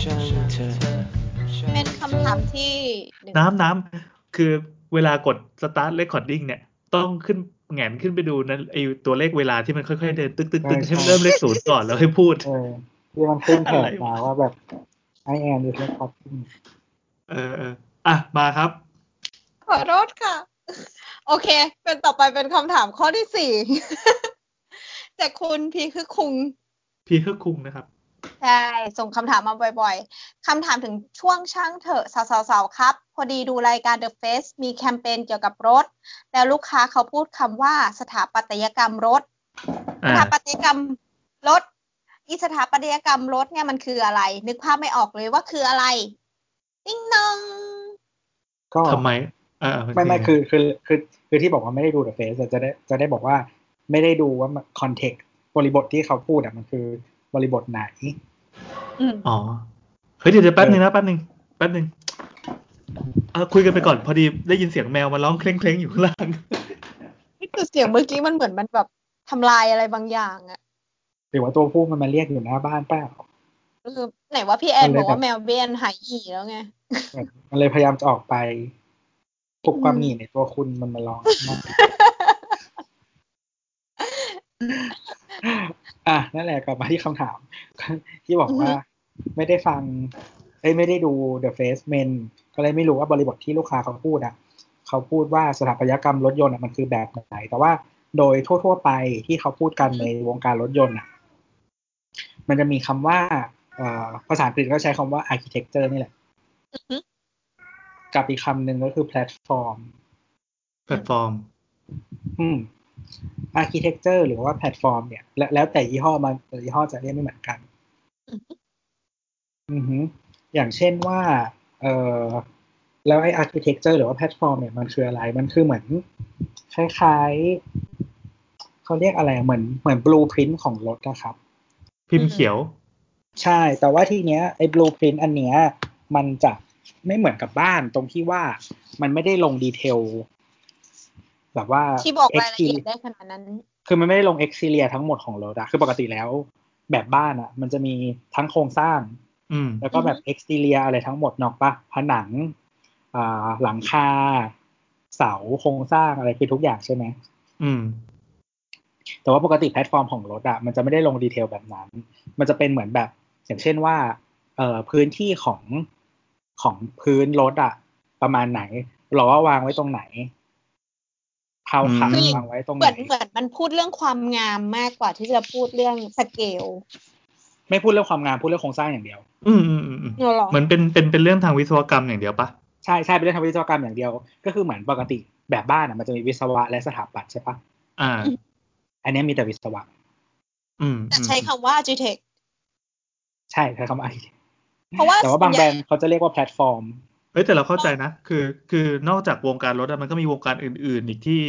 Speaker 5: ช่างเธอ
Speaker 2: เป็นคำถามที่หนึ่ง
Speaker 3: น้ำน้ำคือเวลากด start recording เนี่ย ต้องขึ้นแหงนขึ้นไปดูนะไอตัวเลขเวลาที่มันค่อยๆเดินตึกตึกตึกให้มันเริ่มเลขศูนย์ก่อนแล้วให้พูด
Speaker 4: เออที่มันขึ้นแถบ
Speaker 3: อะไร
Speaker 4: มาว
Speaker 3: ะ
Speaker 4: ว่าแบบไอแอนดิสคอร์ด
Speaker 3: เออเอออ่ะ มาครับ
Speaker 2: ขอโทษค่ะ โอเค เป็นต่อไปเป็นคำถามข้อที่สี่ (laughs) จากคุณพีคือคุง
Speaker 3: พีเทอร์คุงนะครับ
Speaker 2: ใช่ ส่งคำถามมาบ่อยๆ คำถามถึงช่วงช่างเถอะสาวๆๆครับ พอดีดูรายการ The Face มีแคมเปญเกี่ยวกับรถ แล้วลูกค้าเขาพูดคำว่าสถาปัตยกรรมรถ ส
Speaker 3: อ่า
Speaker 2: ถาปัตยกรรมรถ อีสถาปัตยกรรมรถเนี่ยมันคืออะไร นึกภาพไม่ออกเลยว่าคืออะไร ติ๊งนอง
Speaker 4: ก็
Speaker 3: ทำไมอ่า
Speaker 4: ไม่ไม่คือคือคือคือที่บอกว่าไม่ได้ดู The Face อะจะได้จะได้บอกว่าไม่ได้ดูว่าคอนเทกต์บริบทที่เขาพูดอะมันคือบริบทไหน
Speaker 2: อืม
Speaker 3: อ๋อ เฮ้ยเดี๋ยวเดี๋ยวแป๊บหนึ่งนะแป๊บหนึ่งแป๊บหนึ่งเออคุยกันไปก่อนพอดีได้ยินเสียงแมวมันร้องเคล้งเคล้งๆอยู่ข้างล่ (laughs) าง
Speaker 2: คือเสียงเมื่อกี้มันเหมือนมันแบบทำลายอะไรบางอย่างอะ
Speaker 4: หรือว่าตัวผู้มันมาเรียกอยู่หน้าบ้านเปล่า
Speaker 2: คือไหนว่าพี่แอน
Speaker 4: มัน
Speaker 2: บอก
Speaker 4: เลย
Speaker 2: ว่า
Speaker 4: แบบ
Speaker 2: แมวเบียนหายหี่แล้วไง
Speaker 4: มันเลยพยายามจะออกไปปลุกความหนีในตัวคุณมันมาลองอ่ะนั่นแหละกลับมาที่คำถาม (laughs) ที่บอกว่า
Speaker 2: อือฮึ
Speaker 4: ไม่ได้ฟังเอ้ยไม่ได้ดู The Face Men ก็เลยไม่รู้ว่าบริบทที่ลูกค้าเขาพูดอ่ะ เขาพูดว่าสถาปัตยกรรมรถยนต์อ่ะมันคือแบบไหน แต่ว่าโดยทั่ว ๆ ไปที่เขาพูดกันในวงการรถยนต์อ่ะ มันจะมีคำว่าเอ่อภาษาอังกฤษก็ใช้คำว่า architecture นี่แหละ กับอีกคำหนึ่งก็คือแพลตฟอร์ม
Speaker 3: แพลตฟอร์ม
Speaker 4: อืม architecture หรือว่าแพลตฟอร์มเนี่ย แล้วแล้วแต่ยี่ห้อมันแต่ละยี่ห้อจะเรียกไม่เหมือนกัน
Speaker 2: อือฮึ
Speaker 4: อือฮึอย่างเช่นว่า เออแล้วไอ้ architecture หรือว่าแพลตฟอร์มเนี่ยมันคืออะไร มันคือเหมือน คล้ายๆ เขาเรียกอะไรอะเหมือนเหมือน blueprint ของรถนะครับ
Speaker 3: พิมพ์เขียว
Speaker 4: ใช่ แต่ว่าทีเนี้ยไอ้ blueprint อันเนี้ย มันจะไม่เหมือนกับบ้านตรงที่ว่ามันไม่ได้ลงดีเทลแบบว่า
Speaker 2: ที่บอกรายละเอีย
Speaker 4: exterior
Speaker 2: ดได้ขนาดนั้น
Speaker 4: คือมันไม่ได้ลงเอ็กซิเลียทั้งหมดของรถอะคือปกติแล้วแบบบ้านอะมันจะมีทั้งโครงสร้าง
Speaker 3: อืม
Speaker 4: แล้วก็แบบเอ็กซิเลียอะไรทั้งหมดเนอกปะผนังอ่าหลังคา เสาโครงสร้างอะไรคือทุกอย่างใช่ไหม
Speaker 3: อืม
Speaker 4: แต่ว่าปกติแพลตฟอร์มของรถอะมันจะไม่ได้ลงดีเทลแบบนั้น มันจะเป็นเหมือนแบบอย่างเช่นว่าเอ่อพื้นที่ของของพื้นรถอะประมาณไหนล้อวางไว้ตรงไหนเพาขับ
Speaker 2: อืม
Speaker 4: วางไว้ตรง
Speaker 2: เห
Speaker 4: ไหน
Speaker 2: มือนเหมือนมันพูดเรื่องความงามมากกว่าที่จะพูดเรื่องสเกล
Speaker 4: ไม่พูดเรื่องความงามพูดเรื่องโครงสร้างอย่างเดียว
Speaker 3: อืมอืมอืมอืม
Speaker 2: เนอะหรอ
Speaker 3: เหมือนเป็นเป็นเป็นเรื่องทางวิศวกรรมอย่างเดียวปะ
Speaker 4: ใช่ใช่เป็นเรื่องทางวิศวกรรมอย่างเดียว ก็คือเหมือนปกติแบบบ้านอะมันจะมีวิศวะและสถาปัตย์ใช่ปะ
Speaker 3: อ่า
Speaker 4: อันเนี้ยมีแต่วิศวะ
Speaker 3: อืม
Speaker 2: แต่
Speaker 3: อืม
Speaker 2: ใช้คำว่า architect
Speaker 4: ใช่ใช้คำว่า architect
Speaker 2: เพราะว่า
Speaker 4: แต่ว่าบาง
Speaker 2: ส่
Speaker 4: แบร
Speaker 2: ใหญ่
Speaker 4: นด์เขาจะเรียกว่าแพลตฟอร์ม
Speaker 3: เฮ้ยแต่เราเข้าใจนะ คือ คือนอกจากวงการรถอะมันก็มีวงการอื่น ๆ อีกที่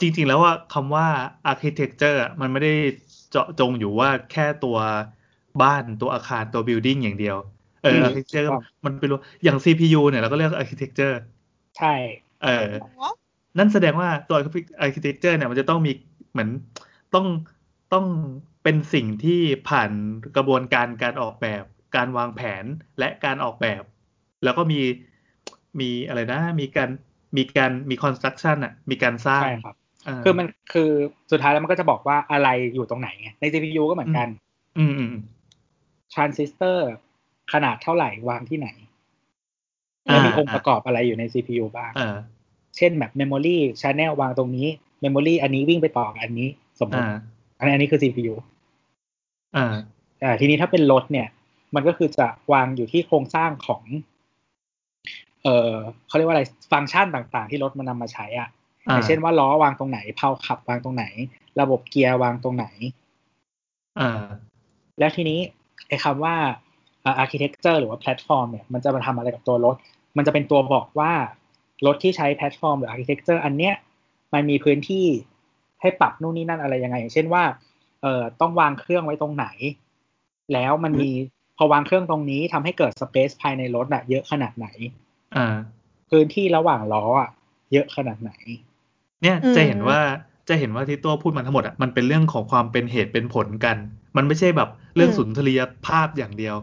Speaker 3: จริง ๆ แล้วว่าคำว่า architecture อะมันไม่ได้เจาะจงอยู่ว่าแค่ตัวบ้านตัวอาคารตัว building อย่างเดียว เออ
Speaker 4: อืม
Speaker 3: architecture มันเป็นรวมอย่าง CPU เนี่ยเราก็เรียก architecture
Speaker 4: ใช่
Speaker 3: เออ
Speaker 2: เนอะ
Speaker 3: นั่นแสดงว่าตัว architecture เนี่ยมันจะต้องมีเหมือนต้องต้องเป็นสิ่งที่ผ่านกระบวนการการออกแบบ การวางแผนและการออกแบบ แล้วก็มีมีอะไรนะ มีการมีการมี construction อ่ะ มีการสร้าง
Speaker 4: ใช่ครับ
Speaker 3: เ
Speaker 4: คือมันคือสุดท้ายแล้วมันก็จะบอกว่าอะไรอยู่ตรงไหนไงใน CPU ก็เหมือนกัน
Speaker 3: อืมอืม
Speaker 4: ทรานซิสเตอร์ขนาดเท่าไหร่วางที่ไหน
Speaker 3: อ่า
Speaker 4: แล้วมีองค์ประกอบอะไรอยู่ใน CPU บ้าง
Speaker 3: เออ
Speaker 4: เช่นแบบเมมโมรีชาแนลวางตรงนี้เมมโมรีอันนี้วิ่งไปต่อกับอันนี้สมมติ
Speaker 3: อ่า
Speaker 4: อันนี้อันนี้คือ CPU
Speaker 3: อ่า
Speaker 4: อ่าทีนี้ถ้าเป็นรถเนี่ย มันก็คือจะวางอยู่ที่โครงสร้างของ เออเขาเรียกว่าอะไรฟังก์ชันต่างๆ ที่รถมันนำมาใช้อ่ะ อ
Speaker 3: อ่า
Speaker 4: ย่างเช่นว่าล้อวางตรงไหนเพาขับวางตรงไหน ระบบเกียร์วางตรงไหน
Speaker 3: อ่า
Speaker 4: แล้วทีนี้ไอ้คำว่าอาร์เคเต็กเจอร์หรือว่าแพลตฟอร์มเนี่ยมันจะมาทำอะไรกับตัวรถ มันจะเป็นตัวบอกว่ารถที่ใช้แพลตฟอร์มหรืออาร์เคเต็กเจอร์อันเนี้ยมันมีพื้นที่ให้ปรับนู่นนี่นั่นอะไรยังไง อย่างเช่นว่าเอ่อต้องวางเครื่องไว้ตรงไหน แล้วมันมีพอวางเครื่องตรงนี้ทำให้เกิดสเปซภายในรถอะเยอะขนาดไหน
Speaker 3: อ่า
Speaker 4: พื้นที่ระหว่างล้ออะเยอะขนาดไหน
Speaker 3: เนี่ย
Speaker 2: อืม
Speaker 3: จะเห็นว่าจะเห็นว่าที่ตัวพูดมาทั้งหมดอ่ะมันเป็นเรื่องของความเป็นเหตุเป็นผลกัน มันไม่ใช่แบบเรื่องสุนทรียภาพอย่างเดียว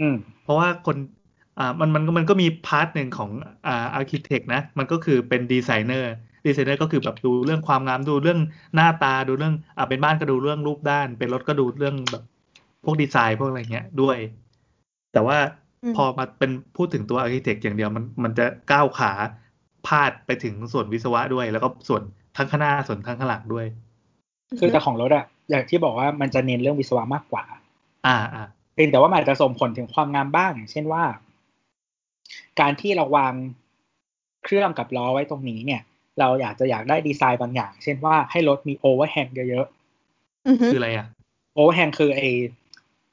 Speaker 4: อืม
Speaker 3: เพราะว่าคนอ่ามันมันมันก็มีพาร์ทหนึ่งของอ่าอาร์เคเต็กนะ มันก็คือเป็นดีไซเนอร์ดีไซเนอร์ก็คือแบบดูเรื่องความงามดูเรื่องหน้าตาดูเรื่องอ่าเป็นบ้านก็ดูเรื่องรูปด้าน เป็นรถก็ดูเรื่องแบบพวกดีไซน์พวกอะไรเงี้ยด้วย แต่ว่า
Speaker 2: อืม
Speaker 3: พอมาเป็นพูดถึงตัวอาร์เคเต็กอย่างเดียวมันมันจะก้าวขาพาดไปถึงส่วนวิศวะด้วย แล้วก็ส่วนทั้งข้างหน้าส่วนทั้งข้างหลังด้วย
Speaker 4: คือแต่ของรถอะอย่างที่บอกว่ามันจะเน้นเรื่องวิศวะมากกว่า
Speaker 3: อ่าอ่า
Speaker 4: เพียงแต่ว่ามันอาจจะส่งผลถึงความงามบ้างอย่างเช่นว่า การที่เราวางเครื่องกับล้อไว้ตรงนี้เนี่ย เราอยากจะอยากได้ดีไซน์บางอย่าง เช่นว่าให้รถมีโอเวอร์แฮงเยอะ
Speaker 2: อือฮึ
Speaker 3: คืออะไรอ่ะ
Speaker 4: ๆโอเวอร์แฮงคือไอ้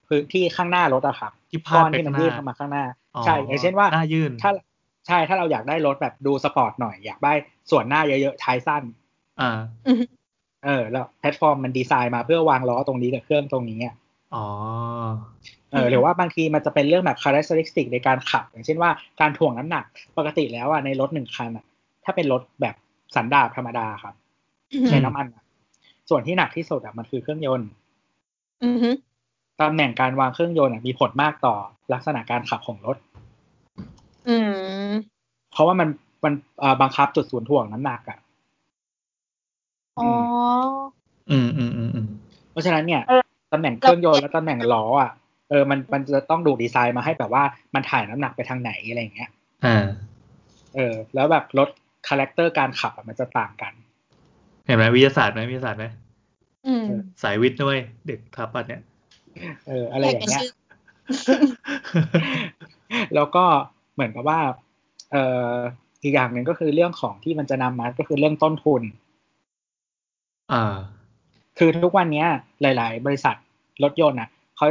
Speaker 4: พื้นที่ข้างหน้ารถอะครับ
Speaker 3: ที่พา
Speaker 4: ก้อ
Speaker 3: ด
Speaker 4: น
Speaker 3: ไป
Speaker 4: ที่
Speaker 3: ข้าน งห
Speaker 4: มัยื่น
Speaker 3: น้า
Speaker 4: เข้ามาข้างหน้า
Speaker 3: อ๋อ
Speaker 4: ใช่อย่างเช่นว่า
Speaker 3: หน้ายื่น
Speaker 4: ถ้าใช่ถ้าเราอยากได้รถแบบดูสปอร์ตหน่อยอยากได้ส่วนหน้าเยอะๆท้ายสั้น
Speaker 3: อ่า
Speaker 2: อือฮึ
Speaker 4: เออแล้วแพลตฟอร์มมันดีไซน์มาเพื่อวางล้อตรงนี้กับเครื่องตรงนี้อะ
Speaker 3: อ๋อ
Speaker 4: เออหรือว่าบางทีมันจะเป็นเรื่องแบบ characteristic ในการขับ อย่างเช่นว่าการถ่วงน้ำหนักปกติแล้วอ่ะในรถหนึ่งคันอ่ะ ถ้าเป็นรถแบบสันดาปธรรมดาครับ
Speaker 2: อื
Speaker 4: ใช้
Speaker 2: อ
Speaker 4: น้ำมันอะส่วนที่หนักที่สุดอ่ะมันคือเครื่องยนต์
Speaker 2: ฮึ
Speaker 4: ตำแหน่งการวางเครื่องยนต์อะมีผลมากต่อลักษณะการขับของรถ
Speaker 2: อืม
Speaker 4: เพราะว่ามันมันเอ่อบังคับจุดศูนย์ถ่วงน้ำหนักอ่ะ
Speaker 2: อ๋อ
Speaker 3: อืมอืมอืมอืม
Speaker 4: เพราะฉะนั้นเนี่ย
Speaker 2: เออ
Speaker 4: ตำแหน่งเครื่องยนต์และตำแหน่งล้ออ่ะเออมันมันจะต้องดูดีไซน์มาให้แบบว่ามันถ่ายน้ำหนักไปทางไหนอะไรอย่างเงี้ย
Speaker 3: อ่า
Speaker 4: เออแล้วแบบรถคาแรคเตอร์การขับอะมันจะต่างกัน
Speaker 3: เห็นไหมวิทยาศาสตร์ไหมวิทยาศาสตร์ไหม
Speaker 2: อืม
Speaker 3: สายวิทย์ด้วยเด็กทับปัด
Speaker 4: (laughs)
Speaker 3: เนี่ย
Speaker 4: เอออะไรอย่างเงี้ย
Speaker 2: แต่ก็ชื่
Speaker 4: (laughs) แล้วก็เหมือนกับว่าเอ่ออีกอย่างหนึ่งก็คือเรื่องของที่มันจะนำมาก็คือเรื่องต้นทุน
Speaker 3: อ่า
Speaker 4: คือทุกวันเนี้ย หลาย ๆ บริษัทรถยนต์อ่ะเขา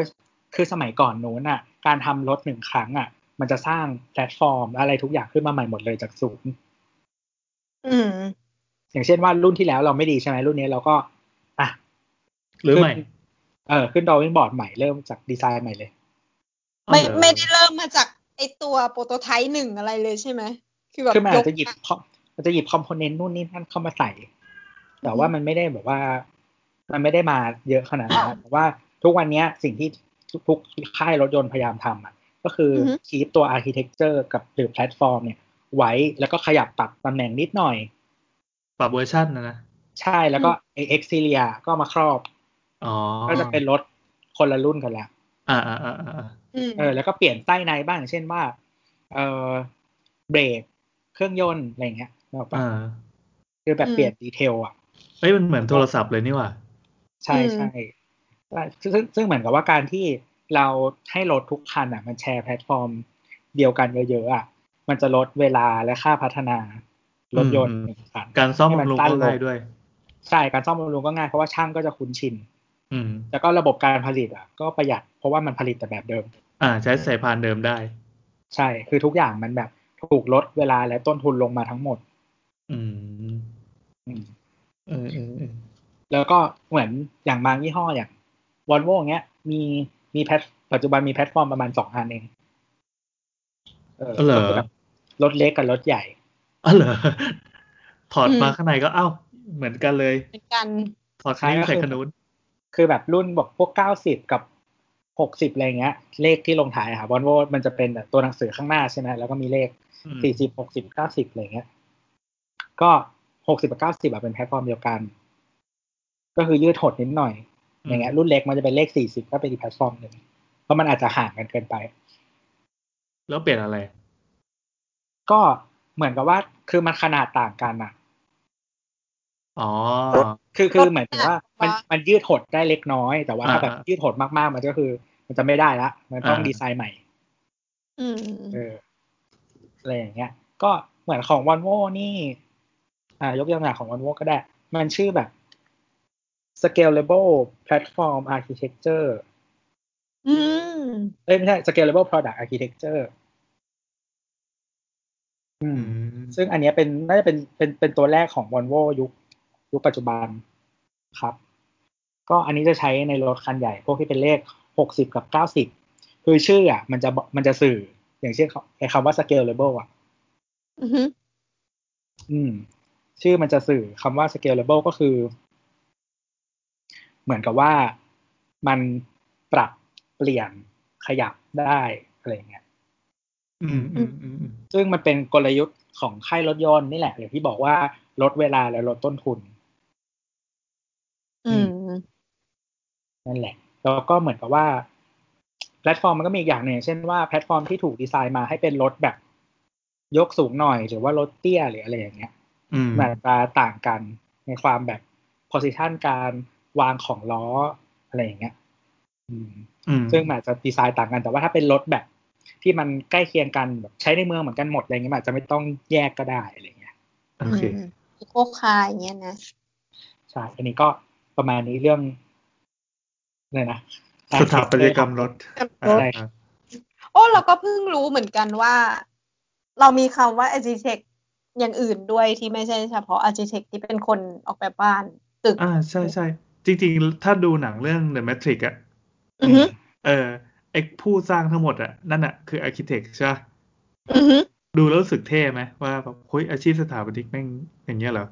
Speaker 4: คือสมัยก่อนนู้นอ่ะ การทำรถหนึ่งครั้งอ่ะ มันจะสร้างแพลตฟอร์ม อะไรทุกอย่างขึ้นมาใหม่หมดเลยจากศูนย์
Speaker 2: อืม
Speaker 4: อย่างเช่นว่ารุ่นที่แล้วเราไม่ดีใช่ไหมรุ่นนี้เราก็อ่ะ
Speaker 3: หรือใหม่
Speaker 4: ขึ้นเออขึ้นดอวิ่งบอร์ดใหม่เริ่มจากดีไซน์ใหม่เลย
Speaker 2: ไม่
Speaker 3: อ๋อเหรอ
Speaker 2: ไม่ได้เริ่มมาจากไอตัวโปรโตไทป์หนึ่งอะไรเลยใช่ไหมคือแบบ
Speaker 4: คือมันอาจจะ
Speaker 2: ยก
Speaker 4: หยิบข้อมันจะหยิบคอมโพเนนต์นู่นนี่นั่นเข้ามาใส่ แต่ว่ามันไม่ได้แบบว่า มันไม่ได้มาเยอะขนาดนั้นแต่ว่าทุกวันเนี้ยสิ่งที่ทุกๆค่ายรถยนต์พยายามทำอ่ะ ก็คืออคีปตัวอาร์เคเต็กเจอร์กับหรือแพลตฟอร์มเนี่ย ไว้แล้วก็ขยับปรับตำแหน่งนิดหน่อย
Speaker 3: ปรับเวอร์ชันนะนะ
Speaker 4: ใช่แล้วก็ไอเอ็กซิเลียก็มาครอบ
Speaker 3: อ๋อ
Speaker 4: ก็จะเป็นรถคนละรุ่นกันละ
Speaker 3: อ่าอ่าอ่าอ่า
Speaker 2: อืม
Speaker 4: เออแล้วก็เปลี่ยนไส้ในบ้างเช่นว่า เออเบรกเครื่องยนต์อะไรอย่างเงี้ยนึกออกปะ
Speaker 3: อ่า
Speaker 4: คือแบบเปลี่ยนดีเทลอ่ะ
Speaker 3: เอ้ยมันเหมือนโทรศัพท์เลยนี่หว่า
Speaker 4: ใช่ใช่ซึ่งซึ่งซึ่งเหมือนกับว่าการที่เราให้รถทุกคันอ่ะ มันแชร์แพลตฟอร์มเดียวกันเยอะๆอ่ะ มันจะลดเวลาและค่าพัฒนารถยนต์
Speaker 3: อืม
Speaker 4: หนึ่งคัน
Speaker 3: การซ่อมบำรุง
Speaker 4: ให้
Speaker 3: ก็
Speaker 4: มันตั้นลง
Speaker 3: ง่ายด้วย
Speaker 4: ใช่ การซ่อมบำรุงก็ง่ายเพราะว่าช่างก็จะคุ้นชิน
Speaker 3: อืม
Speaker 4: แล้วก็ระบบการผลิตอ่ะ ก็ประหยัดเพราะว่ามันผลิตแต่แบบเดิม
Speaker 3: อ่า ใช้สายพานเดิมได้
Speaker 4: ใช่ คือทุกอย่างมันแบบถูกลดเวลาและต้นทุนลงมาทั้งหมด
Speaker 3: อืม
Speaker 4: อืม
Speaker 3: เออเออเออ
Speaker 4: แล้วก็เหมือนอย่างบางยี่ห้ออย่างวอลโว่เงี้ย มีมีแพลตปัจจุบันมีแพลตฟอร์มประมาณสองอันเองเออ
Speaker 3: เออเหรอ
Speaker 4: รถเล็กกับรถใหญ่
Speaker 3: อ๋อเหร (laughs) อถอดมาข้างในก็เอ้าเหมือนกันเลย
Speaker 2: เหมือนกัน
Speaker 3: ถอดคันนี้
Speaker 4: คล้ายๆ
Speaker 3: ใส่คันนู้น
Speaker 4: คือแบบรุ่นบอกพวกเก้าสิบกับหกสิบอะไรเงี้ย เลขที่ลงท้ายอะครับวอลโวมันจะเป็นแบบตัวหนังสือข้างหน้าใช่ไหมแล้วก็มีเลข
Speaker 3: อืม
Speaker 4: สี่สิบหกสิบเก้าสิบอะไรเงี้ย ก็หกสิบกับเก้าสิบอะเป็นแพลตฟอร์มเดียวกัน ก็คือยืดหดนิดหน่อย อย่างเงี้ยรุ่นเล็กมันจะเป็นเลขสี่สิบก็เป็นอีกแพลตฟอร์มหนึ่งเพราะมันอาจจะห่างกันเกินไป
Speaker 3: แล้วเปลี่ยนอะไร
Speaker 4: ก็เหมือนกับว่าคือมันขนาดต่างกันอะ
Speaker 3: อ๋อ
Speaker 4: คือคือหมายถึงว่ามัน
Speaker 2: ว่า
Speaker 4: มันยืดหดได้เล็กน้อย แต่ว่าถ้าแบบ
Speaker 3: อ่าๆ
Speaker 4: ยืดหดมากๆ มันก็คือ มันจะไม่ได้ละ มันต้อง
Speaker 3: อ่า
Speaker 4: ดีไซน์ใหม่
Speaker 2: อืม
Speaker 4: เอออะไรอย่างเงี้ย ก็เหมือนของวอนโวนี่ อ่ายกตัวอย่างของวันวอกก็ได้ มันชื่อแบบ scalable platform architecture
Speaker 2: อืม
Speaker 4: เอ้ยไม่ใช่ scalable product architecture อื
Speaker 3: อื
Speaker 4: ม
Speaker 3: ม
Speaker 4: ซึ่งอันเนี้ยเป็นน่าจะเป็นเป็นเป็นตัวแรกของ Volvo ยุคยุคปัจจุบันครับ ก็อันนี้จะใช้ในรถคันใหญ่ พวกที่เป็นเลขหกสิบกับเก้าสิบคือชื่ออ่ะ มันจะบอกมันจะสื่ออย่างเช่นเขาไอ้คำว่า scalable อ่ะ
Speaker 2: อือหือ
Speaker 4: อืม ชื่อมันจะสื่อคำว่า scalable ก็คือ เหมือนกับว่ามันปรับเปลี่ยนขยับได้อะไรอย่างเงี้ย
Speaker 3: อืมอืมอืมอืม
Speaker 4: ซึ่งมันเป็นกลยุทธ์ของค่ายรถยนต์นี่แหละอย่างที่บอกว่าลดเวลาและลดต้นทุน
Speaker 2: อืม
Speaker 4: นั่นแหละ แล้วก็เหมือนกับว่า แพลตฟอร์มมันก็มีอีกอย่างหนึ่งเช่นว่าแพลตฟอร์มที่ถูกดีไซน์มาให้เป็นรถแบบ ยกสูงหน่อย หรือว่ารถเตี้ยหรืออะไรอย่างเงี้ย
Speaker 3: อืม
Speaker 4: มันอาจจะต่างกันในความแบบ position การวางของล้ออะไรอย่างเงี้ยอืม
Speaker 3: อืม
Speaker 4: ซึ่งมันอาจจะดีไซน์ต่างกัน แต่ว่าถ้าเป็นรถแบบ ที่มันใกล้เคียงกันแบบใช้ในเมืองเหมือนกันหมดอะไรเงี้ยมันอาจจะไม่ต้องแยกก็ได้อะไรเงี้ย
Speaker 3: โอเค
Speaker 2: มอีโคคาร์อย่างเงี้ยนะ
Speaker 4: ใช่อันนี้ก็ประมาณนี้เรื่องอะไรนะ
Speaker 3: สถาปัตยกรรมรถ
Speaker 4: รถ
Speaker 3: อ่าอ่า
Speaker 2: โอ้เราก็เพิ่งรู้เหมือนกันว่า เรามีคำว่า architect อย่างอื่นด้วยที่ไม่ใช่เฉพาะ architect ที่เป็นคนออกแบบบ้านตึก
Speaker 3: อ่าใช่ใช่จริง ๆ ถ้าดูหนังเรื่อง The Matrix อ่ะ
Speaker 2: อือหือ
Speaker 3: เออไอผู้สร้างทั้งหมดอ่ะ นั่นอ่ะ คืออาร์เคเต็กใช่ปะ
Speaker 2: อือหือ
Speaker 3: ดูแล้วรู้สึกเท่ไหมว่าแบบเฮ้ยอาชีพสถาปนิกแม่งอย่างเงี้ยเหรอ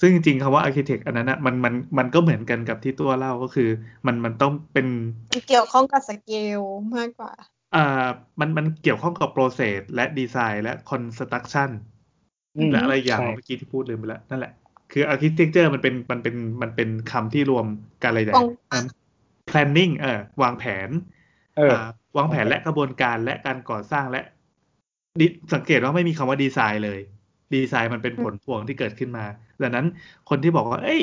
Speaker 3: ซึ่งจริงๆคำว่าอาร์เคเต็กอันนั้นอ่ะมันมันมันก็เหมือนกันกับที่ตัวเล่าก็คือ มันมันต้องเป็น
Speaker 2: มันเกี่ยวข้องกับสเกลมากกว่า
Speaker 3: อ่ามันมันเกี่ยวข้องกับโปรเซสและดีไซน์และคอนสตรักชั่น
Speaker 4: อืม
Speaker 3: และอะไรอย่าง
Speaker 4: ใช่
Speaker 3: เมื่อกี้ที่พูดลืมไปแล้วนั่นแหละ คืออาร์เคเต็กเจอร์มันเป็นมันเป็นมันเป็นคำที่รวมกันอะไรแต่
Speaker 2: ตรง
Speaker 3: planning เออวางแผน
Speaker 4: เออ
Speaker 3: อ่าวางแผนและกระบวนการและการก่อสร้างและดิสังเกตว่าไม่มีคำว่าดีไซน์เลย ดีไซน์มันเป็นผลพวงที่เกิดขึ้นมา ดังนั้นคนที่บอกว่า เอ้ย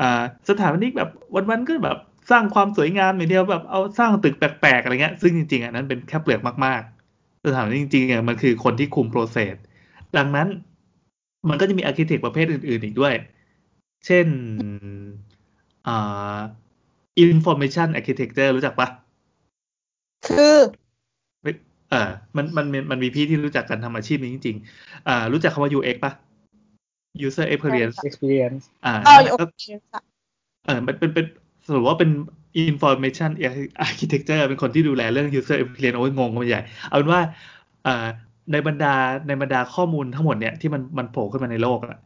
Speaker 3: อ่าสถาปนิกแบบวันๆก็แบบสร้างความสวยงามอย่างเดียวแบบเอาสร้างตึกแปลกๆอะไรเงี้ยซึ่งจริงๆอันนั้นเป็นแค่เปลือกมากๆสถาปนิกจริงๆอ่ะมันคือคนที่คุมโปรเซสดังนั้น มันก็จะมีอาร์เคเต็กประเภทอื่น ๆ อีกด้วย เช่นอ่า information architecture รู้จักปะ
Speaker 2: คือ
Speaker 3: เออมันมันมันมันมีพี่ที่รู้จักกันทำอาชีพนี้จริงๆ อ่า รู้จักคำว่า UX ปะ User Experience
Speaker 4: experience
Speaker 3: อ่า
Speaker 2: เออ
Speaker 3: ก็
Speaker 2: โอเคค่ะ
Speaker 3: เออมันเป็นเป็นสรุปว่าเป็น Information Architecture เป็นคนที่ดูแลเรื่อง User Experience โอ้ยงงกันไปใหญ่ เอาเป็นว่าอ่าในบรรดาในบรรดาข้อมูลทั้งหมดเนี่ยที่มันมันโผล่ขึ้นมาในโลกอะ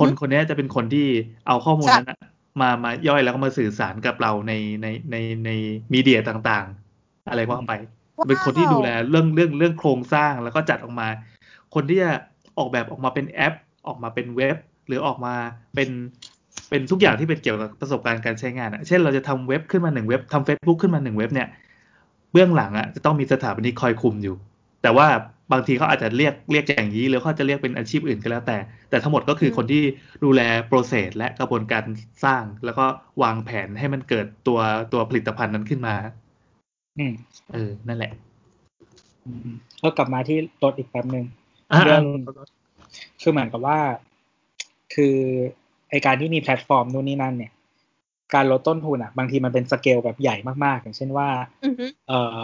Speaker 3: คนคนเนี้ยจะเป็นคนที่เอาข้อมูลนั้นอะมามาย่อยแล้วก็มาสื่อสารกับเราในในในในมีเดียต่างๆ อะไรว่าไป (laughs) เป็นคนที่ดูแลเรื่องเรื่องเรื่องโครงสร้างแล้วก็จัดออกมา คนที่จะออกแบบออกมาเป็นแอป ออกมาเป็นเว็บ หรือออกมาเป็นเป็นทุกอย่างที่เป็นเกี่ยวกับประสบการณ์การใช้งานอะเช่นเราจะทำเว็บขึ้นมาหนึ่งเว็บทำ Facebook ขึ้นมาหนึ่งเว็บเนี่ย เบื้องหลังอะจะต้องมีสถาปนิกคอยคุมอยู่ แต่ว่าบางทีเขาอาจจะเรียกเรียกอย่างนี้หรือเขาจะเรียกเป็นอาชีพอื่นก็แล้วแต่ แต่ทั้งหมดก็คือคนที่ดูแลโปรเซสและกระบวนการสร้าง แล้วก็วางแผนให้มันเกิดตัวตัวผลิตภัณฑ์นั้นขึ้นมา
Speaker 4: อืม
Speaker 3: เออนั่นแหละ
Speaker 4: อืมก็กลับมาที่รถอีกแป๊บหนึ่ง
Speaker 3: อ่ะ
Speaker 4: เรื่อง คือเหมือนกับว่า คือไอการที่มีแพลตฟอร์มนู่นนี่นั่นเนี่ย การลดต้นทุนอ่ะ บางทีมันเป็นสเกลแบบใหญ่มากๆ อย่างเช่นว่า
Speaker 2: อือหือ
Speaker 4: เอ่อ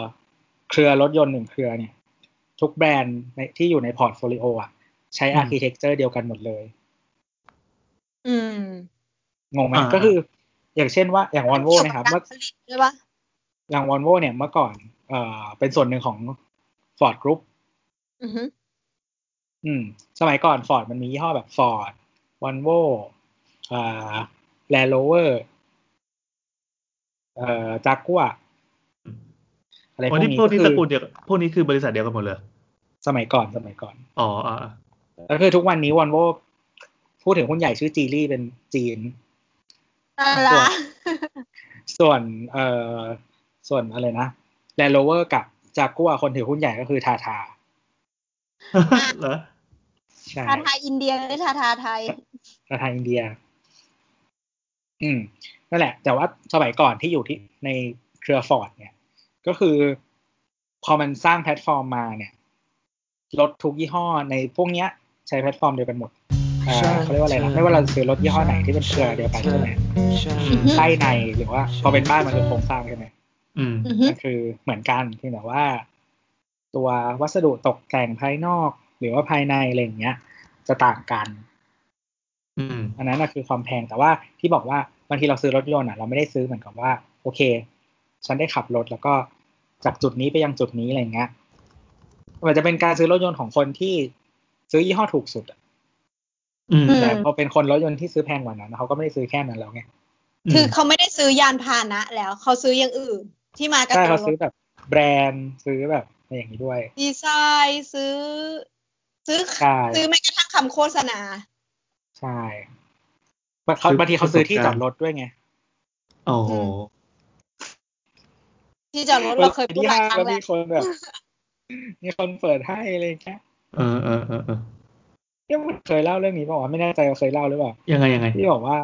Speaker 4: เครือรถยนต์หนึ่งเครือเนี่ย ทุกแบรนด์ในที่อยู่ในพอร์ตโฟลิโออ่ะ ใช้
Speaker 3: อืม
Speaker 4: อาร์เคเต็กเจอร์เดียวกันหมดเลย
Speaker 2: อืม
Speaker 4: งงไหม
Speaker 3: อ่า
Speaker 4: ก็คือ อย่างเช่นว่า อย่างวอนโวนะครับ
Speaker 2: เกี่
Speaker 4: เมื่
Speaker 2: ยวกั
Speaker 4: อ
Speaker 2: กาผลิตด้วยปะ
Speaker 4: อย่างวอนโวเนี่ยเมื่อก่อน เอ่อ เป็นส่วนหนึ่งของฟอร์ดกรุ๊ป
Speaker 2: อือหือ
Speaker 4: อืม สมัยก่อนฟอร์ดมันมียี่ห้อแบบฟอร์ดวอนโวอ่าแลนด์โรเวอร์เอ่อจากกัวอะไรพ
Speaker 3: อ๋อ
Speaker 4: ว
Speaker 3: กที่
Speaker 4: นี้
Speaker 3: พวก
Speaker 4: ก็
Speaker 3: นี้
Speaker 4: คื
Speaker 3: ตระ
Speaker 4: อ
Speaker 3: กูลเดียวกับพวกนี้คือบริษัทเดียวกันหมดเลย
Speaker 4: สมัยก่อนสมัยก่อน
Speaker 3: อ๋ออ่า
Speaker 4: แล้วคือทุกวันนี้วอนโวพูดถึงหุ้นใหญ่ชื่อจีรี่เป็นจีน
Speaker 2: น่ารัก
Speaker 4: ส่วนเอ่อส่วนอะไรนะแลนด์โรเวอร์กับจากกัวคนถือหุ้นใหญ่ก็คือทาทา
Speaker 3: เหรอ
Speaker 4: ใช่
Speaker 2: ทาทาอินเดียหรือทาทาไทย
Speaker 4: กระทางอินเดีย อืม นั่นแหละ แต่ว่าสมัยก่อนที่อยู่ที่ในเครือฟอร์ดเนี่ย ก็คือ พอมันสร้างแพลตฟอร์มมาเนี่ย รถทุกยี่ห้อในพวกเนี้ย ใช้แพลตฟอร์มเดียวกันหมด เอ่อเขาเรียกว่าอะไรนะไม่ว่าเราจะซื้อรถยี่ห้อไหนที่เป็นเครือเดียวกันใช่ไหม
Speaker 2: อือฮึ
Speaker 4: ไส้ในหรือว่าพอเป็นบ้านมันคือโครงสร้างใช่ไหม
Speaker 3: อื
Speaker 4: (laughs)
Speaker 3: ม
Speaker 2: อือฮึ
Speaker 4: ก็คือเหมือนกันเพียงแต่ว่า ตัววัสดุตกแต่งภายนอก หรือว่าภายในอะไรอย่างเงี้ย จะต่างกัน
Speaker 3: อืม
Speaker 4: อันนั้นนะคือความแพงแต่ว่าที่บอกว่าบางทีเราซื้อรถยนต์อ่ะเราไม่ได้ซื้อเหมือนกับว่า โอเค ฉันได้ขับรถแล้วก็จากจุดนี้ไปยังจุดนี้อะไรอย่างเงี้ยมันจะเป็นการซื้อรถยนต์ของคนที่ซื้อยี่ห้อถูกสุดอะ
Speaker 3: อืม
Speaker 2: อืม
Speaker 4: แต่พอเป็นคนรถยนต์ที่ซื้อแพงกว่านั้นเขาก็ไม่ได้ซื้อแค่นั้นแล้วไง
Speaker 2: คือเขาไม่ได้ซื้อยานพาหนะแล้วเขาซื้ออย่างอื่น ที่มากับ
Speaker 4: ใช่
Speaker 2: ตั
Speaker 4: เขา
Speaker 2: ว
Speaker 4: ซื้อแบบแบรนด์ซื้อแบบอะไรอย่างนี้ด้วย
Speaker 2: ดีไซน์ซื้อ ซื้อ
Speaker 4: ใช่
Speaker 2: ซื้อแม้กระทั่งคำโฆษณา
Speaker 4: ใช่บางเขาบางทีเขาซื้อที่จอดรถด้วยไง
Speaker 3: โอ้โห
Speaker 2: ที่จอดรถเราเคยพูดหลายครั้งแล้
Speaker 4: แล้ว
Speaker 2: ว
Speaker 4: มีคนแบบ (laughs) มีคนเปิดให้อะไรอย่างเงี้ย
Speaker 3: เออเออเออเออ
Speaker 4: เนี่ยมันเคยเล่าเรื่องนี้ป่าววะไม่แน่ใจว่าเคยเล่าหรือเปล่า
Speaker 3: ยังไงยังไง
Speaker 4: ที่บอกว่า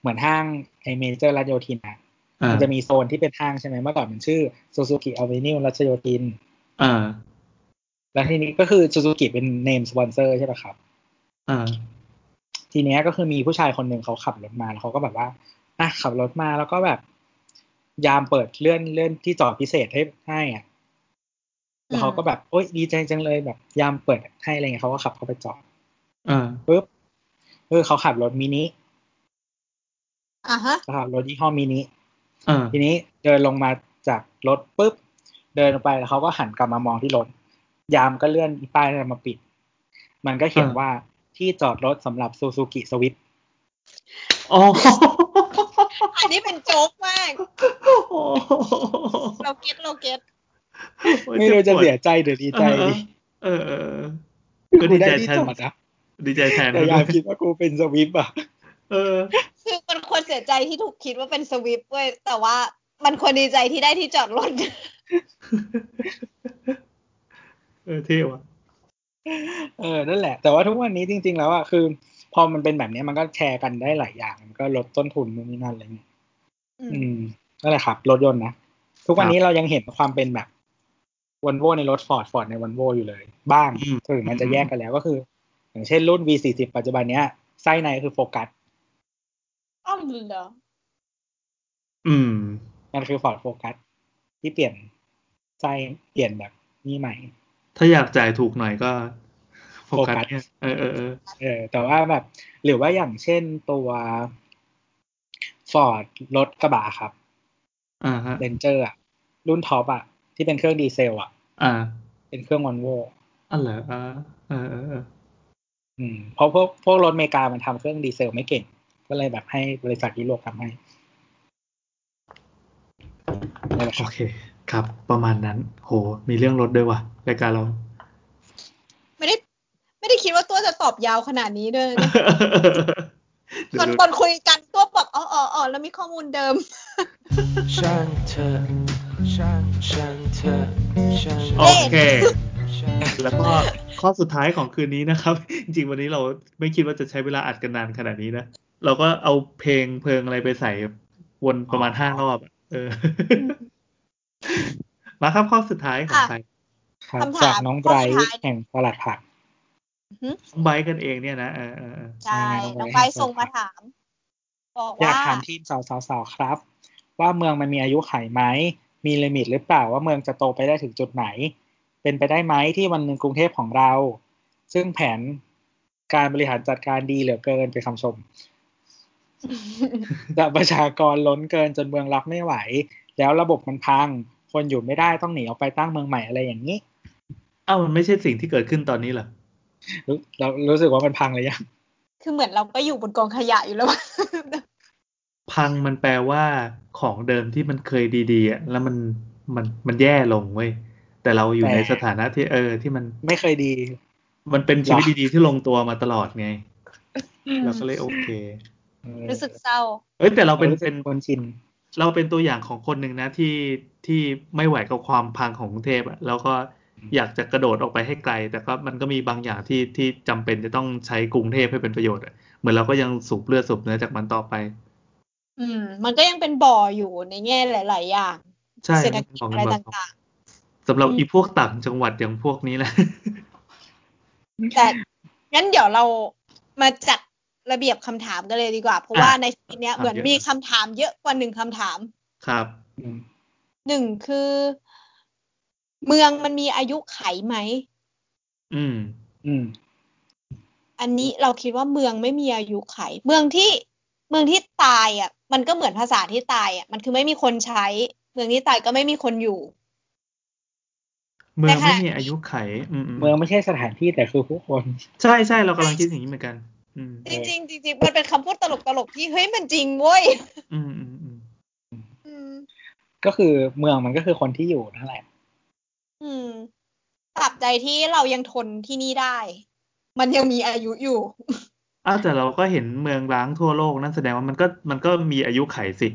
Speaker 4: เหมือนห้างไอเมเจอร์รัชโยธินอ่ะ
Speaker 3: อ่า
Speaker 4: มันจะมีโซนที่เป็นห้างใช่ไหมเมื่อก่อนมันชื่อซูซูกิอเวนิวรัชโยธิน
Speaker 3: อ่า
Speaker 4: แล้วทีนี้ก็คือซูซูกิเป็นเนมสปอนเซอร์ใช่ป่ะครับ
Speaker 3: อ่า
Speaker 4: ทีเนี้ยก็คือมีผู้ชายคนหนึ่งเขาขับรถมาแล้วเขาก็แบบว่าอ่ะขับรถมาแล้วก็แบบ ยามเปิดเลื่อนเลื่อนที่จอดพิเศษให้ให้อ่ะ แล้วเขาก็แบบโอ๊ยดีใจจังเลยแบบยามเปิดให้อะไรเงี้ยเขาก็ขับเข้าไปจอด
Speaker 3: อ่า
Speaker 4: ปุ๊บเออเขาขับรถมินิ
Speaker 2: อ่ะฮะ
Speaker 4: เขาขับรถยี่ห้อมินิ
Speaker 3: อ่า
Speaker 4: ทีนี้เดินลงมาจากรถปุ๊บเดินลงไปแล้วเขาก็หันกลับมามองที่รถยามก็เลื่อนอีป้ายนั้นมาปิด มันก็เขียน
Speaker 3: อ่า
Speaker 4: ว่าที่จอดรถสำหรับซูซูกิสวิป
Speaker 3: อ๋อ (laughs)
Speaker 2: อันนี้เป็นโจ๊กมาก
Speaker 3: โอ้
Speaker 2: เราเก็ตเราเก็ต
Speaker 3: ย
Speaker 4: ไม่รู้จะเสียใจหรือดีใจดี
Speaker 3: เออเออเออ ก็ดีใจ
Speaker 4: กูได้ที่
Speaker 3: แทน
Speaker 4: จอดนะ
Speaker 3: ดีใจแทน
Speaker 4: แต่ยามคิดว่ากูเป็นสวิปอ่ะ
Speaker 3: เออ (laughs)
Speaker 2: คือมันควรเสียใจที่ถูกคิดว่าเป็นสวิฟต์เว้ยแต่ว่ามันควรดีใจที่ได้ที่จอดรถ
Speaker 3: เออเท่ว่ะ
Speaker 4: เออนั่นแหละ แต่ว่าทุกวันนี้จริง ๆ แล้วอ่ะคือ พอมันเป็นแบบเนี้ยมันก็แชร์กันได้หลายอย่างมันก็ลดต้นทุนนู่นนี่นั่นอะไรเงี้ย
Speaker 2: อื
Speaker 4: อื
Speaker 2: ม
Speaker 4: มนั่นแหละครับ รถยนต์นะ ทุกวั
Speaker 3: ค
Speaker 4: น
Speaker 3: รับ
Speaker 4: นี้เรายังเห็นความเป็นแบบวันโวในรถฟอร์ดฟอร์ดในวันโวอยู่เลย บ้าง
Speaker 3: อืม
Speaker 4: ถึงมันจะแยกกันแล้วก็คือ อย่างเช่นรุ่น V40 ปัจจุบันเนี้ยไส้ในคือโฟกัส
Speaker 2: อ้อมเหรอ
Speaker 3: อืม
Speaker 4: มันคือฟอร์ดโฟกัสที่เปลี่ยนไส้เปลี่ยนแบบนี่ใหม่
Speaker 3: ถ้าอยากจ่ายถูกหน่อยก็โฟกัส
Speaker 4: โฟกัส
Speaker 3: เออเออเออ
Speaker 4: เออ แต่ว่าแบบ หรือว่าอย่างเช่นตัวฟอร์ดรถกระบะครับ
Speaker 3: อ่าฮะ
Speaker 4: เ a นเจอร์อะรุ่นท็อปอะที่เป็นเครื่องดีเซลอะ
Speaker 3: อ่า
Speaker 4: เป็นเครื่องวันโว
Speaker 3: อันเหรออ่าเออเออเออ
Speaker 4: อืมเพราะพวกพวกรถอเมริกามันทำเครื่องดีเซลไม่เก่ง ก็เลยแบบให้บริษัทยุโรปทำให้นั่นแหละค
Speaker 3: โอ
Speaker 4: รับ
Speaker 3: เค ครับ ประมาณนั้น โห มีเรื่องรถด้วยว่ะรายการเรา
Speaker 2: ไม่ได้ ไม่ได้คิดว่าตัวจะตอบยาวขนาดนี้ด้วยนะ
Speaker 3: (laughs)
Speaker 2: ตอ
Speaker 3: เดี๋ยวนดู
Speaker 2: ตอนคุยกันตัวบอกอ๋ออ๋ออ๋อแล้วมีข้อมูลเดิม
Speaker 5: ช่างเธอช่างช่างเธอช่าง
Speaker 3: โอเค
Speaker 5: ช่าง
Speaker 3: แล้วก็ข้อสุดท้ายของคืนนี้นะครับ (laughs) จริงๆวันนี้เราไม่คิดว่าจะใช้เวลาอัดกันนานขนาดนี้นะ เราก็เอาเพลงเพลงอะไรไปใส่วนประมาณห้ารอบอะเออ (laughs) มาครับข้อสุดท้ายของ
Speaker 2: อ่ะ
Speaker 3: ใคร
Speaker 4: ครับ
Speaker 2: คำถาม
Speaker 4: จากน้องไบร
Speaker 2: ข้อสุดท้า
Speaker 4: ท์
Speaker 2: ย
Speaker 4: แห่งตลาดผัก
Speaker 3: ไบร์ทกันเองเนี่ยนะเออเออเออ
Speaker 2: ใช่
Speaker 4: น้
Speaker 2: น้
Speaker 4: อ
Speaker 2: อง งไป
Speaker 4: ไบร์ท
Speaker 2: ส่งมาถาม บอก
Speaker 4: อยาก
Speaker 2: ว่า
Speaker 4: ถามทีมสาวๆๆครับ ว่าเมืองมันมีอายุขัยไหม มีลิมิตหรือเปล่าว่าเมืองจะโตไปได้ถึงจุดไหน เป็นไปได้ไหมที่วันหนึ่งกรุงเทพของเรา ซึ่งแผนการบริหารจัดการดีเหลือเกินเป็นคำช
Speaker 2: (laughs)
Speaker 4: ม แต่ประชากรล้นเกินจนเมืองรับไม่ไหว แล้วระบบมันพัง คนอยู่ไม่ได้ต้องหนีออกไปตั้งเมืองใหม่อะไรอย่างนี้
Speaker 3: เอ้ามันไม่ใช่สิ่งที่เกิดขึ้นตอนนี้เหรอ
Speaker 4: รู้เรารู้สึกว่ามันพังเลยยัง
Speaker 2: คือเหมือนเราก็อยู่บนกองขยะอยู่แล้ว
Speaker 3: พังมันแปลว่าของเดิมที่มันเคยดีๆอะแล้วมันมันมันแย่ลงเว้ยแต่เราอยู่
Speaker 4: แต่
Speaker 3: ในสถานะที่เออ ที่มัน
Speaker 4: ไม่เคยดี
Speaker 3: มันเป็นชีวิตดีๆที่ลงตัวมาตลอดไง
Speaker 2: อื (laughs) ม
Speaker 3: เราก็เลยโอเค
Speaker 2: รู้สึกเศร้า
Speaker 3: เอ้ยแต่เรา
Speaker 4: เราเป็
Speaker 3: เป็น
Speaker 4: น
Speaker 3: เป็น
Speaker 4: คนชิน
Speaker 3: เราเป็นตัวอย่างของคนหนึ่งนะที่ที่ไม่ไหวกับความพังของกรุงเทพอะแล้วก็อยากจะกระโดดออกไปให้ไกล แต่ก็มันก็มีบางอย่างที่ที่จำเป็นจะต้องใช้กรุงเทพให้เป็นประโยชน์อะเหมือนเราก็ยังสูบเลือดสูบเนื้อจากมันต่อไป
Speaker 2: อืม มันก็ยังเป็นบ่ออยู่ในแง่หลาย ๆ อย่าง
Speaker 3: ใช่
Speaker 2: เศรษฐกิจอะ
Speaker 3: มันเป็น
Speaker 2: ไร
Speaker 3: บ
Speaker 2: ต
Speaker 3: งอย่าง
Speaker 2: ่าง
Speaker 3: สำหรับ
Speaker 2: อืม
Speaker 3: อีพวกต่างจังหวัดอย่างพวกนี้แหละ
Speaker 2: ๆ แต่ งั้นเดี๋ยวเรามาจัดระเบียบคำถามกันเลยดีกว่า เพราะว่าในทีเนี้ย
Speaker 3: ถาม
Speaker 2: เห
Speaker 3: เยอะ
Speaker 2: มือนมีคำถามเยอะกว่าหนึ่งคำถาม
Speaker 3: (laughs) ครับ
Speaker 4: อืม
Speaker 2: หนึ่งคือ เมืองมันมีอายุไขไหม
Speaker 3: อืม
Speaker 4: อืม
Speaker 2: อันนี้เราคิดว่าเมืองไม่มีอายุไข เมืองที่เมืองที่ตายอ่ะ มันก็เหมือนภาษาที่ตายอ่ะ มันคือไม่มีคนใช้ เมืองที่ตายก็ไม่มีคนอยู่
Speaker 3: เมือง
Speaker 2: แต่
Speaker 3: ไม่
Speaker 2: ค่ะ
Speaker 3: มีอายุไข อืมอืม
Speaker 4: เมืองไม่ใช่สถานที่แต่คือผู้คน
Speaker 3: ใช่ใช่เรากำลังคิดอย่างนี้เหมือนกัน อืม
Speaker 2: จริงๆจริงๆมันเป็นคำพูดตลกตลกๆที่เฮ้ยมันจริงเว้ย
Speaker 3: อืมอืมอืม
Speaker 2: อืม
Speaker 4: ก็คือเมืองมันก็คือคนที่อยู่นั่นแหละ
Speaker 2: อืมตราบใดที่เรายังทนที่นี่ได้ มันยังมีอายุอยู่
Speaker 3: อ้าวแต่เราก็เห็นเมืองร้างทั่วโลกนั่นแสดงว่ามันก็มันก็มีอายุไขสิ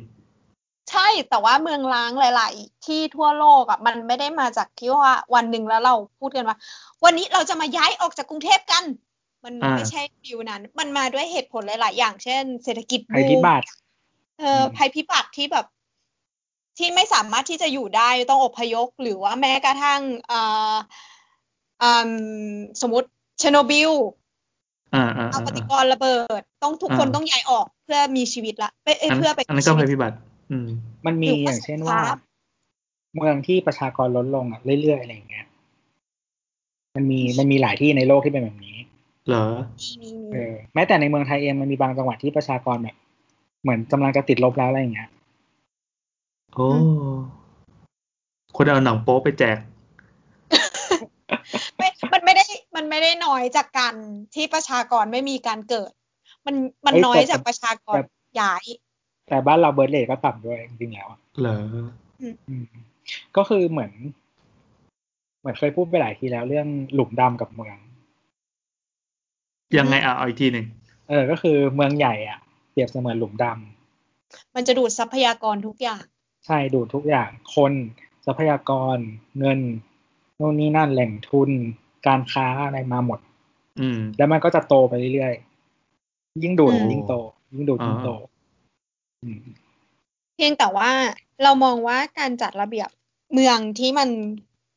Speaker 2: ใช่แต่ว่าเมืองล้างหลาย ๆ ที่ทั่วโลกอ่ะมันไม่ได้มาจากที่ว่าวันหนึ่งแล้วเราพูดกันว่า วันนี้เราจะมาย้ายออกจากกรุงเทพกัน มัน
Speaker 3: อ่า
Speaker 2: ไม่ใช่ฟิวนั้น มันมาด้วยเหตุผลหลาย ๆ อย่างเช่น เศรษฐกิจ
Speaker 4: ภัยพิบัติ
Speaker 2: เอออ
Speaker 4: ม
Speaker 2: ภัยพิบัติที่แบบ ที่ไม่สามารถที่จะอยู่ได้ต้องอพยพหรือว่าแม้กระทั่งเอ่ออืมสมมติเชโนบิล
Speaker 3: อ่าอ่า
Speaker 2: เอา
Speaker 3: อ่า
Speaker 2: ปฏิ
Speaker 3: อ่าก
Speaker 2: รณ์ระเบิด ต้องทุกคนต้องย้ายออกเพื่อมีชีวิตละเอ้ยเอ้ย
Speaker 3: อัน
Speaker 2: เพื่อไป
Speaker 3: อันนั้นก็ภัย
Speaker 2: ชีวิต
Speaker 3: พิบัติ อืม
Speaker 4: มันมี
Speaker 2: หรือ
Speaker 4: อ
Speaker 2: ว่า
Speaker 4: ย่างเช่น
Speaker 2: ส
Speaker 4: ว่า
Speaker 2: งคราม
Speaker 4: เมืองที่ประชากรลดลงอ่ะเรื่อยๆอะไรอย่างเงี้ย มันมีมันมีหลายที่ในโลกที่เป็นแบบนี้
Speaker 3: เหรอ
Speaker 2: มีมี
Speaker 4: เอ
Speaker 2: มี
Speaker 4: อแม้แต่ในเมืองไทยเองมันมีบางจังหวัดที่ประชากรแบบเหมือนกำลังจะติดลบแล้วอะไรอย่างเงี้ย
Speaker 3: โอ้คนเอาหนังโป๊ไปแจก
Speaker 2: ไม่มันไม่ได้มันไม่ได้น้อยจากการที่ประชากรไม่มีการเกิด มันมัน
Speaker 4: เอ้ย
Speaker 2: น้อย
Speaker 4: แต่
Speaker 2: จากประชากร
Speaker 4: แต่
Speaker 2: ย้าย
Speaker 4: แต่บ้านเราเบิร์ดเรทก็ต่ำด้วยจริงๆแล้วอะ
Speaker 3: เหรอ
Speaker 4: อืมก็คือเหมือน เหมือนเคยพูดไปหลายทีแล้วเรื่องหลุมดำกับเมือง
Speaker 3: ยังไงอ่ะเอาอีกทีหนึ่ง
Speaker 4: เออ ก็คือเมืองใหญ่อ่ะเปรียบเสมือนหลุมดำ
Speaker 2: มันจะดูดทรัพยากรทุกอย่าง
Speaker 4: ใช่ดูดทุกอย่างคนทรัพยากร เงินนู่นนี่นั่นแหล่งทุน การค้าอะไรมาหมด
Speaker 3: อืม
Speaker 4: แล้วมันก็จะโตไปเรื่อยๆยิ่งดูด
Speaker 2: อืม
Speaker 4: ยิ่งโต ยิ่งดูดยิ่งโต อืม
Speaker 2: เพียงแต่ว่าเรามองว่าการจัดระเบียบเมืองที่มัน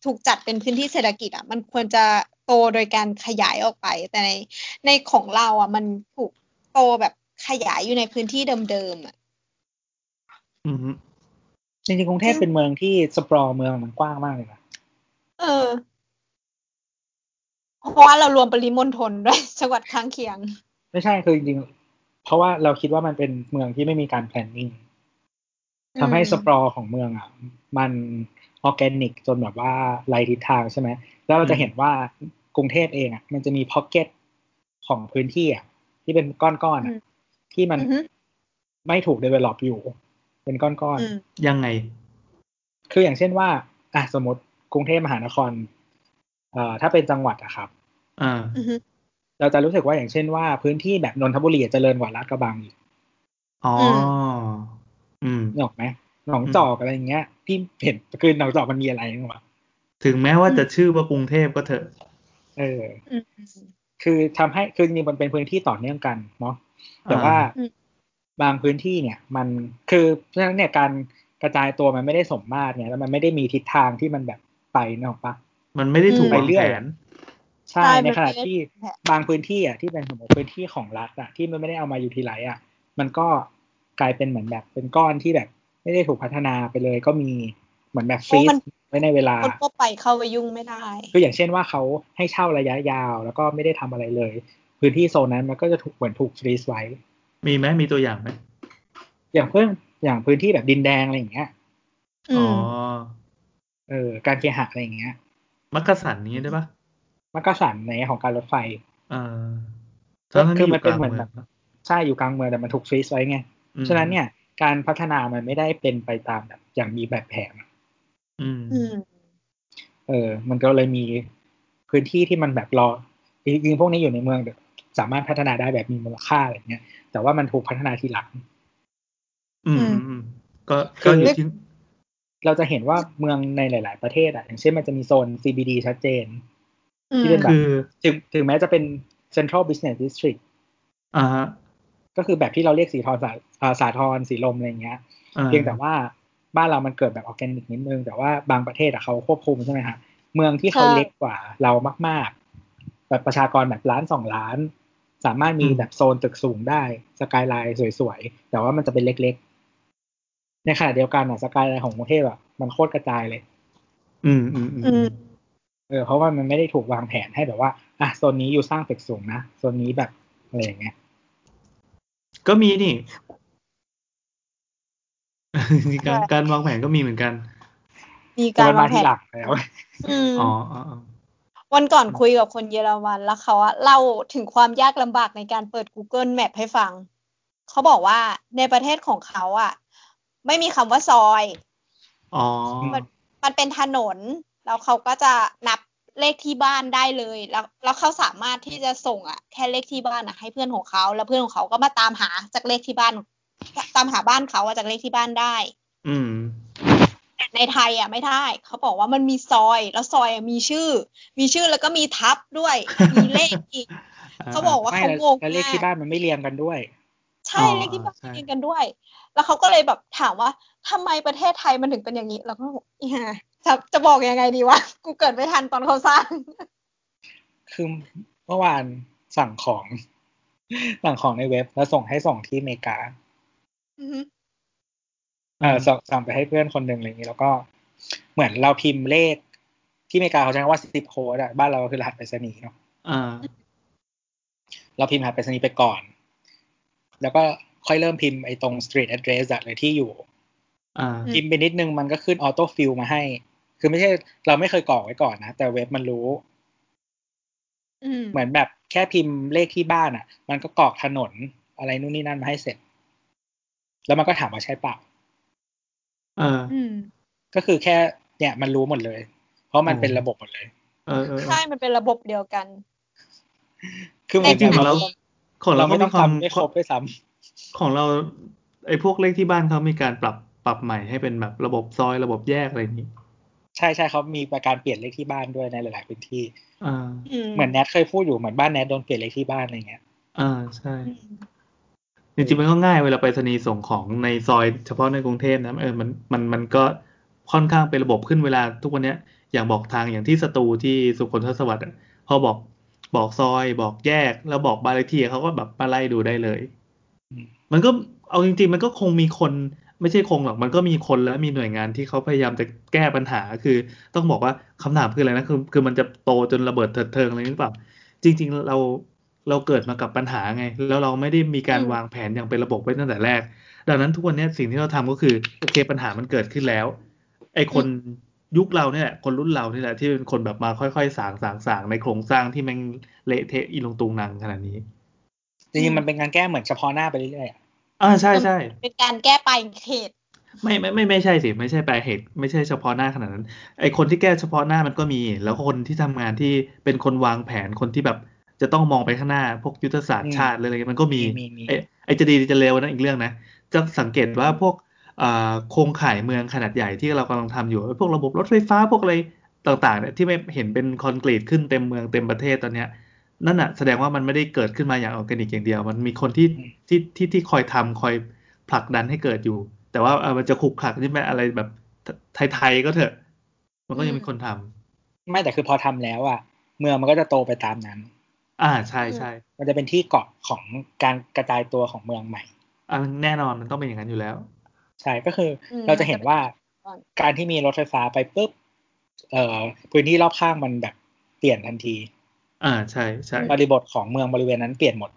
Speaker 2: ถูกจัดเป็นพื้นที่เศรษฐกิจอ่ะ มันควรจะโตโดยการขยายออกไป แต่ในในของเราอ่ะ มันถูกโตแบบขยายอยู่ในพื้นที่เดิมๆอ่ะ
Speaker 3: อืม
Speaker 4: จริงๆกรุงเทพเป็นเมืองที่สปรอเมืองมันกว้างมากเลยนะ
Speaker 2: เออ เพราะว่าเรารวมปริมณฑลด้วย (laughs) จังหวัดข้างเคียง
Speaker 4: ไม่ใช่คือจริงๆเพราะว่าเราคิดว่ามันเป็นเมืองที่ไม่มีการ planning ทำให้สปรอของเมืองอ่ะ มันออร์แกนิกจนแบบว่าไร้ทิศทางใช่ไหมแล้วเราจะเห็นว่ากรุงเทพเองอ่ะมันจะมีพ็อกเก็ตของพื้นที่อ่ะที่เป็นก้อนๆ
Speaker 2: อืม
Speaker 4: อ่ะที่
Speaker 2: อื
Speaker 4: มัน
Speaker 2: อฮึ
Speaker 4: ไม่ถูกเดเวล็อปอยู่ เป็นก้อน
Speaker 2: อืม
Speaker 3: ยังไง
Speaker 4: ๆคืออย่างเช่นว่าอ่ะสมมติกรุงเทพมหานครเอ่อถ้าเป็นจังหวัดอะครับ
Speaker 3: อ่า
Speaker 2: อือฮึ
Speaker 4: เราจะรู้สึกว่าอย่างเช่นว่าพื้นที่แบบนนทบุรีอะเจริญกว่าลาดกระบังอีก
Speaker 3: อ๋อ อืม
Speaker 4: นึกออกไหมหนองจอกอะไรอย่างเงี้ยพี่เห็นคือหนองจอกมันมีอะไรนึกออกปะ
Speaker 3: ถึงแม้ว่าจะชื่อว่ากรุงเทพก็เถอะ
Speaker 4: เออ
Speaker 2: อืม
Speaker 4: คือทำให้คือจริงๆมันเป็นพื้นที่ต่อเนื่องกันเนาะแต่ว่า
Speaker 2: อืม
Speaker 4: บางพื้นที่เนี่ย มันคือเพราะฉะนั้นเนี่ยการกระจายตัวมันไม่ได้สมมาตรเนี่ยแล้วมันไม่ได้มีทิศทางที่มันแบบไปนึกออกปะ
Speaker 3: มันไม่ได้ถูกวาง
Speaker 4: ไปเรื่
Speaker 3: แผ
Speaker 4: อย
Speaker 3: น
Speaker 4: ใช่
Speaker 2: ใช่
Speaker 4: ในขณะ
Speaker 2: มันเป็น
Speaker 4: ที่บางพื้นที่อ่ะที่เป็นสมมติพื้นที่ของรัฐอ่ะที่มันไม่ได้เอามายูทิไลอ่ะ มันก็กลายเป็นเหมือนแบบ เป็นก้อนที่แบบ ไม่ได้ถูกพัฒนาไปเลยก็มีเหมือนแบบฟรี
Speaker 2: โอ้มั
Speaker 4: ซ
Speaker 2: น
Speaker 4: ไว้ในเวลา
Speaker 2: คนทั่วไปเข้าไปยุ่งไม่ได้
Speaker 4: คืออย่างเช่นว่าเขาให้เช่าระยะยาว แล้วก็ไม่ได้ทำอะไรเลย พื้นที่โซนนั้นมันก็จะถูกเหมือนถูกฟรีซไว้
Speaker 3: มีไหมมีตัวอย่างไหม
Speaker 4: อย่างเพิ่งอย่างพื้นที่แบบดินแดงอะไรอย่างเงี้ย
Speaker 2: อื
Speaker 3: อ๋อ
Speaker 2: ม
Speaker 4: เออการเคหะอะไรอย่างเงี้ย
Speaker 3: มักกะสันนี้ได้ปะ
Speaker 4: มันก็สั่นในของการรถไฟ
Speaker 3: อ่าทั้งๆที่อยู่กลาง
Speaker 4: คือมันเป็นเหมือน
Speaker 3: เมื
Speaker 4: แบ
Speaker 3: อง
Speaker 4: บ ใช่อยู่กลางเมืองแต่มันถูกฟรีซไว้ไง
Speaker 3: อืม
Speaker 4: ฉะนั้นเนี่ยการพัฒนามันไม่ได้เป็นไปตามแบบอย่างมีแบบแผน
Speaker 3: อืม
Speaker 2: อืม
Speaker 4: เออ มันก็เลยมีพื้นที่ที่มันแบบรอจริงๆพวกนี้อยู่ในเมืองแบบสามารถพัฒนาได้แบบมีมูลค่าอะไรเงี้ย แต่ว่ามันถูกพัฒนาทีหลัง
Speaker 3: อืม
Speaker 2: อืม
Speaker 3: อืม ก็
Speaker 4: คือ
Speaker 3: ก็อยู่ที่
Speaker 4: เราจะเห็นว่าเมืองในหลาย ๆ ประเทศอ่ะ อย่างเช่นมันจะมีโซน CBD ชัดเจน
Speaker 2: อืม
Speaker 4: ที่เป็นแบบ
Speaker 3: คือ
Speaker 4: ถึงถึงแม้จะเป็น Central Business District
Speaker 3: อ่าฮะ
Speaker 4: ก็คือแบบที่เราเรียกสีทรสาอ่าสาทรสีลมอะไรเงี้ย
Speaker 3: อ่า
Speaker 4: เพียงแต่ว่าบ้านเรามันเกิดแบบออร์แกนิกนิดนึง แต่ว่าบางประเทศอ่ะเขาควบคุมใช่ไหมฮะเมืองที่เขาเล็กกว่าเรามาก แบบประชากรแบบล้านสองล้าน สามารถมี
Speaker 3: อืม
Speaker 4: แบบโซนตึกสูงได้สกายไลน์สวยๆ แต่ว่ามันจะเป็นเล็กๆ ในขณะเดียวกันอ่ะสกายไลน์ของกรุงเทพอ่ะมันโคตรกระจายเลย
Speaker 3: อืมอืมอืม
Speaker 2: อืม
Speaker 4: เออเพราะว่ามันไม่ได้ถูกวางแผนให้แบบว่าอ่ะโซนนี้อยู่สร้างตึกสูงนะโซนนี้แบบอะไรอย่างเงี้ย
Speaker 3: ก็มีนี่ การการวางแผนก็มีเหมือนกัน
Speaker 2: มี
Speaker 4: แต่
Speaker 2: การ
Speaker 4: มั
Speaker 2: วาม
Speaker 4: นาง
Speaker 2: แผ
Speaker 4: ที่
Speaker 2: น
Speaker 4: หลังแล้ว
Speaker 2: อืม
Speaker 3: อ๋ออ๋ออ๋อ
Speaker 2: วันก่อนคุยกับคนเยอรมันแล้วเขาอะเล่าถึงความยากลำบากในการเปิด Google Map ให้ฟัง เขาบอกว่าในประเทศของเขาอะไม่มีคำว่าซอย
Speaker 3: อ๋อ
Speaker 2: มัน มันเป็นถนน แล้วเขาก็จะนับเลขที่บ้านได้เลย แล้วแล้วเขาสามารถที่จะส่งอะแค่เลขที่บ้านอะให้เพื่อนของเขา แล้วเพื่อนของเขาก็มาตามหาจากเลขที่บ้าน ตามหาบ้านเขาอะจากเลขที่บ้านได้
Speaker 3: อืม
Speaker 2: แต่ในไทยอ่ะไม่ได้ เขาบอกว่ามันมีซอย แล้วซอยอะมีชื่อ มีชื่อแล้วก็มีทับด้วย มีเลขอีก เขาบอกว่า
Speaker 4: ไม่
Speaker 2: เขา
Speaker 4: แล้ว
Speaker 2: งง
Speaker 4: แล้วเลข
Speaker 2: มาก
Speaker 4: ที่บ้านมันไม่เรียงกันด้วย
Speaker 2: ใช่
Speaker 3: อ๋อ
Speaker 2: เลขที่บ้าน
Speaker 3: ใช่
Speaker 2: กินกันด้วย แล้วเขาก็เลยแบบถามว่าทำไมประเทศไทยมันถึงเป็นอย่างนี้เราก็บอกอีห่าจะจะบอกยังไงดีวะ กูเกิดไม่ทันตอนเขาสร้าง
Speaker 4: คือเมื่อวานสั่งของ (laughs) สั่งของในเว็บแล้วส่งให้ส่งที่อเมริกา
Speaker 2: อือฮึ
Speaker 4: เออส่งสั่งไปให้เพื่อนคนหนึ่งอะไรอย่างนี้แล้วก็เหมือนเราพิมพ์เลข ที่อเมริกาเขาใช้คำว่าซิปโคดอะบ้านเราก็คือรหัสไปรษณีย์เนาะ
Speaker 3: อ่า
Speaker 4: เราพิมพ์รหัสไปรษณีย์ไปก่อน แล้วก็ค่อยเริ่มพิมพ์ไอ้ตรง street address อะหรือที่อยู่
Speaker 3: อ่า
Speaker 4: พิมพ์ไปนิดนึงมันก็ขึ้นออโต้ฟิลมาให้ คือไม่ใช่เราไม่เคยกรอกไว้ก่อนนะ แต่เว็บมันรู้
Speaker 2: อืม
Speaker 4: เหมือนแบบแค่พิมพ์เลขที่บ้านอะ่ะ มันก็กรอกถนนอะไรนู่นนี่นั่นมาให้เสร็จ แล้วมันก็ถามว่าใช่เปล่า
Speaker 3: อ่า
Speaker 2: อืม
Speaker 4: ก็คือแค่เนี่ยมันรู้หมดเลย เพราะมัน
Speaker 3: อืม
Speaker 4: เป็นระบบหมดเลย
Speaker 3: เออเออเอ
Speaker 2: ใช่
Speaker 3: อ
Speaker 2: มันเป็นระบบเดียวกัน
Speaker 4: คือ
Speaker 3: จริงๆของเรา ของเราก็
Speaker 4: เราไม่ต้
Speaker 3: มี
Speaker 4: อง
Speaker 3: ความ
Speaker 4: ทำไม่ครบด้วยซ้
Speaker 3: ของเรา ไอ้พวกเลขที่บ้านเขามีการปรับปรับใหม่ให้เป็นแบบระบบซอยระบบแยกอะไรอย่างนี้
Speaker 4: ำใช่ใช่เขามีประการเปลี่ยนเลขที่บ้านด้วยในหลาย ๆ พื้นที่
Speaker 3: อ่า
Speaker 2: อืม
Speaker 4: เหมือนแนทเคยพูดอยู่เหมือนบ้านแนทโดนเปลี่ยนเลขที่บ้านอะไรเงี้ย
Speaker 3: อ่า ใช่
Speaker 2: อืม
Speaker 3: จริงๆมันก็ง่ายเวลาไปรษณีย์ส่งของในซอยเฉพาะในกรุงเทพนะเออมันมันมันก็ค่อนข้างเป็นระบบขึ้นเวลาทุกวันเนี้ยอย่างบอกทางอย่างที่สตูที่สุขนทศวรรษอะพอบอกบอกซอยบอกแยกแล้วบอกบ้านเลขที่เขาก็แบบมาไล่ดูได้เลย
Speaker 4: อืม
Speaker 3: มันก็เอาจริงๆ มันก็คงมีคน ไม่ใช่คงหรอกมันก็มีคนและมีหน่วยงานที่เขาพยายามจะแก้ปัญหาคือ ต้องบอกว่าคำถามคืออะไรนะคือคือมันจะโตจนระเบิดเถิดเทิงอะไรหรือเปล่า จริงๆเราเราเกิดมากับปัญหาไง แล้วเราไม่ได้มีการวางแผนอย่างเป็นระบบไว้ตั้งแต่แรก ดังนั้นทุกวันเนี้ยสิ่งที่เราทำก็คือโอเคปัญหามันเกิดขึ้นแล้ว ไอ้คนยุคเราเนี่ยแหละคนรุ่นเราเนี่ยแหละที่เป็นคนแบบมาค่อยๆสางสางสางในโครงสร้างที่แมันเละเทะอีลงตุงนังขนาดนี้
Speaker 4: จริงๆมันเป็นการแก้เหมือนเฉพาะหน้าไปเรื่อยๆอะ
Speaker 3: อ่าใช่ใช่
Speaker 2: เป็นการแก้ไปเหตุ
Speaker 3: ไม่ไม่ไม่ไม่ใช่สิไม่ใช่แปลเหตุไม่ใช่เฉพาะหน้าขนาดนั้น ไอ้คนที่แก้เฉพาะหน้ามันก็มี แล้วก็คนที่ทำงานที่เป็นคนวางแผนคนที่แบบจะต้องมองไปข้างหน้าพวกยุทธศาสตร์ชาติหรืออะไรเงี้ยมันก็มี
Speaker 4: มีมี
Speaker 3: ไอ้ไอ้จะดีจะเลวนะอีกเรื่องนะ จะสังเกตว่าพวกเอ่อโครงข่ายเมืองขนาดใหญ่ที่เรากำลังทำอยู่ พวกระบบรถไฟฟ้าพวกอะไรต่างๆเนี่ยที่ไม่เห็นเป็นคอนกรีตขึ้นเต็มเมืองเต็มประเทศตอนเนี้ยนั่นน่ะแสดงว่ามันไม่ได้เกิดขึ้นมาอย่างออร์แกนิกอย่างเดียว มันมีคนที่ที่ที่ที่คอยทำคอยผลักดันให้เกิดอยู่ แต่ว่าเอ่อมันจะขลุกขลักที่เป็นอะไรแบบไทยๆก็เถอะ มันก็ยังมีคนทำ
Speaker 4: ไม่แต่คือพอทำแล้วอ่ะเมืองมันก็จะโตไปตามนั้น
Speaker 3: อ่าใช่ใช่
Speaker 4: มันจะเป็นที่เกาะของการกระจายตัวของเมืองใหม่
Speaker 3: อ่ะแน่นอนมันต้องเป็นอย่างนั้นอยู่แล้ว
Speaker 4: ใช่ก็คืออ
Speaker 2: อืม
Speaker 4: เราจะเห็นว่าการที่มีรถไฟฟ้าไปปุ๊บเอ่อพื้นที่รอบข้างมันแบบเปลี่ยนทันที
Speaker 3: อ่าใช่ใช่
Speaker 4: บริบทของเมืองบริเวณนั้นเปลี่ยนหมด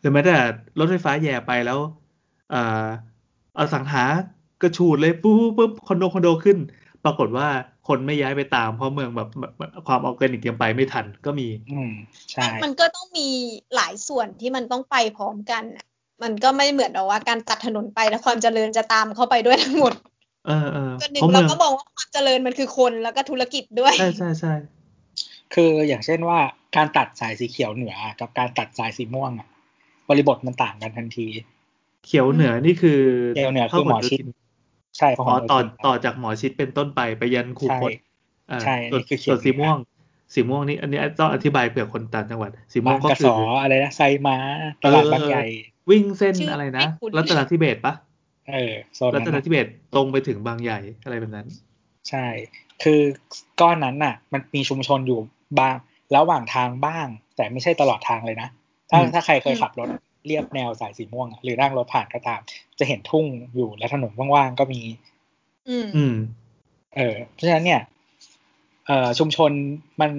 Speaker 3: หรือแม้แต่รถไฟฟ้าแย่ไปแล้วเอ่ออสังหากระชูดเลยปุ๊บปุ๊บปุ๊บคอนโดคอนโดขึ้น ปรากฏว่าคนไม่ย้ายไปตามเพราะเมืองแบบแบบความออร์แกนิกยังไปไม่ทันก็มี
Speaker 4: อืม ใช่
Speaker 2: มันก็ต้องมีหลายส่วนที่มันต้องไปพร้อมกันน่ะ มันก็ไม่เหมือนหรอกว่าการตัดถนนไปแล้วความเจริญจะตามเข้าไปด้วยทั้งหมด
Speaker 3: เออเออ
Speaker 2: จนหนึ่
Speaker 3: เพ
Speaker 2: ง
Speaker 3: ราะ
Speaker 2: เรา
Speaker 3: เมือง
Speaker 2: ก็มองว่าความเจริญมันคือคนแล้วก็ธุรกิจด้วย
Speaker 3: ใช่ใช่ใช่
Speaker 4: คืออย่างเช่นว่าการตัดสายสีเขียวเหนือกับการตัดสายสีม่วงอะบริบทมันต่างกันทันที
Speaker 3: เขียวเหนือนี่คือ
Speaker 4: เขียวเหนือคือหมอชิด ใช่
Speaker 3: เข้า
Speaker 4: ข
Speaker 3: หม
Speaker 4: อ
Speaker 3: อง ต่อ
Speaker 4: โย
Speaker 3: ต่อจากหมอชิดเป็นต้นไปไปยันคู
Speaker 4: ใช่
Speaker 3: คตอ่า
Speaker 4: ใช่
Speaker 3: ส่วน
Speaker 4: นี่คือเขียว
Speaker 3: ส่วนสี
Speaker 4: เหนือ
Speaker 3: ม่วง สีม่วงนี่อันนี้ต้องอธิบายเผื่อคนต่างจังหวัด สีม่ว
Speaker 4: บาง ง
Speaker 3: ก็
Speaker 4: กระ
Speaker 3: คื
Speaker 4: ส
Speaker 3: อ
Speaker 4: ออะไรนะไซม้าตลาด
Speaker 3: เออ
Speaker 4: บางใหญ่
Speaker 3: วิ่งเส้น
Speaker 2: ชื่ออ
Speaker 3: อะไร
Speaker 2: ไม่
Speaker 3: นะ
Speaker 2: คุ้น
Speaker 3: รัตนทิเบศปะ
Speaker 4: เออโซน
Speaker 3: รั
Speaker 4: นั้
Speaker 3: ต
Speaker 4: น
Speaker 3: น
Speaker 4: อะ
Speaker 3: ทิเบศตรงไปถึงบางใหญ่อะไรแบบนั้น
Speaker 4: ใช่ คือก้อนนั้นน่ะ มันมีชุมชนอยู่ บางระหว่างทางบ้าง แต่ไม่ใช่ตลอดทางเลยนะ ถ้า
Speaker 3: อืม
Speaker 4: ถ้าใครเคยขับรถเรียบแนวสายสีม่วงอะหรือนั่งรถผ่านก็ตาม จะเห็นทุ่งอยู่และถนนว่างๆก็มี
Speaker 2: อืม
Speaker 3: อืม
Speaker 4: เออเพราะฉะนั้นเนี่ยเอ่อชุมชนมัน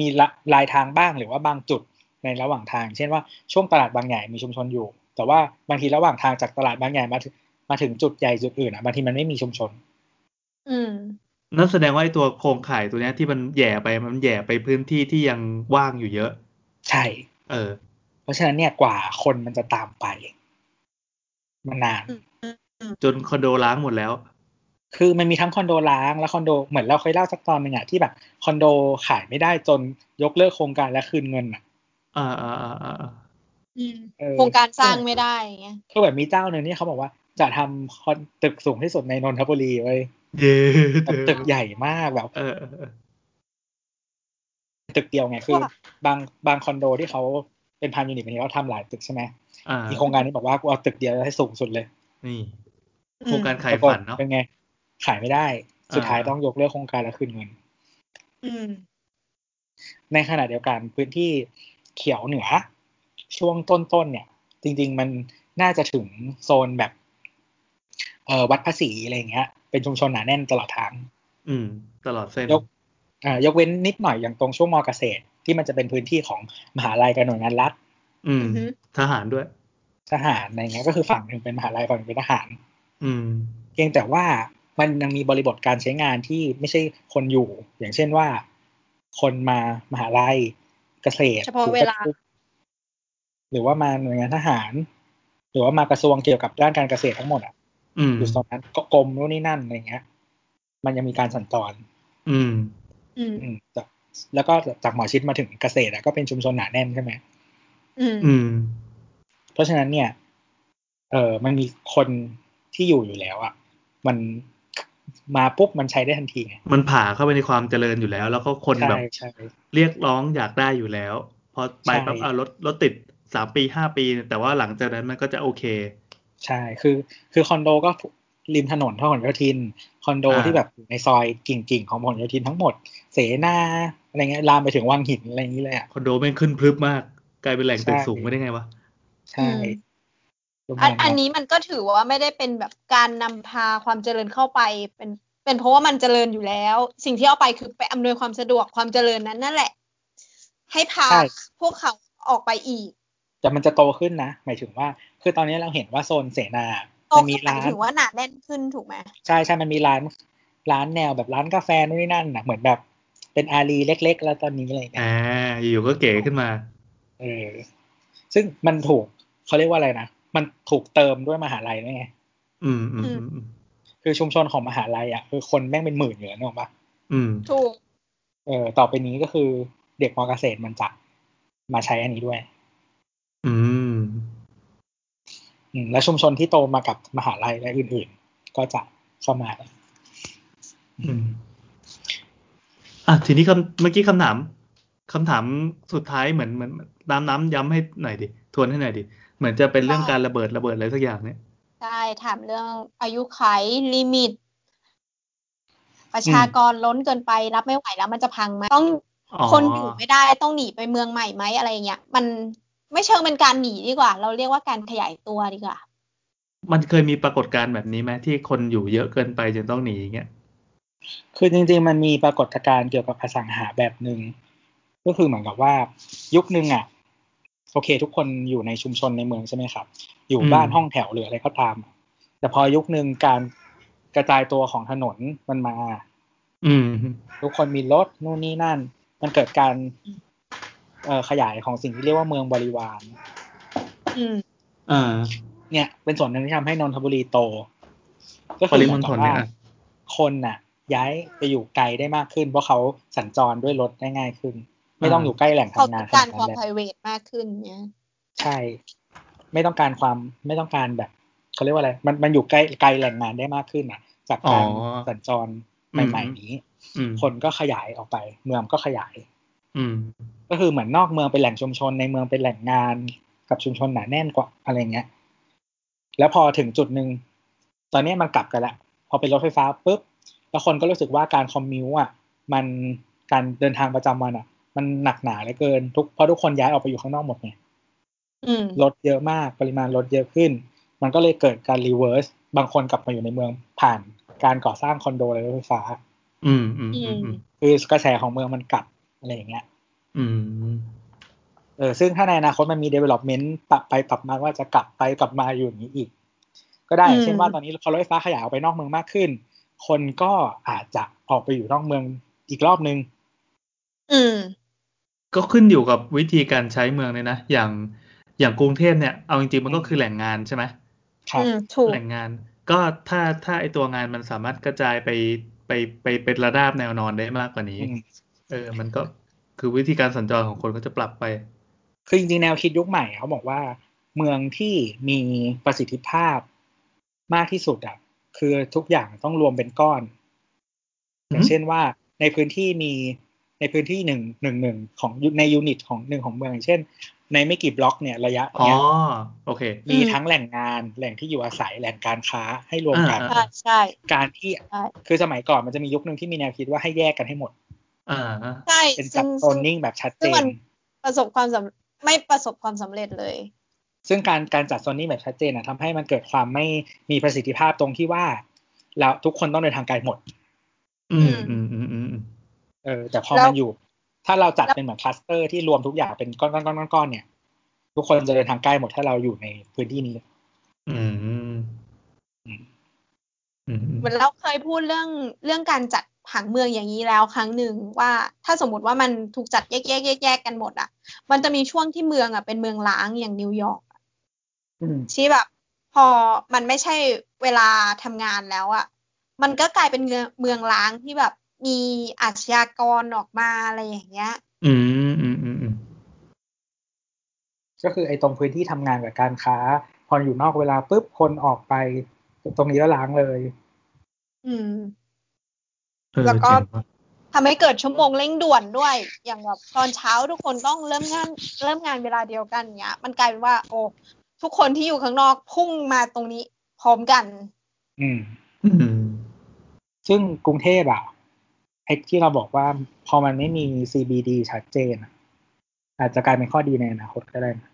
Speaker 4: มีละลายทางบ้างหรือว่าบางจุดในระหว่างทาง เช่นว่าช่วงตลาดบางใหญ่มีชุมชนอยู่ แต่ว่าบางทีระหว่างทางจากตลาดบางใหญ่มาถึงมาถึงจุดใหญ่จุดอื่นอ่ะบางทีมันไม่มีชุมชน
Speaker 2: อืม
Speaker 3: นั่นแสดงว่าไอ้ตัวโครงข่ายตัวเนี้ยที่มันแหย่ไปมันแหย่ไปพื้นที่ที่ยังว่างอยู่เยอะ
Speaker 4: ใช่
Speaker 3: เออ
Speaker 4: เพราะฉะนั้นเนี่ยกว่าคนมันจะตามไป มันนาน
Speaker 3: จนคอนโดล้างหมดแล้ว
Speaker 4: คือมันมีทั้งคอนโดล้างและคอนโดเหมือนเราเคยเล่าสักตอนหนึ่งอะที่แบบคอนโดขายไม่ได้จนยกเลิกโครงการและคืนเงินอะ
Speaker 3: อ่าอ่าอ่าอ่าอ่า
Speaker 2: อืม
Speaker 4: เออ
Speaker 2: โครงการสร้างไม่ได้อย่างเงี้ย
Speaker 4: คือแบบมีเจ้าหนึ่งนี่เขาบอกว่าจะทำคอนตึกสูงที่สุดในนนทบุรีเว้ย
Speaker 3: เย้
Speaker 4: แบบตึกใหญ่มากแบบ
Speaker 3: เออเออเออ
Speaker 4: ตึกเดียวไงคือ
Speaker 2: ว่า
Speaker 4: บางบางคอนโดที่เขาเป็นพันยูนิตแบบนี้เขาทำหลายตึกใช่ไหม
Speaker 3: อ่า
Speaker 4: มีโครงการนี้บอกว่ากูเอาตึกเดียวให้สูงสุดเลย
Speaker 3: นี่
Speaker 2: อืม
Speaker 3: โครงการขาย
Speaker 4: ปร
Speaker 3: ฝั
Speaker 4: กฏ
Speaker 3: นเนาะ
Speaker 4: เป็นไง ขายไม่ได้สุดท้าย
Speaker 3: อ่า
Speaker 4: ต้องยกเลิกโครงการแล้วคืนเงิน
Speaker 2: อืม
Speaker 4: ในขณะเดียวกันพื้นที่เขียวเหนือ ช่วงต้นๆเนี่ย จริง ๆ มันน่าจะถึงโซนแบบเอ่อวัดภาษีอะไรอย่างเงี้ย เป็นชุมชนหนาแน่นตลอดทาง
Speaker 3: อืม ตลอดเส้น
Speaker 4: ยกอ่ายกเว้นนิดหน่อยอย่างตรงช่วงมอเกษตร ที่มันจะเป็นพื้นที่ของมหาลัยกับหน่วยงานรัฐ
Speaker 3: อืม
Speaker 2: อือฮึ
Speaker 3: ทหารด้วย
Speaker 4: ทหารอะไรเงี้ยก็คือฝั่งหนึ่งเป็นมหาลัยฝั่งหนึ่งเป็นทหาร
Speaker 3: อืม
Speaker 4: เพียงแต่ว่ามันยังมีบริบทการใช้งานที่ไม่ใช่คนอยู่ อย่างเช่นว่า คนมามหาลัยเกษตร
Speaker 2: เฉพาะเวลา
Speaker 4: หรือว่ามาหน่วยงานทหาร หรือว่ามากระทรวงเกี่ยวกับด้านการเกษตรทั้งหมดอ่ะ
Speaker 3: อืม
Speaker 4: อยู่ตรงนั้นก็กรมนู่นนี่นั่นอะไรเงี้ย มันยังมีการสัญจร
Speaker 3: อืม
Speaker 2: อืม
Speaker 4: อืมจากแล้วก็จากหมอชิดมาถึงเกษตรอะก็เป็นชุมชนหนาแน่นใช่ไหม
Speaker 2: อืม
Speaker 3: อืม
Speaker 4: เพราะฉะนั้นเนี่ย เออมันมีคนที่อยู่อยู่แล้วอะมันมาปุ๊บมันใช้ได้ทันทีไง
Speaker 3: มันผ่าเข้าไปในความเจริญอยู่แล้ว แล้วก็คน
Speaker 4: ใช่
Speaker 3: แบบ
Speaker 4: ใช่
Speaker 3: เรียกร้องอยากได้อยู่แล้ว พอไป
Speaker 4: ใช่
Speaker 3: ปั๊บเอารถรถติดสามปีห้าปี แต่ว่าหลังจากนั้นมันก็จะโอเค
Speaker 4: ใช่คือ คือคอนโดก็ริมถนนพหลโยธิน คอนโด
Speaker 3: อ่า
Speaker 4: ที่แบบอยู่ในซอยกิ่งๆ ของพหลโยธินทั้งหมด เสนาอะไรเงี้ยลามไปถึงวังหินอะไรอย่างนี้เลยอะ
Speaker 3: คอนโดแม่งขึ้นพรึบมาก กลายเป็นแหล่งตึก
Speaker 4: ใช่
Speaker 3: สูงไม่ได้ไงวะ
Speaker 4: ใช่
Speaker 2: อืม
Speaker 4: ประมา
Speaker 2: อั
Speaker 4: ณ
Speaker 2: นอัน
Speaker 4: นั้น
Speaker 2: นี้มันก็ถือว่าไม่ได้เป็นแบบการนำพาความเจริญเข้าไป เป็น เป็นเพราะว่ามันเจริญอยู่แล้ว สิ่งที่เอาไปคือไปอำนวยความสะดวกความเจริญนั้นนั่นแหละ ให้พาพวกเขาออกไปอีก
Speaker 4: แต่มันจะโตขึ้นนะ หมายถึงว่า คือตอนนี้เราเห็นว่าโซนเสนา
Speaker 2: โต
Speaker 4: มันมี
Speaker 2: ขึ้นหมา
Speaker 4: ร้าย น
Speaker 2: ถึงว่าหนาแน่นขึ้นถูกไหม
Speaker 4: ใช่ใช่มันมีร้าน ร้านแนวแบบร้านกาแฟนู่นนี่นั่นนะเหมือนแบบ เป็นอารีเล็ก ๆ แล้วตอนนี้อะไรอย่างเงี้ย
Speaker 3: อ่า อยู่ๆก็เก๋ขึ้นมา
Speaker 4: เออ ซึ่งมันถูกเขาเรียกว่าอะไรนะ มันถูกเติมด้วยมหาลัยด้วยไง
Speaker 3: อืม อืม อืม อืม
Speaker 4: คือชุมชนของมหาลัยอ่ะคือคนแม่งเป็นหมื่นอยู่แล้วนึกออกปะ
Speaker 3: อืม
Speaker 2: ถูก
Speaker 4: เออต่อไปนี้ก็คือเด็กมอเกษตรมันจะมาใช้อันนี้ด้วย
Speaker 3: อืม
Speaker 4: อืมและชุมชนที่โตมากับมหาลัยและอื่น ๆ ก็จะเข้ามา
Speaker 3: อืม อ่ะทีนี้คำเมื่อกี้คำถามคำถามสุดท้ายเหมือนเหมือนน้ำน้ำย้ำให้หน่อยดิทวนให้หน่อยดิเหมือนจะเป็นเรื่องการระเบิดระเบิดอะไรสักอย่างเนี่ย
Speaker 2: ใช่ถามเรื่องอายุขัยลิมิต ประชากรล้นเกินไปรับไม่ไหวแล้วมันจะพังไหมต้อง
Speaker 3: อ๋อ
Speaker 2: คนอยู่ไม่ได้ต้องหนีไปเมืองใหม่ไหมอะไรเงี้ยมันไม่เชิงเป็นการหนีดีกว่า เราเรียกว่าการขยายตัวดีกว่า
Speaker 3: มันเคยมีปรากฏการณ์แบบนี้ไหมที่คนอยู่เยอะเกินไปจนต้องหนีอย่างเงี้ย
Speaker 4: คือจริงๆ มันมีปรากฏการณ์เกี่ยวกับอสังหาแบบหนึ่งก็คือเหมือนกับว่ายุคหนึ่งอ่ะโอเค ทุกคนอยู่ในชุมชนในเมืองใช่ไหมครับ อยู่บ้านห้องแถวหรืออะไรก็ตาม แต่พอยุคหนึ่งการกระจายตัวของถนนมันมา
Speaker 3: อืม
Speaker 4: ทุกคนมีรถนู่นนี่นั่น มันเกิดการเอ่อขยายของสิ่งที่เรียกว่าเมืองบริวาร
Speaker 2: อืม
Speaker 3: อ่า
Speaker 4: เนี่ยเป็นส่วนหนึ่งที่ทำให้นนทบุรีโต
Speaker 3: ปริมณฑลเนี่ยอะ
Speaker 4: คนน่ะ ย้ายไปอยู่ไกลได้มากขึ้น เพราะเขาสัญจรด้วยรถได้ง่ายขึ้น ไม่ต้องอยู่ใกล้แหล่ง
Speaker 2: เขา
Speaker 4: ทำ
Speaker 2: ต้
Speaker 4: งาน
Speaker 2: องกาน
Speaker 4: ขาร ด
Speaker 2: ความ
Speaker 4: นั้นแล้ว
Speaker 2: private มากขึ้นเนี่ย
Speaker 4: ใช่ ไม่ต้องการความไม่ต้องการแบบเขาเรียกว่าอะไร มันมันอยู่ใกล้ไกลแหล่งงานได้มากขึ้นอ่ะ จากการ
Speaker 3: อ๋อ
Speaker 4: สัญจรให
Speaker 3: อื
Speaker 4: ม่
Speaker 3: ม
Speaker 4: ๆ นี้
Speaker 3: อืม
Speaker 4: คนก็ขยายออกไป เมืองก็ขยาย
Speaker 3: อืม
Speaker 4: ก็คือเหมือนนอกเมืองเป็นแหล่งชุมชนในเมืองเป็นแหล่งงานกับชุมชนหนาแน่นกว่าอะไรเงี้ย แล้วพอถึงจุดหนึ่งตอนนี้มันกลับกันละพอเป็นรถไฟฟ้าปุ๊บแล้วคนก็รู้สึกว่าการคอมมิวอ่ะ มันการเดินทางประจำวันอ่ะ มันหนักหนาเหลือเกิน ทุกเพราะทุกคนย้ายออกไปอยู่ข้างนอกหมดไง
Speaker 2: อืม
Speaker 4: รถเยอะมากปริมาณรถเยอะขึ้น มันก็เลยเกิดการรีเวิร์สบางคนกลับมาอยู่ในเมืองผ่านการก่อสร้างคอนโดอะไรถไฟฟ้า
Speaker 3: อืมอืมอืม
Speaker 2: อืม
Speaker 4: คือกระแสของเมืองมันกลับอะไรอย่างเงี้ย
Speaker 3: อืม
Speaker 4: เออซึ่งถ้าในอนาคตมันมี development ปรับไปปรับมาว่าจะกลับไปกลับมาอยู่อย่างนี้อีก ก็ได้
Speaker 2: อืม
Speaker 4: เช่นว่าตอนนี้พอรถไฟฟ้าขยายออกไปนอกเมืองมากขึ้น คนก็อาจจะออกไปอยู่นอกเมืองอีกรอบนึง
Speaker 2: อืม
Speaker 3: ก็ขึ้นอยู่กับวิธีการใช้เมืองเนี่ยนะ อย่างอย่างกรุงเทพเนี่ยเอาจริงๆมันก็คือแหล่งงานใช่ไหม
Speaker 4: ครับ
Speaker 2: อืม ถูก
Speaker 3: แหล่งงานก็ถ้าถ้าไอตัวงานมันสามารถกระจายไปไปไปเป็นระดับแนวนอนได้มากกว่านี้
Speaker 4: อืม
Speaker 3: เออ มันก็คือวิธีการสัญจรของคนก็จะปรับไป
Speaker 4: คือจริงๆ แนวคิดยุคใหม่เขาบอกว่า เมืองที่มีประสิทธิภาพมากที่สุดอ่ะคือทุกอย่างต้องรวมเป็นก้อน อย่างเช่นว่าในพื้นที่มีในพื้นที่หนึ่งหนึ่งหนึ่งของในยูนิตของหนึ่งของเมืองอย่างเช่น ในไม่กี่บล็อกเนี่ยระยะ
Speaker 3: อ๋อ
Speaker 4: เนี่ย
Speaker 3: โอเค
Speaker 4: มี
Speaker 2: อืม
Speaker 4: ทั้งแหล่งงานแหล่งที่อยู่อาศัยแหล่งการค้าให้รวมกัน
Speaker 3: อ่า
Speaker 2: ใช่ใช่
Speaker 4: การที่
Speaker 2: ใช่
Speaker 4: คือสมัยก่อนมันจะมียุคหนึ่งที่มีแนวคิดว่าให้แยกกันให้หมด
Speaker 3: อ่า
Speaker 2: ใช่
Speaker 4: เป็นจั
Speaker 2: ซึ่
Speaker 4: ด
Speaker 2: ง
Speaker 4: โซนนิ่งแบบชัดเจน
Speaker 2: ประสบความสำไม่ประสบความสำเร็จเลย
Speaker 4: ซึ่งการการจัดโซนนิ่งแบบชัดเจนนะทำให้มันเกิดความไม่มีประสิทธิภาพตรงที่ว่าแล้วทุกคนต้องเดินทางไกลหมด
Speaker 3: อืมอืมอืมอืมอืม
Speaker 4: เออแต่พอ
Speaker 2: แล้ว
Speaker 4: มันอยู่ ถ้าเราจัดเป็นเหมือนคลัสเตอร์ที่รวมทุกอย่างเป็นก้อนก้อนก้อนก้อนก้อนเนี่ย ทุกคนจะเดินทางใกล้หมดถ้าเราอยู่ในพื้นที่นี้
Speaker 3: อืมอืมอืม
Speaker 2: เหมือนเราเคยพูดเรื่องเรื่องการจัดผังเมืองอย่างนี้แล้วครั้งหนึ่งว่าถ้าสมมติว่ามันถูกจัดแยกแยกแยกแยกๆกันหมดอ่ะ มันจะมีช่วงที่เมืองอ่ะเป็นเมืองล้างอย่างนิวยอร์กอะ
Speaker 4: อืม
Speaker 2: ที่แบบ พอมันไม่ใช่เวลาทำงานแล้วอ่ะมันก็กลายเป็นเมืองเมืองล้างที่แบบมีอาชญากรออกมาอะไรอย่างเงี้ย
Speaker 3: อืมอืมอืมอืม
Speaker 4: ก็คือไอ้ตรงพื้นที่ทำงานกับการค้า พออยู่นอกเวลาปุ๊บคนออกไป ตรงนี้แล้วล้างเลย
Speaker 2: อืม
Speaker 3: เออ
Speaker 2: แล้วก็
Speaker 3: เจ๋งว่ะ
Speaker 2: ทำให้เกิดชั่วโมงเร่งด่วนด้วย อย่างแบบตอนเช้าทุกคนต้องเริ่มงานเริ่มงานเวลาเดียวกันเนี้ย มันกลายเป็นว่า โอ้ทุกคนที่อยู่ข้างนอกพุ่งมาตรงนี้พร้อมกัน
Speaker 4: อืม
Speaker 3: อืม (laughs)
Speaker 4: ซึ่งกรุงเทพอะไอ้ที่เราบอกว่าพอมันไม่มี CBD ชัดเจนอะอาจจะกลายเป็นข้อดีในอนาคตก็ได้นะ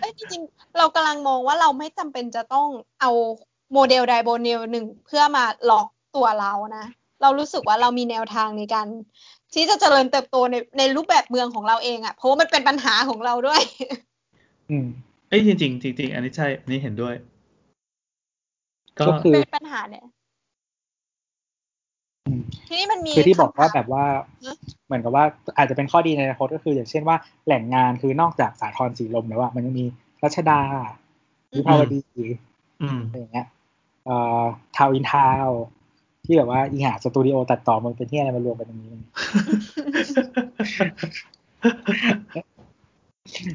Speaker 2: เอ้ยจริงๆเรากำลังมองว่าเราไม่จำเป็นจะต้องเอาโมเดลไดโบเนลหนึ่งเพื่อมาหลอกตัวเรานะ เรารู้สึกว่าเรามีแนวทางในการที่จะเจริญเติบโตในในรูปแบบเมืองของเราเองอะ่ะเพราะว่ามันเป็นปัญหาของเราด้วย
Speaker 4: อืม
Speaker 3: เอ้ยจริงๆจริงๆอันนี้ใช่ อันนี้เห็นด้วย ก็
Speaker 4: ก็คือ
Speaker 2: เป็นปัญหาเนี่ย
Speaker 4: อืม
Speaker 2: ทีนี้มันมี
Speaker 4: คือที่บอกว่า
Speaker 2: คำถม
Speaker 4: แบบว่า
Speaker 2: ฮะ
Speaker 4: เหมือนกับว่าอาจจะเป็นข้อดีในอนาคตก็คือ อย่างเช่นว่าแหล่งงานคือนอกจากสาทรสีลมแล้วอะมันยังมีรัชดาวิภาวดี
Speaker 3: อืม
Speaker 4: อะไรอย่างเงี้ยเอ่อทาวอินทาวที่แบบว่าอีหาสตูดิโอตัดต่อมันเป็นที่อะไรมารวมกันตรงนี้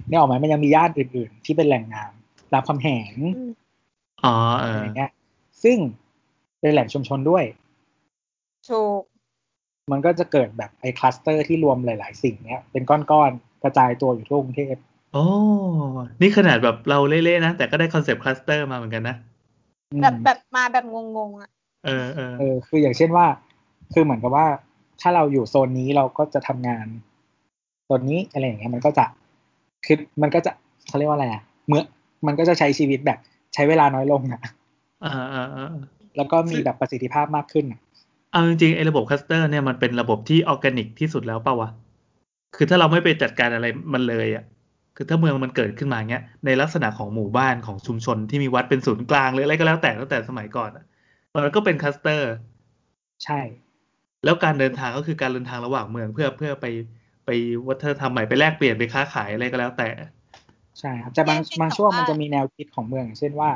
Speaker 4: เนี่ยออกไหมมันยังมีย่านอื่น ๆ ที่เป็นแหล่งงานรามคำแหง
Speaker 2: อืม
Speaker 3: อ๋อเอ
Speaker 4: อะไร
Speaker 3: อ
Speaker 4: เงี้ย ซึ่งเป็นแหล่งชุมชนด้วย
Speaker 2: ถูก
Speaker 4: มันก็จะเกิดแบบไอ้คลัสเตอร์ที่รวมหลาย ๆ สิ่งเนี้ย เป็นก้อน ๆ กระจายตัวอยู่ทั่วกรุงเทพ
Speaker 3: โอ้ นี่ขนาดแบบเราเล่ๆนะ แต่ก็ได้คอนเซปต์คลัสเตอร์มาเหมือนกันนะ
Speaker 4: อืม
Speaker 2: แบบแบบมาแบบงงๆอ่ะ
Speaker 3: เออเออ
Speaker 4: เออ คืออย่างเช่นว่า คือเหมือนกับว่า ถ้าเราอยู่โซนนี้เราก็จะทำงานโซนนี้อะไรอย่างเงี้ย มันก็จะ คือมันก็จะเขาเรียกว่าอะไรอะเมื่อมันก็จะใช้ชีวิตแบบใช้เวลาน้อยลงอะ
Speaker 3: อ่าอ่าอ่า
Speaker 4: แล้วก็มีแบบประสิทธิภาพมากขึ้นอะ
Speaker 3: เอาจริงๆไอ้ระบบคลัสเตอร์เนี่ยมันเป็นระบบที่ออร์แกนิกที่สุดแล้วเปล่าวะ คือถ้าเราไม่ไปจัดการอะไรมันเลยอ่ะ คือถ้าเมืองมันเกิดขึ้นมาเงี้ย ในลักษณะของหมู่บ้านของชุมชนที่มีวัดเป็นศูนย์กลางหรืออะไรก็แล้วแต่ตั้งแต่สมัยก่อนอะมันก็เป็นคลัสเตอร์
Speaker 4: ใช่
Speaker 3: แล้วการเดินทางก็คือการเดินทางระหว่างเมืองเพื่อเพื่อไปไปวัฒนธรรมใหม่ไปแลกเปลี่ยนไปค้าขายอะไรก็แล้วแต่
Speaker 4: ใช่ครับแต่บาง
Speaker 2: แยกเป็น
Speaker 4: บางช่วง
Speaker 2: สอง
Speaker 4: มัน
Speaker 2: บ้าน
Speaker 4: จะมีแนวคิดของเมืองอย่างเช่นว่า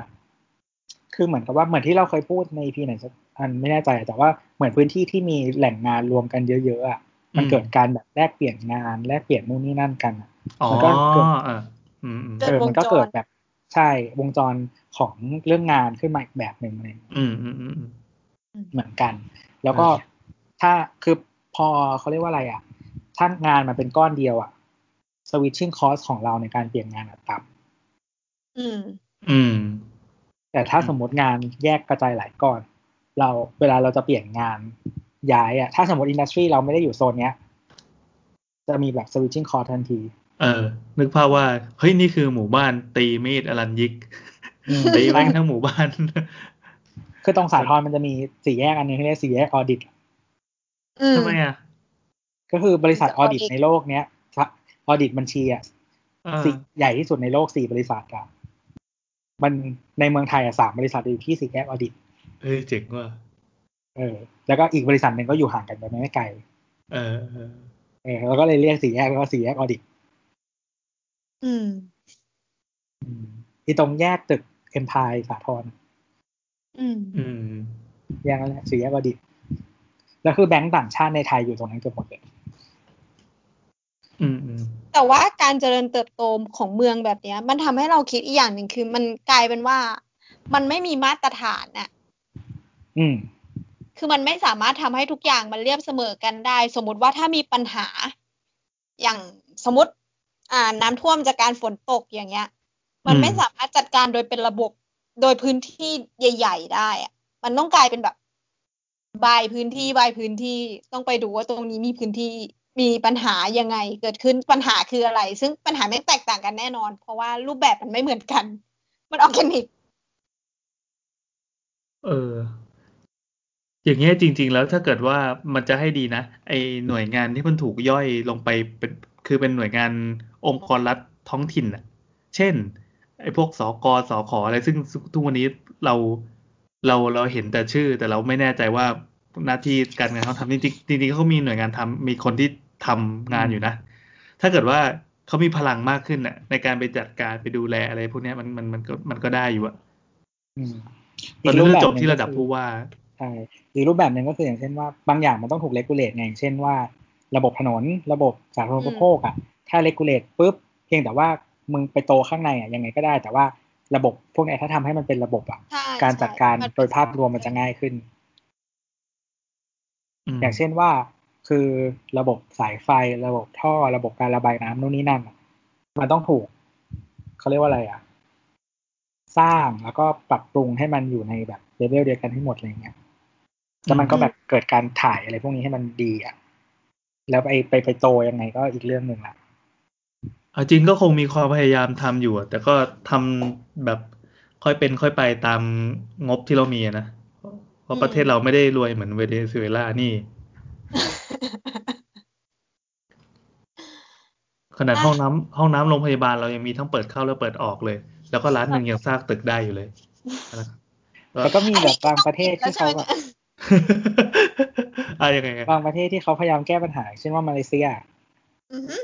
Speaker 4: คือเหมือนกับว่าเหมือนที่เราเคยพูดในพีไหนสักอันไม่แน่ใจอะแต่ว่าเหมือนพื้นที่ที่มีแหล่งงานรวมกันเยอะๆอะมัน
Speaker 3: อืม
Speaker 4: เกิดการแบบแลกเปลี่ยนงานแลกเปลี่ยนนู่นนี่นั่นกันอะ
Speaker 3: อ๋อ
Speaker 4: มันก็เกิด
Speaker 3: เอออืมอืม
Speaker 2: เกิ
Speaker 4: เอ
Speaker 2: ด
Speaker 4: อ
Speaker 2: วงจร
Speaker 4: มันก็เกิดแบบใช่วงจรของเรื่องงานขึ้นมาอีกแบบหนึ่งเลย
Speaker 3: อืมอืมอืมอืม
Speaker 4: เหมือนกัน แล้วก็
Speaker 3: อ่า
Speaker 4: ถ้าคือพอเขาเรียกว่าอะไรอะถ้างานมันเป็นก้อนเดียวอะสวิตชิ่งคอสของเราในการเปลี่ยนงานอะต่ำ
Speaker 2: อืม
Speaker 3: อืม
Speaker 4: แต่ถ้า
Speaker 3: อืม
Speaker 4: สมมติงานแยกกระจายหลายก้อน เราเวลาเราจะเปลี่ยนงานย้ายอะถ้าสมมติอินดัสทรีเราไม่ได้อยู่โซนเนี้ย จะมีแบบ switching core ทันที
Speaker 3: เออ นึกภาพว่า เฮ้ย นี่คือหมู่บ้านตีมีดอลันยิก
Speaker 4: อืม
Speaker 3: ตีแม่งทั้งหมู่บ้าน
Speaker 4: คือตรงสาทรมันจะมีสี่แยกอันหนึงที่เรียกสี่แยกออดิต
Speaker 2: อืม
Speaker 3: ทำไมอ่ะ
Speaker 4: ก็คือบริษัทออดิต
Speaker 2: Audit
Speaker 4: ในโลกเนี้ยออดิตบัญชีอ่ะ
Speaker 3: เออ
Speaker 4: สี่ใหญ่ที่สุดในโลกสี่บริษัทอ่ะมันในเมืองไทยอ่ะสามบริษัทอยู่ที่สี่แยกออดิต
Speaker 3: เฮ้ยเจ๋งว่ะ
Speaker 4: เออ แล้วก็อีกบริษัทหนึ่งก็อยู่ห่างกันไปไม่ไกล
Speaker 3: เออเออ
Speaker 4: เออแล้วก็เลยเรียกสี่แยกแล้วก็สี่แยกออดิต
Speaker 2: อืม
Speaker 4: ที่ตรงแยกตึกเอ็มพายสาทร
Speaker 2: อืม
Speaker 3: อืม
Speaker 4: แยกนั่นแหละสี่แยกออดิต แล้วคือแบงก์ต่างชาติในไทยอยู่ตรงนั้นเกือบหมดเลย
Speaker 3: อืมอืม
Speaker 2: แต่ว่าการเจริญเติบโตของเมืองแบบเนี้ย มันทำให้เราคิดอีกอย่างหนึ่งคือ มันกลายเป็นว่า มันไม่มีมาตรฐานอะ
Speaker 4: อืม
Speaker 2: คือมันไม่สามารถทำให้ทุกอย่างมันเรียบเสมอกันได้ สมมติว่าถ้ามีปัญหา อย่างสมมติ อ่า น้ำท่วมจากการฝนตกอย่างเงี้ย มันไม่สามารถจัดการโดยเป็นระบบโดยพื้นที่ใหญ่ ๆ ได้อะมันต้องกลายเป็นแบบบายพื้นที่บายพื้นที่ต้องไปดูว่าตรงนี้มีพื้นที่มีปัญหายังไง เกิดขึ้นปัญหาคืออะไร ซึ่งปัญหาไม่แตกต่างกันแน่นอน เพราะว่ารูปแบบมันไม่เหมือนกัน มันออร์แกนิก
Speaker 3: เออ อย่างเงี้ยจริง ๆ แล้วถ้าเกิดว่ามันจะให้ดีนะ ไอหน่วยงานที่มันถูกย่อยลงไปเป็น คือเป็นหน่วยงานองค์กรรัฐท้องถิ่นอ่ะ เช่น ไอพวกสกสขอะไรซึ่งทุกวันนี้เราเราเราเห็นแต่ชื่อ แต่เราไม่แน่ใจว่าหน้าที่การงานเขาทำจริงๆจริงๆเขามีหน่วยงานทำมีคนที่ทำงานอยู่นะ ถ้าเกิดว่าเขามีพลังมากขึ้นน่ะ ในการไปจัดการไปดูแลอะไรพวกเนี้ยมันมันมันก็มันก็ได้อยู่อะ
Speaker 4: อืม
Speaker 3: มัน
Speaker 4: รู
Speaker 3: เรื่
Speaker 4: ป
Speaker 3: อง
Speaker 4: แบบ
Speaker 3: จบที่
Speaker 4: หนึ่งก็
Speaker 3: ระดับ
Speaker 4: คือ
Speaker 3: ผู้ว่า
Speaker 4: ใช่อีกรูปแบบหนึ่งก็คืออย่างเช่นว่าบางอย่างมันต้องถูกเลกูเลตไงอย่างเช่นว่า ระบบถนนระบบสาธารณูปโภคอ่ะถ้าเลกูเลตปุ๊บเพียงแต่ว่ามึงไปโตข้างในอ่ะยังไงก็ได้ แต่ว่าระบบพวกเนี้ยถ้าทำให้มันเป็นระบบอ่ะ
Speaker 2: ใช่
Speaker 4: การจัดการ
Speaker 2: ใช่มัน
Speaker 4: โดยภาพรวมมันจะง่ายขึ้น
Speaker 3: ม
Speaker 4: อย่างเช่นว่าคือระบบสายไฟระบบท่อระบบการระบายน้ำนู่นนี่นั่นอะมันต้องถูกเขาเรียกว่าอะไรอ่ะ สร้างแล้วก็ปรับปรุงให้มันอยู่ในแบบเลเวลเดียวกันให้หมดอะไรเงี้ยแล้วมันก็แบบเกิดการถ่ายอะไรพวกนี้ให้มันดีอ่ะแล้วไปไปไปโตยังไงก็อีกเรื่องหนึ่งละ
Speaker 3: เอาจริงก็คงมีความพยายามทำอยู่อะแต่ก็ทำแบบค่อยเป็นค่อยไปตามงบที่เรามีอะนะเพราะประเทศเราไม่ได้รวยเหมือนเวเนซุเอลานี่ ขนาดห้องน้ำห้องน้ำโรงพยาบาลเรายังมีทั้งเปิดเข้าและเปิดออกเลย แล้วก็ร้านหนึ่งยังสร้างตึกได้อยู่
Speaker 4: (laughs)
Speaker 3: เลยนะครับ (laughs)
Speaker 4: แล้วก็มีแบบบางประเทศที่เขาแบบ
Speaker 3: อะยังไงอะ
Speaker 4: บางประเทศที่เขาพยายามแก้ปัญหา เช่นว่ามาเลเซีย
Speaker 2: อือฮึ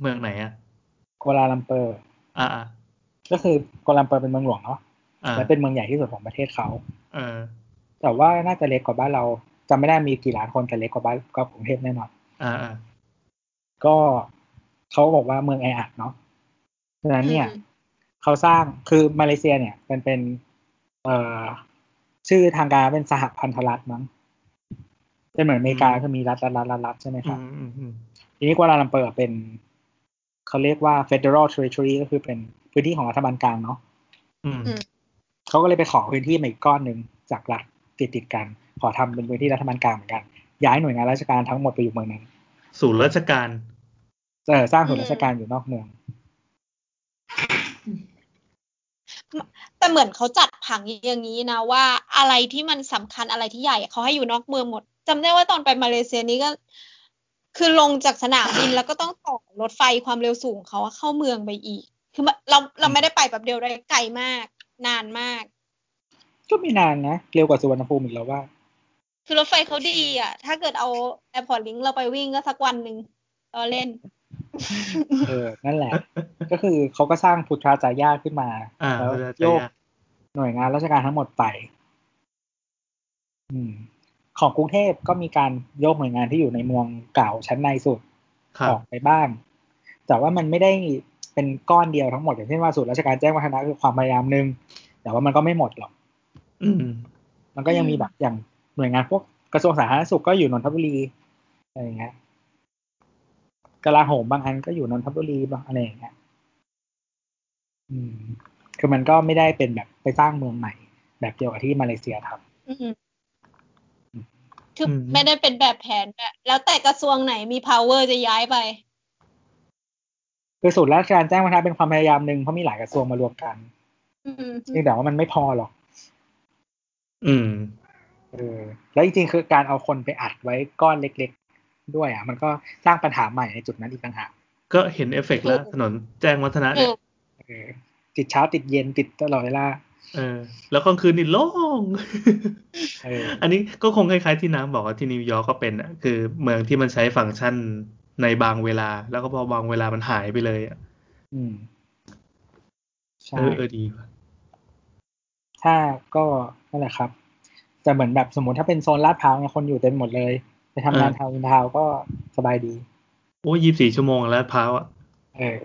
Speaker 3: เมืองไหนอ่ะ
Speaker 4: กัวลาลัมเปอร์
Speaker 3: อ่าอ่า
Speaker 4: ก็คือกัวลาลัมเปอร์เป็นเมืองหลวงเนาะ
Speaker 3: อ่า
Speaker 4: และเป็นเมืองใหญ่ที่สุดของประเทศเขา
Speaker 3: เออ
Speaker 4: แต่ว่าน่าจะเล็กกว่าบ้านเราจำไม่ได้มีกี่ล้านคนแต่เล็กกว่าบ้านก็กรุงเทพแน่นอน
Speaker 3: อ่าอ่า
Speaker 4: ก็เขาบอกว่าเมืองแออัดเนาะฉะนั้นเนี่ยเขาสร้างคือมาเลเซียเนี่ยมันเป็นเอ่อชื่อทางการเป็นสหพันธรัฐมั้งเป็นเหมือนอเมริกาก็มีรัฐรัฐรัฐรัฐรัฐใช่ไหมค
Speaker 3: อื
Speaker 4: รับ
Speaker 3: มอืมอืม
Speaker 4: ทีนี้กัวลาลัมเปอร์เป็นเขาเรียกว่า federal territory ก็คือเป็นพื้นที่ของรัฐบาลกลางเนาะ
Speaker 3: อืม
Speaker 4: เขาก็เลยไปขอพื้นที่มาอีกก้อนหนึ่งจากรัฐติดติดๆกัน ขอทำเป็นพื้นที่รัฐบาลกลางเหมือนกัน ย้ายหน่วยงานราชการทั้งหมดไปอยู่เมืองนั้น
Speaker 3: ศูนย์ราชการ
Speaker 4: เออสร้างส่วนย์ราชการอยู่นอกเมือง
Speaker 2: แต่เหมือนเขาจัดผังอย่างนี้นะว่าอะไรที่มันสำคัญอะไรที่ใหญ่อะเขาให้อยู่นอกเมืองหมดจำได้ว่าตอนไปมาเลเซียนี้ก็ คือลงจากสนามบินแล้วก็ต้องต่อรถไฟความเร็วสูงเขาอะเข้าเมืองไปอีก คือมันเราเราไม่ได้ไปแบบเดียวได้ไกลมาก นานมาก
Speaker 4: ก็ไม่นานนะ เร็วกว่าสุวรรณภูมิอีกแล้วว่า
Speaker 2: คือรถไฟเขาดีอ่ะ ถ้าเกิดเอาแอร์พอร์ตลิงเราไปวิ่งก็สักวันหนึ่งเราเล่น
Speaker 4: เออ นั่นแหละ ก็คือเขาก็สร้างพุทธาจารยาขึ้นมา
Speaker 3: อ่า
Speaker 4: แล้ว
Speaker 3: พุทธาจารยะ
Speaker 4: โยกหน่วยงานราชการทั้งหมดไป อืม ของกรุงเทพก็มีการโยกหน่วยงานที่อยู่ในเมืองเก่าชั้นในสุด
Speaker 3: ครั
Speaker 4: อ
Speaker 3: บอก
Speaker 4: ไปบ้าง แต่ว่ามันไม่ได้เป็นก้อนเดียวทั้งหมดอย่างเช่นว่าศูนย์ราชการแจ้งวัฒนะคือความพยายามหนึ่งแต่ว่ามันก็ไม่หมดหรอก
Speaker 3: อืม
Speaker 4: มันก็ยังมี
Speaker 2: อืม
Speaker 4: แบบอย่างหน่วยงานพวกกระทรวงสาธารณสุขก็อยู่นนทบุรีอะไรอย่างเงี้ยกลาโหมบางอันก็อยู่นนทบุรีบางอะไรอย่างเงี้ยอืม คือมันก็ไม่ได้เป็นแบบไปสร้างเมืองใหม่ แบบเดียวกับที่มาเลเซียทำ
Speaker 2: อืม คืออ
Speaker 3: ม
Speaker 2: ไม่ได้เป็นแบบแผนแบบแล้วแต่กระทรวงไหนมี power จะย้ายไป
Speaker 4: คือสูตรราชการแจ้งวัฒนะเป็นความพยายามหนึ่งเพราะมีหลายกระทรวงมารวมกัน
Speaker 2: อืม
Speaker 4: นี่แต่ว่ามันไม่พอหรอก
Speaker 3: อืม
Speaker 4: เออแล้วจริงๆคือการเอาคนไปอัดไว้ก้อนเล็กๆ ด้วยอ่ะ มันก็สร้างปัญหาใหม่ในจุดนั้นอีกต่างหาก
Speaker 3: ก็เห็นเอฟเฟกต์แล้วถนนแจ้งวัฒนะ
Speaker 2: เอ
Speaker 3: เนี่ย
Speaker 2: อ
Speaker 4: เออติดเช้าติดเย็นติดตลอดเวลา
Speaker 3: เออ แล้วกลางคืนนี่โล่ง
Speaker 4: เออ
Speaker 3: (laughs) อันนี้ก็คงคล้ายๆที่น้ำบอกว่าที่นิวยอร์กก็เป็นอ่ะคือเมืองที่มันใช้ฟังก์ชันในบางเวลา แล้วก็พอบางเวลามันหายไปเลยอ่ะ
Speaker 4: อืมใช่
Speaker 3: เออเออดีว่ะ
Speaker 4: ถ้าก็นั่นแหละครับ แต่เหมือนแบบสมมติถ้าเป็นโซนลาดพร้าวเนี่ยคนอยู่เต็มหมดเลย ไปทำงานทาวน์อินทาวน์ก็สบายดี
Speaker 3: โอ้ยี่สี่ชั่วโมงแล้วพร้าวอ่ะ
Speaker 4: เออ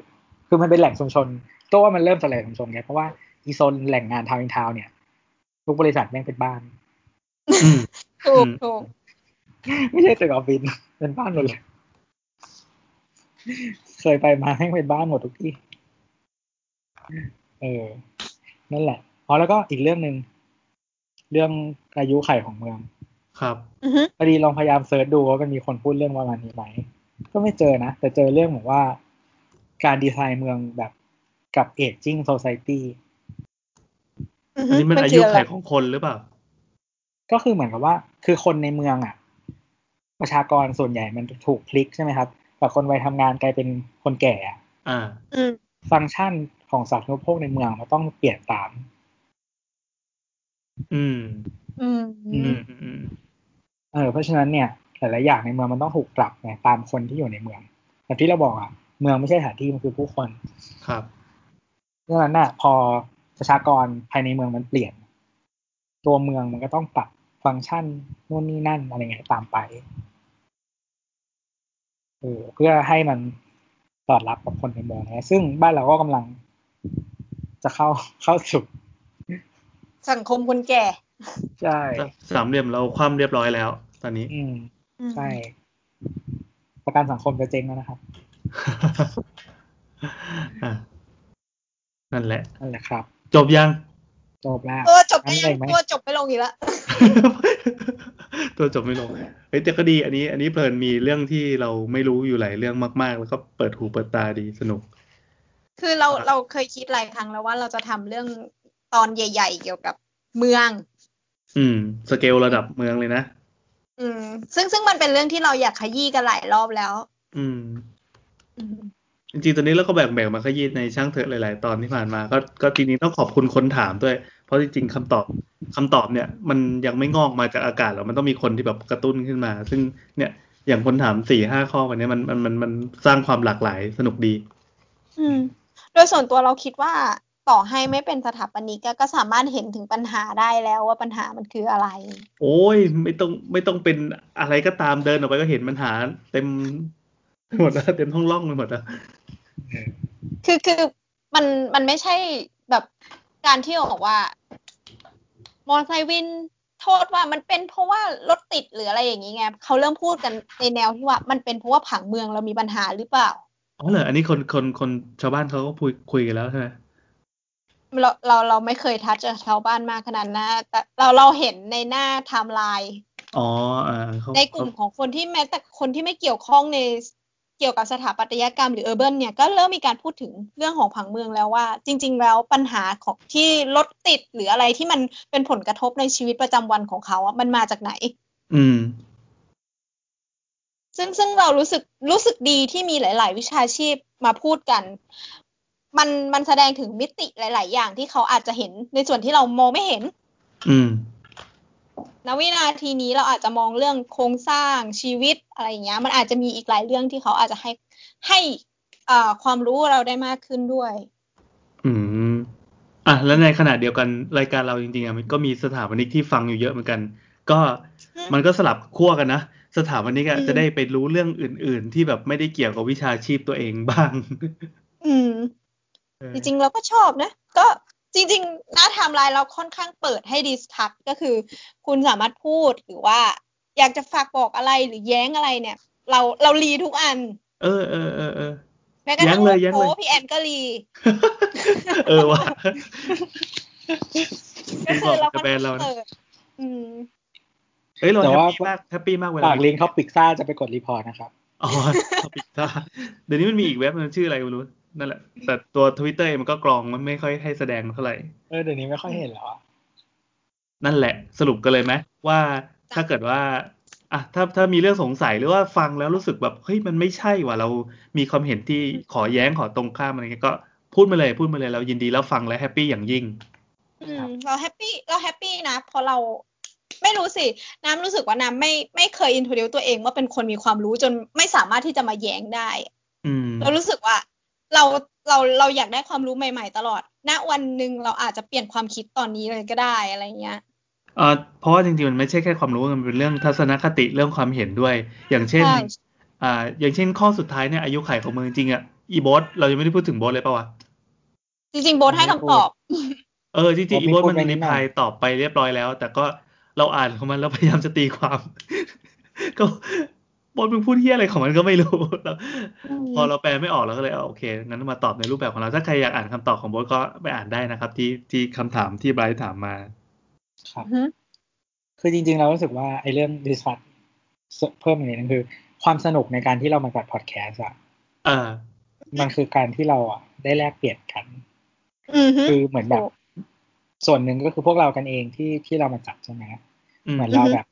Speaker 4: คือมันเป็นแหล่งชุมชนตัวว่ามันเริ่มจากแหล่งชุมชนไงเพราะว่าอีโซนแหล่งงานทาวน์อินทาวน์เนี่ยทุกบริษัทแม่งเป็นบ้าน
Speaker 3: อืม
Speaker 2: ถูก
Speaker 3: อืม
Speaker 2: ถูก
Speaker 4: ไม่ใช่ตึกออฟฟิศเป็นบ้านหมดเลยเคยไปมาให้เป็นบ้านหมดทุกที่ เออ นั่นแหละอ๋อแล้วก็อีกเรื่องหนึ่งเรื่องอายุไขของเมือง
Speaker 3: ครับ
Speaker 2: อือฮึ
Speaker 4: พอดีลองพยายามเสิร์ชดูว่ามันมีคนพูดเรื่องประมาณนี้ไหม ก็ไม่เจอนะ แต่เจอเรื่องบอกว่าการดีไซน์เมืองแบบกับเอจจิ้งโซซ i ตี้
Speaker 2: อือ
Speaker 3: อั
Speaker 2: ฮึ
Speaker 3: นนี้มันอา
Speaker 2: คื
Speaker 3: ยุ
Speaker 2: อะ
Speaker 3: ไข
Speaker 2: ไร
Speaker 3: ของคนหรือเปล่า
Speaker 4: ก็คือเหมือนกับว่า คือคนในเมืองอะประชากรส่วนใหญ่มันถูกพลิกใช่ไหมครับจากคนวัยทำงานกลายเป็นคนแก่อะ
Speaker 3: อ่า
Speaker 2: อืม
Speaker 4: ฟังก์ชันของสาธารณูปโภคในเมืองมันต้องเปลี่ยนตาม
Speaker 3: อืม
Speaker 2: อืม
Speaker 3: อืมอืมอืม
Speaker 4: เออเพราะฉะนั้นเนี่ยหลายๆอย่างในเมืองมันต้องถูกปรับไงตามคนที่อยู่ในเมืองแบบที่เราบอกอะเมืองไม่ใช่สถานที่มันคือผู้คน
Speaker 3: ครับ
Speaker 4: ดังนั้นน่ะพอประชากรภายในเมืองมันเปลี่ยน ตัวเมืองมันก็ต้องปรับฟังก์ชันนู่นนี่นั่นอะไรเงี้ยตามไปเออเพื่อให้มันตอบรับกับคนในเมืองนะซึ่งบ้านเราก็กำลัง จะเข้าเข้าสู่
Speaker 2: สังคมคนแก่
Speaker 4: ใช่
Speaker 3: สามเหลี่ยมเราคว่ำเรียบร้อยแล้ว ตอนนี้ (laughs)
Speaker 4: อืม
Speaker 2: อืม
Speaker 4: ใช่ ประกันสังคมจะเจ๊งแล้วนะครับ
Speaker 3: อ่ะนั่นแหละ
Speaker 4: นั่นแหละครับ
Speaker 3: จบยัง
Speaker 4: จบแล้ว
Speaker 2: เออจบได้
Speaker 4: งั้
Speaker 2: ยั
Speaker 4: น
Speaker 2: ง
Speaker 4: เลยไหม
Speaker 2: ตัวจบไม่ลงอีกแล้ว
Speaker 3: (laughs) ตัวจบไม่ลงเฮ้ยแต่ก็ดี อันนี้ อันนี้เพลินมีเรื่องที่เราไม่รู้อยู่หลายเรื่องมาก ๆ แล้วก็เปิดหูเปิดตาดีสนุก
Speaker 2: คือเรา
Speaker 3: ครับ
Speaker 2: เราเคยคิดหลายครั้งแล้วว่าเราจะทำเรื่องตอนใหญ่ ๆ เกี่ยวกับเมือง
Speaker 3: อืม สเกลระดับเมืองเลยนะ
Speaker 2: อืม ซึ่งซึ่งมันเป็นเรื่องที่เราอยากขยี้กันหลายรอบแล้ว
Speaker 3: อืม
Speaker 2: อืม
Speaker 3: จริงๆ ตอนนี้เราก็แบ่งแบ่งมาขยี้ในช่างเถอะหลาย ๆ ตอนที่ผ่านมา ก็ก็จริงๆต้องขอบคุณคนถามด้วย เพราะจริงๆคำตอบคำตอบเนี่ย มันยังไม่งอกมาจากอากาศหรอกมันต้องมีคนที่แบบกระตุ้นขึ้นมา ซึ่งเนี่ยอย่างคนถามสี่ห้าข้อวันนี้มันมันมันมันสร้างความหลากหลายสนุกดี
Speaker 2: อืม โดยส่วนตัวเราคิดว่าต่อให้ไม่เป็นสถาปนิกก็ก็สามารถเห็นถึงปัญหาได้แล้วว่าปัญหามันคืออะไร
Speaker 3: โอ้ยไม่ต้องไม่ต้องเป็นอะไรก็ตามเดินออกไปก็เห็นปัญหาเต็มไปหมดแล้วเต็มท้องร่องไปหมดแล้ว
Speaker 2: คือคือมันมันไม่ใช่แบบการที่บอกว่า มอไซค์วินโทษว่ามันเป็นเพราะว่ารถติดหรืออะไรอย่างนี้ไงเขาเริ่มพูดกันในแนวที่ว่า มันเป็นเพราะว่าผังเมืองเรามีปัญหาหรือเปล่า
Speaker 3: อ๋อเหรออันนี้คนคนคนชาวบ้านเขาก็คุยคุยกันแล้วใช่ไหม
Speaker 2: เราเราเราไม่เคยทัชกับชาวบ้านมากขนาดนั้นนะแต่เราเราเห็นในหน้าไทม์ไลน์
Speaker 3: อ๋ออ่าเขา
Speaker 2: ในกลุ่มของคนที่แม้แต่คนที่ไม่เกี่ยวข้องในเกี่ยวกับสถาปัตยกรรมหรือเออร์เบิร์นเนี่ยก็เริ่มมีการพูดถึงเรื่องของผังเมืองแล้วว่า จริง ๆ แล้วปัญหาของที่รถติดหรืออะไรที่มันเป็นผลกระทบในชีวิตประจำวันของเขาอะมันมาจากไหน
Speaker 3: อืม
Speaker 2: ซึ่งซึ่งเรารู้สึกรู้สึกดีที่มีหลาย ๆ วิชาชีพมาพูดกัน มันมันแสดงถึงมิติหลาย ๆ อย่างที่เขาอาจจะเห็นในส่วนที่เรามองไม่เห็น
Speaker 3: อืม
Speaker 2: ณวินาทีนี้เราอาจจะมองเรื่องโครงสร้างชีวิตอะไรอย่างเงี้ย มันอาจจะมีอีกหลายเรื่องที่เขาอาจจะให้ให้เอ่อความรู้เราได้มากขึ้นด้วย
Speaker 3: อืม อ่ะแล้วในขณะเดียวกันรายการเราจริงๆอ่ะมันก็มีสถาปนิกที่ฟังอยู่เยอะเหมือนกัน ก็มันก็สลับขั้วกันนะสถาปนิกอ่ะ
Speaker 2: อืม
Speaker 3: จะได้ไปรู้เรื่องอื่น ๆ ที่แบบไม่ได้เกี่ยวกับวิชาชีพตัวเองบ้าง
Speaker 2: อืม
Speaker 3: เออ
Speaker 2: จริงๆ เราก็ชอบนะ ก็จริงๆหน้าไทม์ไลน์เราค่อนข้างเปิดให้ดิสคัตก็คือ คุณสามารถพูดหรือว่า อยากจะฝากบอกอะไรหรือแย้งอะไรเนี่ย เราเรารีทุกอัน
Speaker 3: เออเออเออเออ
Speaker 2: แม้กระทั่ง
Speaker 3: แย้งเลยแย้ง
Speaker 2: โพ
Speaker 3: เลย
Speaker 2: สต์พี่แอนก็รี
Speaker 3: เออว่ะ
Speaker 2: ก็คือเราค่อ
Speaker 3: จะ
Speaker 2: น
Speaker 3: แบน
Speaker 2: ข้าง
Speaker 3: เรานะ
Speaker 2: เปิดอืม
Speaker 3: เฮ้ยเรา
Speaker 4: แต่
Speaker 3: แฮป
Speaker 4: ว่า
Speaker 3: ปี้มากแฮปปี้มากเวลา
Speaker 4: ฝากลิงก์ท็อปิกซ่าจะไปกดรีพอร์ตนะครับ
Speaker 3: (laughs) อ๋อปิดตาเดี๋ยวนี้มันมีอีกเว็บมันชื่ออะไรไม่รู้นั่นแหละ แต่ตัวทวิตเตอร์มันก็กรองมันไม่ค่อยให้แสดงเท่าไหร่
Speaker 4: เออเดี๋ยวนี้ไม่ค่อยเห็นแล้วอะ
Speaker 3: นั่นแหละสรุปกันเลยไหมว่าถ้าเกิดว่าอ่ะถ้าถ้ามีเรื่องสงสัยหรือว่าฟังแล้วรู้สึกแบบเฮ้ยมันไม่ใช่ว่ะเรามีความเห็นที่ขอแย้งขอตรงข้ามอะไรเงี้ยก็พูดมาเลยพูดมาเลยเรายินดีแล้วฟังและแฮปปี้อย่างยิ่ง
Speaker 2: อืมเราแฮปปี้เราแฮปปี้นะเพราะเราไม่รู้สิ น้ำรู้สึกว่าน้ำไม่ไม่เคยอินโทรดิวตัวเองว่าเป็นคนมีความรู้จนไม่สามารถที่จะมาแย้งได้
Speaker 3: อืม
Speaker 2: เรารู้สึกว่าเราเราเราอยากได้ความรู้ใหม่ ๆ ตลอด ณวันหนึ่งเราอาจจะเปลี่ยนความคิดตอนนี้เลยก็ได้อะไรเงี้ย
Speaker 3: เอ่อเพราะว่าจริงๆ มันไม่ใช่แค่ความรู้มันเป็นเรื่องทัศนคติเรื่องความเห็นด้วย อย่างเช่น
Speaker 2: ใช่
Speaker 3: อ่าอย่างเช่นข้อสุดท้ายเนี่ยอายุไขของมึงจริงๆอ่ะอีโบอสเรายังไม่ได้พูดถึงโบอสเลยปะวะ
Speaker 2: จริงๆโบทให้คำตอบ
Speaker 3: เออจริงๆอี
Speaker 4: ผมไม่
Speaker 3: โบอส
Speaker 4: พูด
Speaker 3: มัน
Speaker 4: ไป
Speaker 3: รี
Speaker 4: นิดหน่
Speaker 3: พลา
Speaker 4: อย
Speaker 3: ยตอบไปเรียบร้อยแล้ว แต่ก็เราอ่านของมันแล้วพยายามจะตีความ (laughs) ก็โบอสมึงพูดเที่ยอะไรของมันก็ไม่รู้ (laughs) แล้ว
Speaker 2: อืม
Speaker 3: พอเราแปลไม่ออกเราก็เลยเอาโอเคงั้นมาตอบในรูปแบบของเราถ้าใครอยากอ่านคำตอบของโบอสก็ไปอ่านได้นะครับ ที่ที่คำถามที่ไบรท์ถามมา
Speaker 4: ครับ
Speaker 2: อือฮึ
Speaker 4: คือจริงๆ เรารู้สึกว่าไอ้เรื่องดิสคัทเพิ่มอีกนิดนึงคือ ความสนุกในการที่เรามาจัดพอดแคสต์อะ
Speaker 3: เออ
Speaker 4: มันคือการที่เราอะได้แลกเปลี่ยนกัน
Speaker 2: อือฮึ
Speaker 4: คือเหมือนแบบ
Speaker 2: ถูก
Speaker 4: ส่วนหนึ่งก็คือพวกเรากันเองที่ที่เรามาจัดใช่ไหม
Speaker 3: อืม
Speaker 4: เหมือนเราแบบ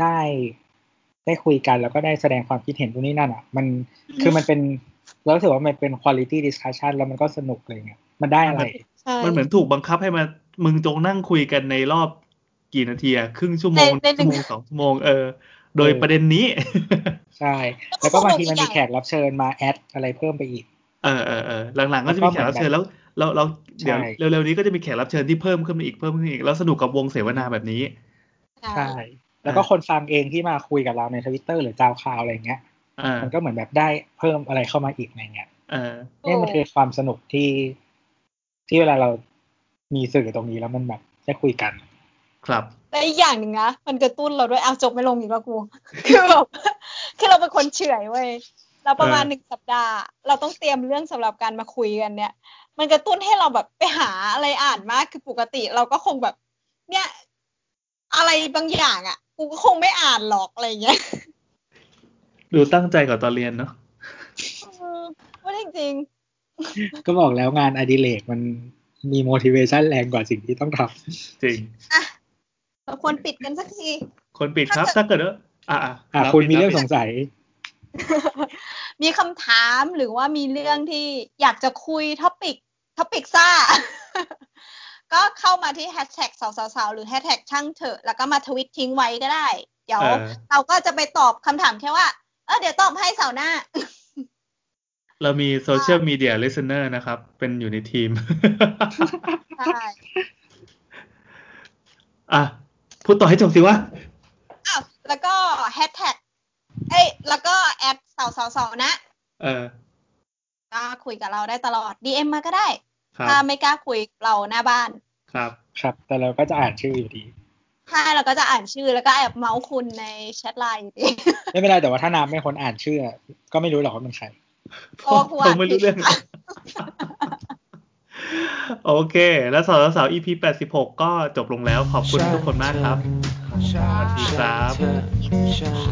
Speaker 4: ได้ได้คุยกันแล้วก็ได้แสดงความคิดเห็นตรงนี้นั่นอ่ะ มันคือมันเป็นเรารู้สึกว่ามันเป็น quality discussion แล้วมันก็สนุกเลยไงมันได้อะไร
Speaker 2: ใช่
Speaker 3: มันเหมือนถูกบังคับให้มา มึงจงนั่งคุยกันในรอบกี่นาทีอะครึ่งชั่วโมง
Speaker 2: ในห
Speaker 3: ชั่
Speaker 2: นึ่
Speaker 3: ว
Speaker 2: ง
Speaker 3: โมงสองชั่วโมงเออ โดยประเด็นนี้
Speaker 4: ใช่ แล้วก็บางทีมันมีแขกรับเชิญมาแอดอะไรเพิ่มไปอีก
Speaker 3: เออเออเออหลังๆก็จะมีแขกรับเชิญแล้ว เราเราเดี๋ยว
Speaker 4: ใช่
Speaker 3: เร็วๆนี้ก็จะมีแขกรับเชิญที่เพิ่มขึ้นมาอีกเพิ่มขึ้นมาอีกแล้วสนุกกับวงเสวนาแบบนี้
Speaker 4: ใช่ แล้วก็คนฟังเองที่มาคุยกับเราในทวิตเตอร์หรือจาวข่าวอะไรเงี้ย
Speaker 3: อ่า
Speaker 4: มันก็เหมือนแบบได้เพิ่มอะไรเข้ามาอีกในเงี้ย
Speaker 3: เออ
Speaker 4: นี่มันคือความสนุกที่ที่เวลาเรามีสื่อตรงนี้แล้วมันแบบได้คุยกัน
Speaker 3: ครับ
Speaker 2: แต่อีกอย่างหนึ่งนะมันกระตุ้นเราด้วยเอาจบไม่ลงอีกแล้วกู (laughs) คือแบบคือเราเป็นคนเฉื่อยเว้ยเราประมาณ
Speaker 3: เออ
Speaker 2: หนึ่งสัปดาห์ เราต้องเตรียมเรื่องสำหรับการมาคุยกันเนี่ย มันกระตุ้นให้เราแบบไปหาอะไรอ่านมากคือปกติเราก็คงแบบ เนี่ย อะไรบางอย่างอ่ะกูก็คงไม่อ่านหรอกอะไรอย่างเงี้ย
Speaker 3: ดูตั้งใจกว่าตอนเรียนเนาะ
Speaker 2: อืมว่าจริง
Speaker 4: ก็บอกแล้วงานอดิเรกมันมี motivation แรงกว่าสิ่งที่ต้องท
Speaker 3: จริง
Speaker 2: ๆเราควรปิดกันสักที
Speaker 3: คนปิดครับถ้าเกิดว่าอ่า
Speaker 4: ำอ่ะคุณมีเรื่องสงสัย
Speaker 2: (laughs) มีคำถามหรือว่ามีเรื่องที่อยากจะคุยท็อปิกท็อปิก (laughs) ซ่า ก็เข้ามาที่แฮชแท็กสาวๆๆหรือแฮชแท็กช่างเถอะแล้วก็มาทวิตทิ้งไว้ก็ได้ เดี๋ยว
Speaker 3: เออ
Speaker 2: เราก็จะไปตอบคำถามแค่ว่า เออเดี๋ยวตอบให้เสาร์หน้า (laughs)
Speaker 3: เรามีโซเชียลมีเดียเลสเนอร์นะครับ เป็นอยู่ในทีม (laughs)
Speaker 2: ใช่
Speaker 3: อ่ะพูดต่อให้จบสิวะ
Speaker 2: อ้าวแล้วก็แฮชแท็กเอ้ยแล้วก็แอดสาวๆๆนะ
Speaker 3: เออ
Speaker 2: ก็คุยกับเราได้ตลอด DM มาก็ได้
Speaker 3: ครับ
Speaker 2: ถ้าไม่กล้าคุยกับเราหน้าบ้าน
Speaker 3: ครับ
Speaker 4: ครับ แต่เราก็จะอ่านชื่ออยู่ดี
Speaker 2: ถ้าเราก็จะอ่านชื่อแล้วก็แอบเมาส์คุณในแชทไลน์อยู่ดี
Speaker 4: ไม่เป็นไรแต่ว่าถ้านามเป็นคนอ่านชื่อ ก็ไม่รู้หรอกว่าเป็นใคร
Speaker 2: โอ้โห
Speaker 3: ผมไม่รู้เรื่อง โอเค แล้วสาวสาว EP 86 ก็จบลงแล้วขอบคุณทุกคนมากครับ
Speaker 5: ชา
Speaker 3: สวัสดีครับ
Speaker 5: เธอชา